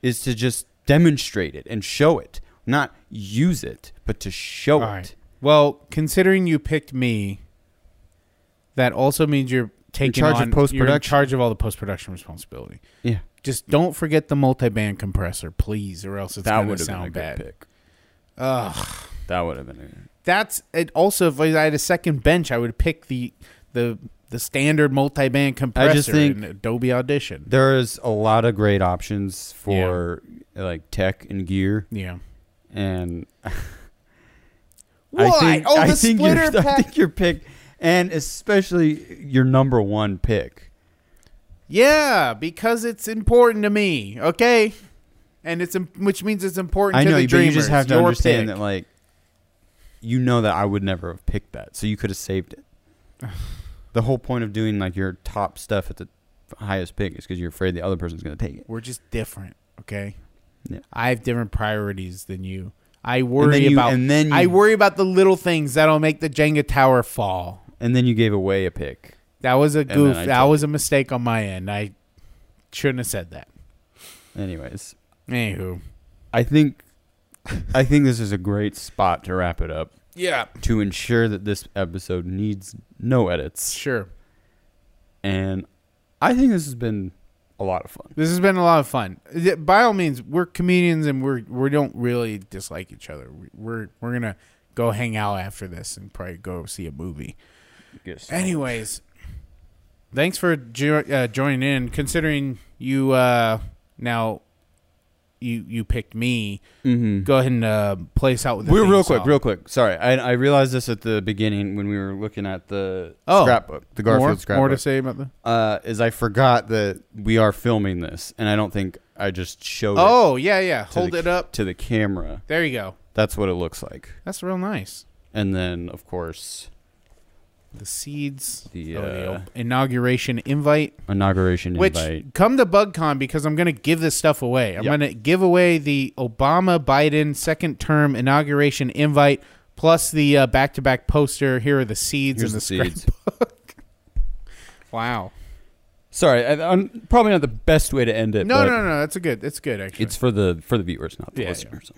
S2: is to just demonstrate it and show it. not use it, but to show
S1: All
S2: it.
S1: right. Well, considering you picked me, that also means you're taking
S2: charge of
S1: on- you're in
S2: post-production.
S1: charge of all the post production responsibility.
S2: Yeah,
S1: Just don't forget the multi-band compressor, please, or else it's
S2: that
S1: gonna
S2: would have been a
S1: sound
S2: good
S1: bad.
S2: pick. Ugh, that would have been. A,
S1: That's it. Also, if I had a second bench, I would pick the the the standard multi-band compressor
S2: think-
S1: in Adobe Audition.
S2: there's a lot of great options for like tech and gear,
S1: Yeah.
S2: and
S1: Why?
S2: I think,
S1: oh, the
S2: I think
S1: splitter
S2: your, *laughs* I
S1: pack.
S2: think your pick, and especially your number one pick.
S1: *laughs* Yeah, because it's important to me. Okay, and it's im- which means it's important.
S2: I
S1: to
S2: know,
S1: the
S2: you, but you
S1: dreamers,
S2: just have to
S1: your
S2: understand
S1: pick.
S2: that, like, you know that I would never have picked that, so you could have saved it. *sighs* the whole point of doing like your top stuff at the highest pick is because you're afraid the other person's going to take it.
S1: We're just different, okay?
S2: Yeah.
S1: I have different priorities than you. I
S2: And then
S1: worry
S2: you,
S1: about
S2: and then you,
S1: I worry about the little things that'll make the Jenga tower fall.
S2: and then you gave away a pick.
S1: That was a
S2: then
S1: goof.
S2: I
S1: That
S2: told
S1: was a mistake on my end. I shouldn't have said that.
S2: Anyways,
S1: Anywho.
S2: I think, I think this is a great spot to wrap it up
S1: Yeah.
S2: to ensure that this episode needs no edits.
S1: Sure.
S2: and I think this has been a lot of fun.
S1: This has been a lot of fun. Th- By all means, we're comedians and we're we don't really dislike each other. We- We're we're gonna go hang out after this and probably go see a movie. Anyways, thanks for jo- uh, joining in. Considering you uh, now you you picked me,
S2: Mhm.
S1: go ahead and uh, play us out with. the
S2: We're
S1: theme
S2: real quick,
S1: song.
S2: real quick. Sorry, I, I realized this at the beginning when we were looking at the
S1: Oh.
S2: scrapbook, the Garfield
S1: more,
S2: scrapbook.
S1: More to say about the?
S2: uh, is I forgot that we are filming this, and I don't think I just showed it
S1: Oh yeah, yeah.
S2: to the
S1: Hold
S2: ca-
S1: it up.
S2: to the camera.
S1: There you go.
S2: That's what it looks like.
S1: That's real nice.
S2: And then, of course,
S1: The seeds.
S2: The,
S1: oh, the
S2: uh,
S1: op- inauguration invite.
S2: inauguration
S1: Which
S2: invite.
S1: come to BugCon because I'm going to give this stuff away. I'm
S2: Yeah.
S1: going to give away the Obama Biden second term inauguration invite plus the uh, back-to-back poster. Here are the seeds
S2: Here's
S1: and the,
S2: the seeds.
S1: scrapbook. wow.
S2: Sorry, I, I'm probably not the best way to end it.
S1: No,
S2: but
S1: no, no. That's a good. That's good actually.
S2: It's for the for the viewers, not the
S1: Yeah, yeah.
S2: listeners.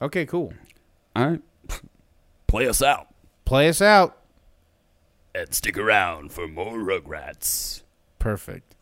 S1: okay. Cool.
S2: All right,
S4: Play us out
S1: Play us out.
S4: and stick around for more Rugrats.
S1: Perfect.